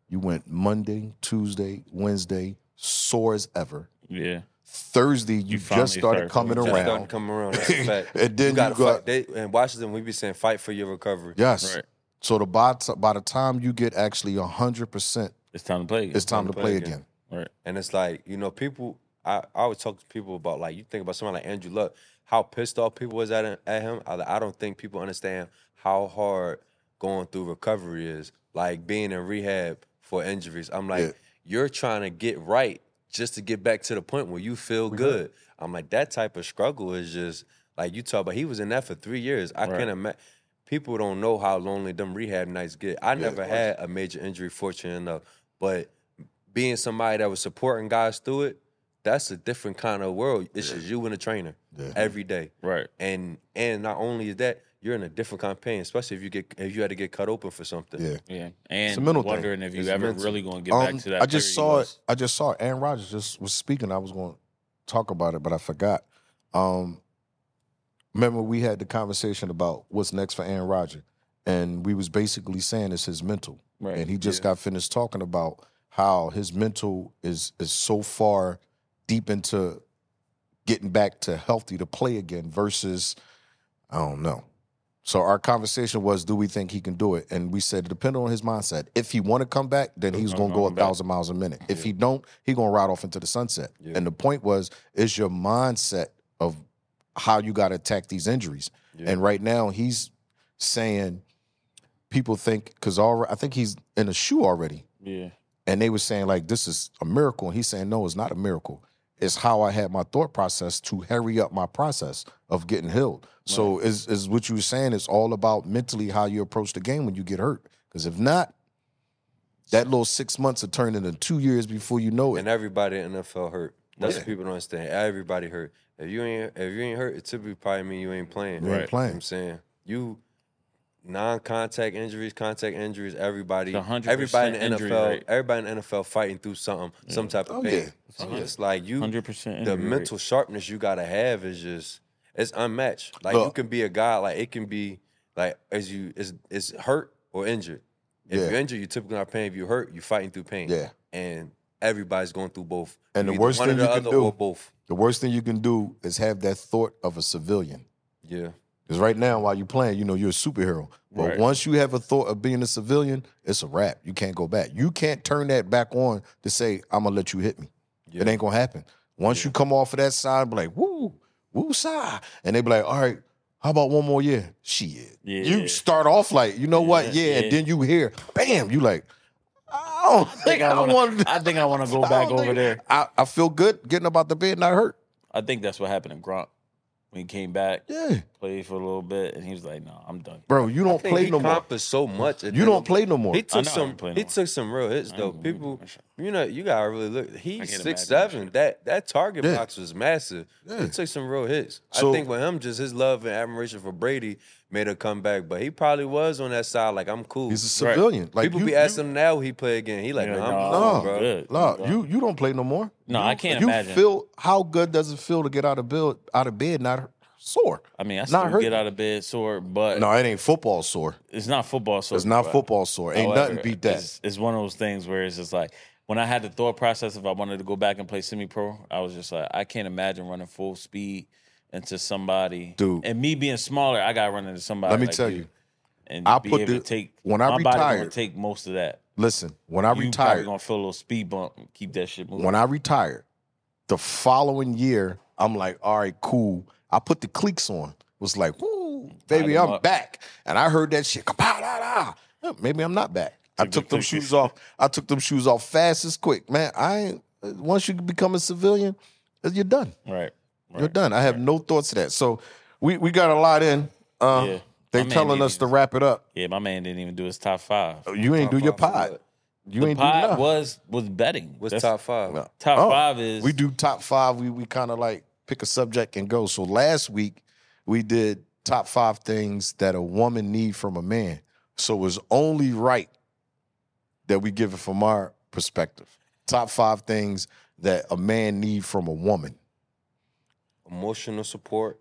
You went Monday, Tuesday, Wednesday, sore as ever. Yeah, Thursday, you, finally just started started coming Just around. starting to come around. That's a fact. And then you gotta got- fight. They, in Washington, we be saying fight for your recovery. Yes. Right. So the by, t- by the time you get actually 100%, it's time to play. again. it's time to play, again. right. And it's like, you know, people, I, I always talk to people about, like, you think about somebody like Andrew Luck, how pissed off people was at, him- at him. I, I don't think people understand how hard going through recovery is, like being in rehab for injuries. I'm like, Yeah. you're trying to get right just to get back to the point where you feel good. I'm like, that type of struggle is just, like, you talk about, he was in that for three years. I Right. can't imagine. People don't know how lonely them rehab nights get. I never had a major injury, fortunate enough, but being somebody that was supporting guys through it, that's a different kind of world. It's just you and a trainer Yeah. every day. Right. And and not only is that, you're in a different kind of pain, especially if you get if you had to get cut open for something. Yeah. Yeah. And a mental thing. wondering if you It's ever mental. really going to get Um, back to that. I just player you saw it. was. I just saw it. Aaron Rodgers just was speaking. I was going to talk about it, but I forgot. Um, remember we had the conversation about what's next for Aaron Rodgers, and we was basically saying it's his mental. Right. And he just got finished talking about how his mental is is so far deep into getting back to healthy to play again versus I don't know. So our conversation was, do we think he can do it? And we said, depending on his mindset, if he want to come back, then he's I'm going to go a coming back. thousand miles a minute. If he don't, he going to ride off into the sunset. And the point was, it's your mindset of how you got to attack these injuries. And right now, he's saying people think because I think he's in a shoe already Yeah. and they were saying like this is a miracle and he's saying no it's not a miracle it's how i had my thought process to hurry up my process of getting healed so is is what you were saying it's all about mentally how you approach the game when you get hurt because if not that little six months will turn into two years before you know it And everybody in the NFL hurt. That's what people don't understand. Everybody hurt. If you ain't if you ain't hurt, it typically probably mean you ain't playing. You ain't You know playing. what I'm saying you non-contact injuries, contact injuries. Everybody, It's a hundred everybody in the percent injury NFL, rate. everybody in the NFL fighting through something, some type of Oh, pain. yeah. So It's like you, 100% the injury rate. mental sharpness you gotta have is just it's unmatched. Like you Look. can be a guy, like it can be like as you is it's hurt or injured. If Yeah. you're injured, you typically not pain. If you're hurt, you're fighting through pain. Yeah. and everybody's going through both. And the Either worst one or thing the you can other do- or both. The worst thing you can do is have that thought of a civilian. Yeah, Because right now, while you're playing, you know you're a superhero. But Right. once you have a thought of being a civilian, it's a wrap. You can't go back. You can't turn that back on to say, I'm gonna let you hit me. It Yeah. ain't gonna happen. Once you come off of that side, be like, woo, woo side. And they be like, all right, how about one more year? Shit. Yeah. You start off like, you know what? Yeah, Yeah. yeah. And then you hear, bam, you like, I don't think I, wanna- want to I think I want to go I back don't over think- there. I, I feel good getting up out the bed, not hurt. I think that's what happened to Gronk when he came back, Yeah. played for a little bit, and he was like, "No, I'm done." Bro, you don't Play play no more. so much. You don't play no more. He I took know I some. don't play no He more. took some real hits though. ain't gonna People, do you know, you gotta really look. He's can't six imagine seven. That that target Yeah. box was massive. Yeah. He took some real hits. So- I think with him, just his love and admiration for Brady made a comeback. But he probably was on that side. Like I'm cool. He's a civilian. Like People you- be you- asking him now he play again. He like, Yeah, no, I'm nah, cool, I'm bro. good. No, you you don't play no more. No, You- I can't you imagine. feel how good does it feel to get out of bed out of bed not sore? I mean, I Not still hurt. get out of bed sore, but No, it ain't football sore. it's not football. So It's not bro. football sore. Ain't However, nothing beat that. It's, it's one of those things where it's just like when I had the thought process if I wanted to go back and play semi pro, I was just like, I can't imagine running full speed into somebody. Dude. And me being smaller, I got to run into somebody. Let me like tell you. And I be put able the- to take when I my body gonna retired- take most of that. Listen, when I you probably retired, gonna feel a little speed bump. and Keep that shit moving. when I retired, the following year, I'm like, all right, cool. I put the cliques on. Was like, woo, baby, them I'm up. back. And I heard that shit. kapow, da, da. Maybe I'm not back. I Took the took them cliques. shoes off. I took them shoes off fast as quick, man. I ain't, uh, once you become a civilian, uh, you're done. right. right. You're done. I have no thoughts of that. So we we got a lot in. Uh, Yeah. They My man telling need us to- to wrap it up. Yeah, my man didn't even do his top five. You ain't do your five for pod. what? You The ain't do pod nothing. was was betting. What's That's- top five? No. Top Oh. five is We do top five. We we kind of like pick a subject and go. So last week we did top five things that a woman need from a man. So it's only right that we give it from our perspective. Top five things that a man need from a woman. Emotional support.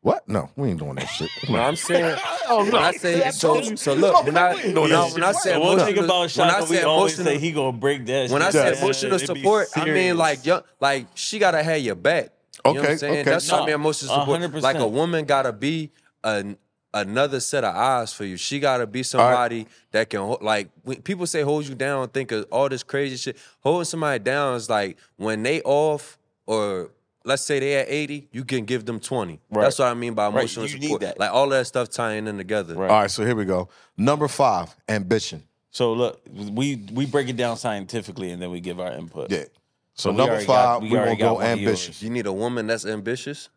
What? No, we ain't doing that shit. No, I'm saying. when I say so, so No, look when I we ain't when doing I, that when I shit. say One thing emotional, about when I Shaka, we say always emotional, say he gonna break that. When I shit say down. emotional It be support, I mean serious. like young, like she gotta have your back. You know what Okay, I'm saying? okay. That's what I No, mean emotional support. 100%. Like a woman gotta be an another set of eyes for you. She gotta be somebody that can ho- like when people say hold you down, think of all this crazy shit. Holding somebody down is like when they off or let's say they at 80, you can give them 20. That's what I mean by emotional you need support. that. Like all of that stuff tying in together. Right. All right, so here we go. Number five, ambition. So look, we we break it down scientifically and then we give our input. Yeah. So we number already got- five, we we already want to got go one of ambition. You need a woman that's ambitious.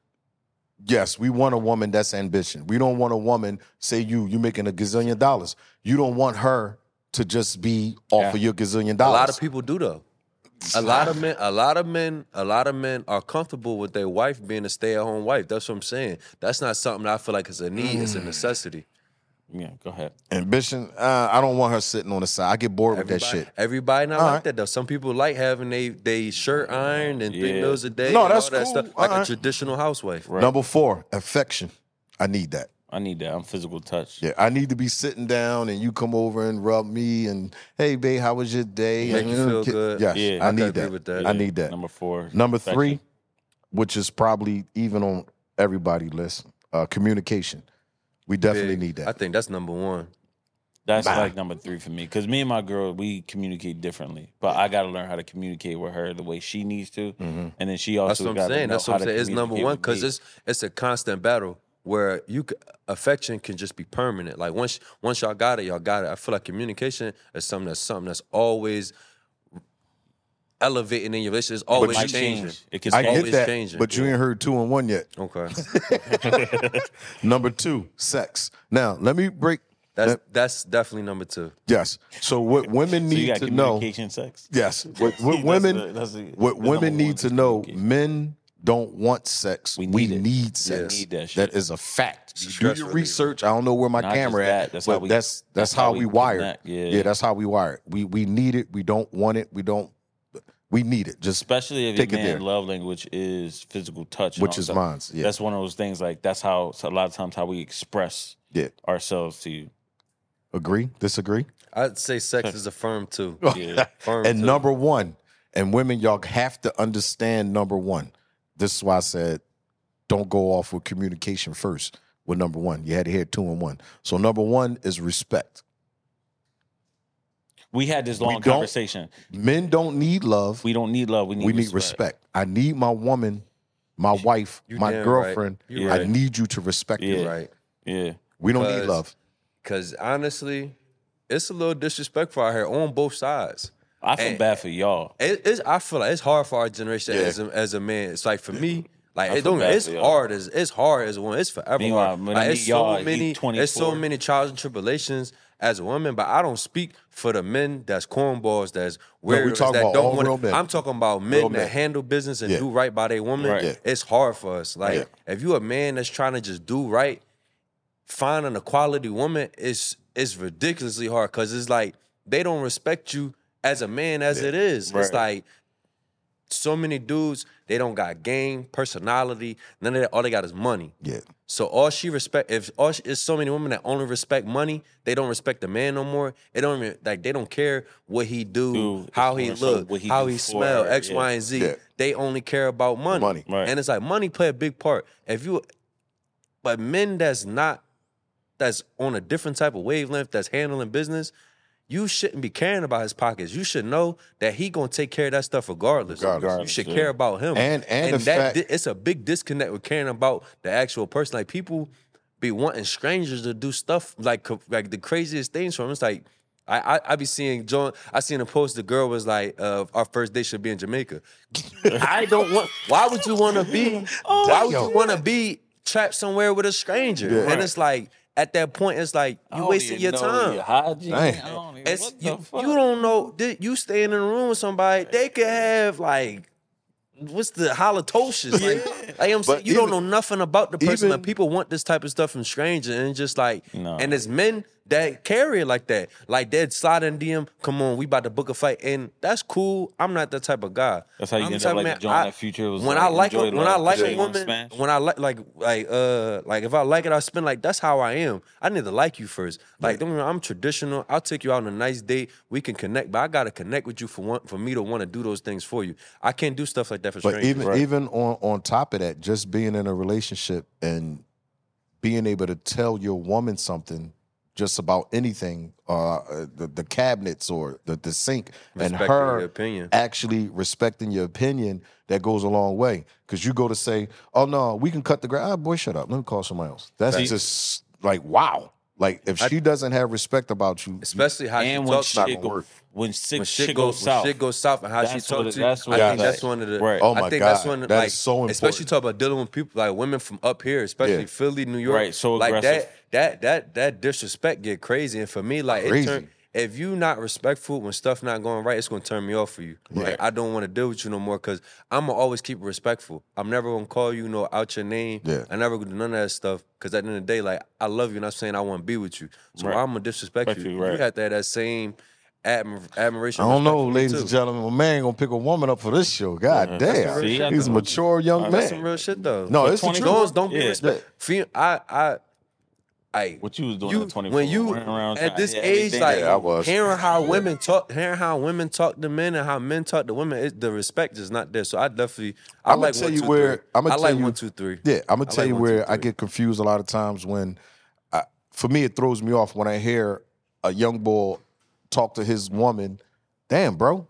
Yes, we want a woman that's ambition. We don't want a woman, say you, you making a gazillion dollars. You don't want her to just be off of your gazillion A dollars. lot of people do though. A lot of men, a lot of men, a lot of men are comfortable with their wife being a stay-at-home wife. That's what I'm saying. That's not something I feel like it's a need. It's Mm. a necessity. Yeah, go ahead. ambition. Uh, I don't want her sitting on the side. I get bored with that Everybody- shit. Everybody not All like right. that though. Some people like having they they shirt ironed and three Yeah. meals a day. No, and that's all that cool. stuff. Like All a right. traditional housewife. Right. Number four, affection. I need that. I need that. I'm physical touch. Yeah, I need to be sitting down and you come over and rub me and hey, babe, how was your day? Make and, you uh, feel ki- good. Yes, Yeah. I, I can need agree that. with that. I need that. Number four. Number affection. three, which is probably even on everybody list, uh, communication. We definitely Big. need I that. think that's number one. That's Bye. like number three for me. Cause me and my girl, we communicate differently. But I gotta learn how to communicate with her the way she needs to. Mm-hmm. And then she That's also what I'm gotta saying. know That's how what I'm to saying. It's number communicate one with because me. it's it's a constant battle where you c- affection can just be permanent. Like once once y'all got it, y'all got it. I feel like communication is something that's something that's always elevating in your relationship. It's always might changing. change. It can I always get that, changing. but you ain't heard two and one yet. Okay, Number two, sex. Now let me break. that's let- that's definitely number two. yes. So what women So you need got to know. communication sex. Yes. What, what That's women. the- that's the- what the number women one need to is know. communication. Men don't want sex. We We need need, it. sex. need that shit. that is a fact. Stress Do your reliever. research. I don't know where my Not just camera that, at, that's but how we- that's that's how, we, wired. connect, yeah. that's how we wired. We we need it. We don't want it. We don't. We need it. Just Especially if Take your it man there. love language is physical touch, and Which all is stuff. mine's, yeah. That's one of those things. Like that's how it's a lot of times how we express yeah. ourselves to you. Agree? Disagree? I'd say sex is affirmed too. Yeah. Firm and too. number one, and women, y'all have to understand number one. This is why I said don't go off with communication first with number one. You had to hear two and one. So number one is respect. We had this long don't- conversation. Men don't need love. We, We don't need love. We need need respect. I need my woman, my wife, you my damn right. girlfriend. You I right. need you to respect Yeah. me. Right. Yeah, We don't need Because- love. Cause honestly, it's a little disrespectful out here on both sides. I feel And- bad for y'all. It, it's I feel like it's hard for our generation Yeah. as a, as a man. It's like for me, like I it feel don't. bad It's for y'all. hard as it's hard as one. It's forever. Meanwhile, hard. when I Like, meet it's y'all, so you many. It's so 24. many trials and tribulations as a woman. But I don't speak for the men that's cornballs, that's we weird, talking that about don't all wanna- real men. I'm talking about Real men men. that handle business and Yeah. do right by their woman. Right. Yeah. It's hard for us. Like if you a man that's trying to just do right finding a quality woman is is ridiculously hard because it's like they don't respect you as a man as it is. Right. It's like so many dudes they don't got game, personality, none of that. All they got is money. Yeah. So all she respect if all she, it's so many women that only respect money, they don't respect the man no more. They don't even, like they don't care what he do, Dude, how it's he more so look, what he how do he for smell, her, X, yeah. Y, and Z. Yeah. They only care about money. Money. Right. And it's like money play a big part. If you but men that's not that's on a different type of wavelength that's handling business, you shouldn't be caring about his pockets. You should know that he gonna take care of that stuff regardless. Regardless, you should yeah. care about him. And- and the that fact- di- it's a big disconnect with caring about the actual person. Like people be wanting strangers to do stuff like co- like the craziest things from. 'em. It's like I, I I be seeing John. I seen a post. The girl was like, uh, "Our first date should be in Jamaica." I don't want. Why would you want to be? why would you Damn. want to be trapped somewhere with a stranger? Yeah. And it's like at that point, it's like you wasting your time. hygiene. Dang. I don't even- It's what the you, fuck? you don't know. th- You staying in a room with somebody, they could have like. What's the halitosis? Like, like I'm saying, But you don't know even- nothing about the person. even- Like, people want this type of stuff from strangers, and it's just like, No. and it's men that carry it like that. Like they'd slide in DM, come on, we about to book a fight, and that's cool. I'm not that type of guy. That's how you I'm end up the type of like man, John I- that Future was when like, I like a, enjoy when life, I like they a wanna woman, smash. when I like like like uh like if I like it, I spend like that's how I am. I need to like you first. Like don't get me wrong, I'm traditional. I'll take you out on a nice date. We can connect, but I gotta connect with you for one for me to want to do those things for you. I can't do stuff like that for But strangers. even even on on top of that, just being in a relationship and being able to tell your woman something just about anything, uh, uh, the, the cabinets or the, the sink, and Respecting her your opinion. actually respecting your opinion, that goes a long way. Because you go to say, "Oh no, we can cut the grass." Ah, boy, shut up. Let me call somebody else. That's Right. just like wow. Like if she doesn't have respect about you, Especially how and she when talks not shit gonna go, work. when shit, when shit shit goes goes when south, shit goes south and how she That's what it- talks to you. that's what I it think is. that's one of the. Right. Oh I my think God, that's one of that like, is so important. Especially talk about dealing with people like women from up here, especially Yeah. Philly, New York. Right, so like aggressive. that that that that disrespect get crazy, and for me, like it Crazy. turn, if you not respectful when stuff not going right, it's gonna turn me off for you. Right. Like, I don't want to deal with you no more because I'm gonna always keep it respectful. I'm never gonna call you, no out your name. Yeah. I never gonna do none of that stuff because at the end of the day, like I love you, and I'm saying I want to be with you. So Right. why I'm gonna disrespect Respect you. you, right. You have to have that same. Admir- admiration. I don't and respect know, for me, ladies too. and gentlemen, my man gonna pick a woman up for this show. God damn, real See, shit, he's a though. mature young That's man. That's some real shit though. No, For it's the 20 truth. Girls don't be Yeah. respect. fe- I, I, I. what you was doing You, at 24, when you running around at trying- this yeah, age, everything. like Yeah, I was. hearing how women talk, hearing how women talk to men and how men talk to women, it, the respect is not there. So I definitely, I I'm gonna like tell one, you two, where three. I'm gonna I tell like you one, two, three. Yeah, I'm gonna I tell like you one, two, where I three. get confused a lot of times when, I, for me, it throws me off when I hear a young boy talk to his woman. Damn, bro,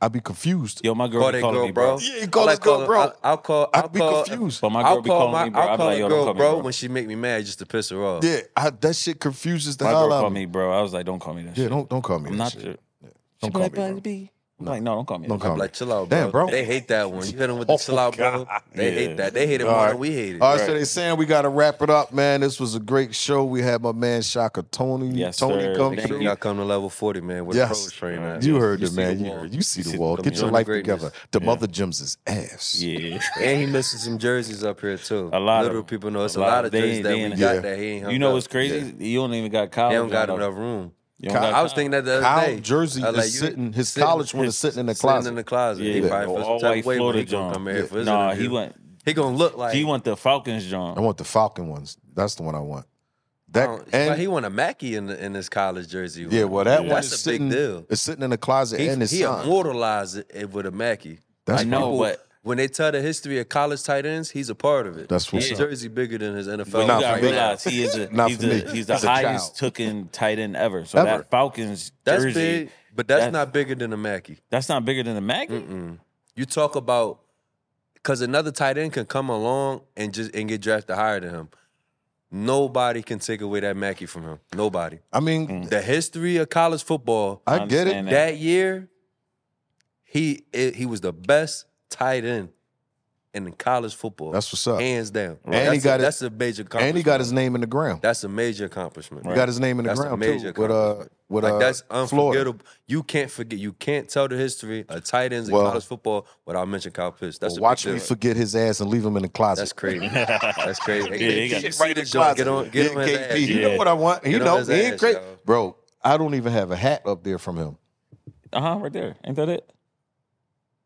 I'd be confused. yo, my girl, Call be that calling girl, me, bro. bro. Yeah, you call I that girl, calling- bro. I'll, I'll call. I'll I'd be call, confused. But my girl I'll be call calling my. me, bro. I'll I'll be call like, a yo, don't girl, call me, bro, bro. when she make me mad just to piss her off. Yeah, I, that shit confuses the My girl hell called out of me. me, bro. I was like, don't call me that Yeah, shit. don't don't call me. I'm that not shit. your. Don't She be call me, bro. Busby. I'm like, no, don't call me. Don't that. call me. Like, chill out, bro. Damn, bro. Oh They hate that one. You hit them with the chill out, bro. They Yeah. hate that. They hate it All more right. than we hate it. All right, so they saying we got to wrap it up, man. This was a great show. We had my man Shaka Tony. Yes, Tony sir. come Thank Make through. sure you. y'all come to level 40, man, with Yes. a pros train. out You here. heard it, see man. the You, wall. you see the see the wall. Get community. your life Greatness. together. The mother Jims's ass. Yeah. And he missing some jerseys up here too. A lot of Little them. people know it's a lot of they jerseys ain't- that they we ain't- got Yeah. that he ain't hung You know up. what's crazy? You don't even got college. They don't got out enough room. You don't Kyle- got I was college. thinking that the other Kyle day. Jersey I was like, is you- sitting. His sitting- college one is sitting in the Sitting closet. in the closet. Yeah, He probably no, feels all some type white of way when Florida he gonna John. come here for his Nah, interview. he went. He gonna look like He went the Falcons, I John. want the Falcon ones. That's the one I want. That Oh, and he won a Mackey in the, in his college jersey. yeah, well, that Yeah. one That's is a big sitting. deal. It's sitting in the closet he, and his he son. immortalized it- it with a Mackey. That's I know, cool. People- but- when they tell the history of college tight ends, he's a part of it. That's what's his up. jersey bigger than his Not for you NFL. gotta right me. now. realize he is a, Not he's, for a, me. he's the He's a highest child. taken tight end ever. So Ever. that Falcons That's jersey, big, but that's that- not bigger than a Mackey. that's not bigger than the Mac. You talk about because another tight end can come along and just and get drafted higher than him. Nobody can take away that Mackey from him. Nobody. I mean, The history of college football I get it. Mm, Understand that year, he it, he was the best tight end in college football. That's what's up. hands down. he that's got his- a, that's a major accomplishment. And he got his name in the ground. That's a major accomplishment. He got his name in the That's a ground major too. With uh, accomplishment. with like uh, that's Florida. unforgettable. You can't forget. You can't tell the history of tight ends Well- in college football without mentioning Kyle Pitts. That's a big Watch me deal. forget his ass and leave him in the closet. That's crazy. That's crazy. Yeah, he got- You Shit see the joint, Get on, get Yeah, on his KP, ass. You Yeah. know what I want. You Get on know, his he ain't ass, crazy. yo. Bro, I don't even have a hat up there from him. Uh huh, right there. Ain't that it?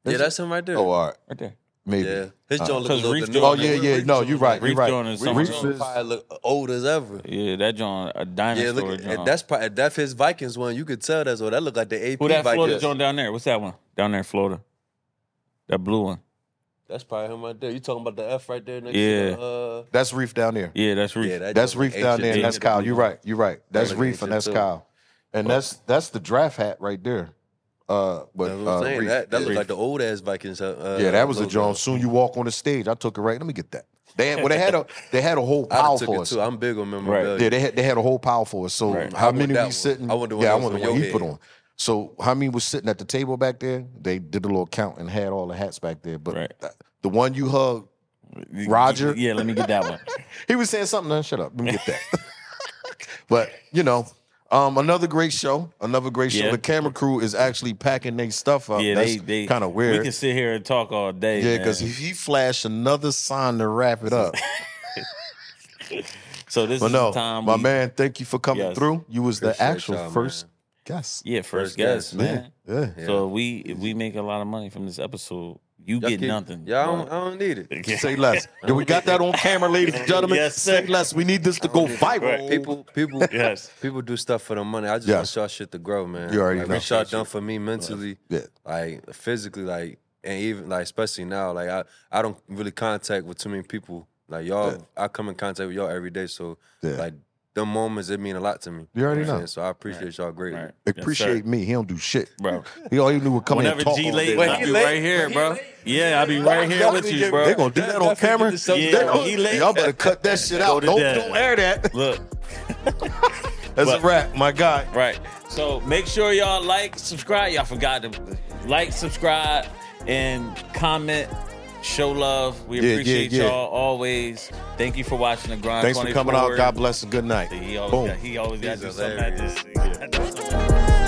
Yeah, that's him right there. Oh, all right. Right there. Maybe. yeah, his Uh, joint looks a Because little Reef bit oh, Jordan- newer. yeah, yeah. Reef No, Jordan you're right. You're Reef Jordan right. is something Reef else. is- Probably look old as ever. Yeah, that John a Yeah, dinosaur. look at John. that's probably that's his Vikings one. You could tell that's what that look like the AP who that Florida Vikings. John down there. What's that one down there in Florida? That blue one. That's probably him right there. You talking about the F right there next Yeah. to the, uh, That's Reef down there. Yeah, that's Reef. yeah, that That's Reef joint down there, ancient and that's dude. Kyle. You're right. You're right. That's Like Reef and ancient that's too. Kyle. And that's that's the draft hat right there. Uh, but That's what uh, I'm saying. Reef. that that looked Reef. like the old ass Vikings. Uh, yeah, that was a logo. John. Soon you walk on the stage. I took it right. Let me get that. They had, well, they had a they had a whole I pile took for it us. too. I'm big on Yeah, memorabilia. they had, they had a whole pile for us. So Right. I how want many that we one. sitting? I want the one yeah, that I was want the on one your he put head. on. So how many was sitting at the table back there? They did a little count and had all the hats back there. But Right. th- the one you hugged, Roger. Yeah, let me get that one. he was saying something. Then shut up. Let me get that. but you know, um, another great show. Another great show. Yeah. The camera crew is actually packing their stuff up. Oh, Yeah, That's they they kind of We weird. can sit here and talk all day. yeah, man. because he, he flashed another sign to wrap it up. so this But is no, the time. my we- man, thank you for coming Yes. through. You was the Appreciate actual y'all, first man. guest. Yeah, first, First guest, guest. Yeah, man. yeah. So if we if we make a lot of money from this episode, you Y'all get keep- nothing. Yeah, I bro. don't, I don't need it. Say less. Do we got that on camera, ladies and gentlemen? Yes, Say sir. less. We need this to go viral. People, people, Yes. people do stuff for the money. I just Yes. want y'all shit to grow, man. You already like, know. What y'all done for me mentally, Yeah. like physically, like and even like especially now, like I, I don't really contact with too many people. Like y'all, I come in contact with y'all every day, so Yeah. like them moments, it mean a lot to me. You already know what I'm know. saying? So I appreciate y'all greatly. Right. Yes, sir. Appreciate me. He don't do shit. bro. He all he knew was come in Whenever and talk G all late, day. Wait, I'll he be late? right here, Wait, he bro. late? Yeah, I'll be right here with you, They bro. gonna do that on camera. Yeah, They gonna- he late. Y'all better cut that shit out. to Don't, that. don't air that. Look, That's But- a wrap. My God. right. So make sure y'all like, subscribe. Y'all forgot to like, subscribe, and comment. Show love. We Yeah, yeah, appreciate yeah. y'all always. Thank you for watching the grind. Thanks for coming out. 24. God bless and good night. He always Boom. got, he always got to do He's something like hilarious. this.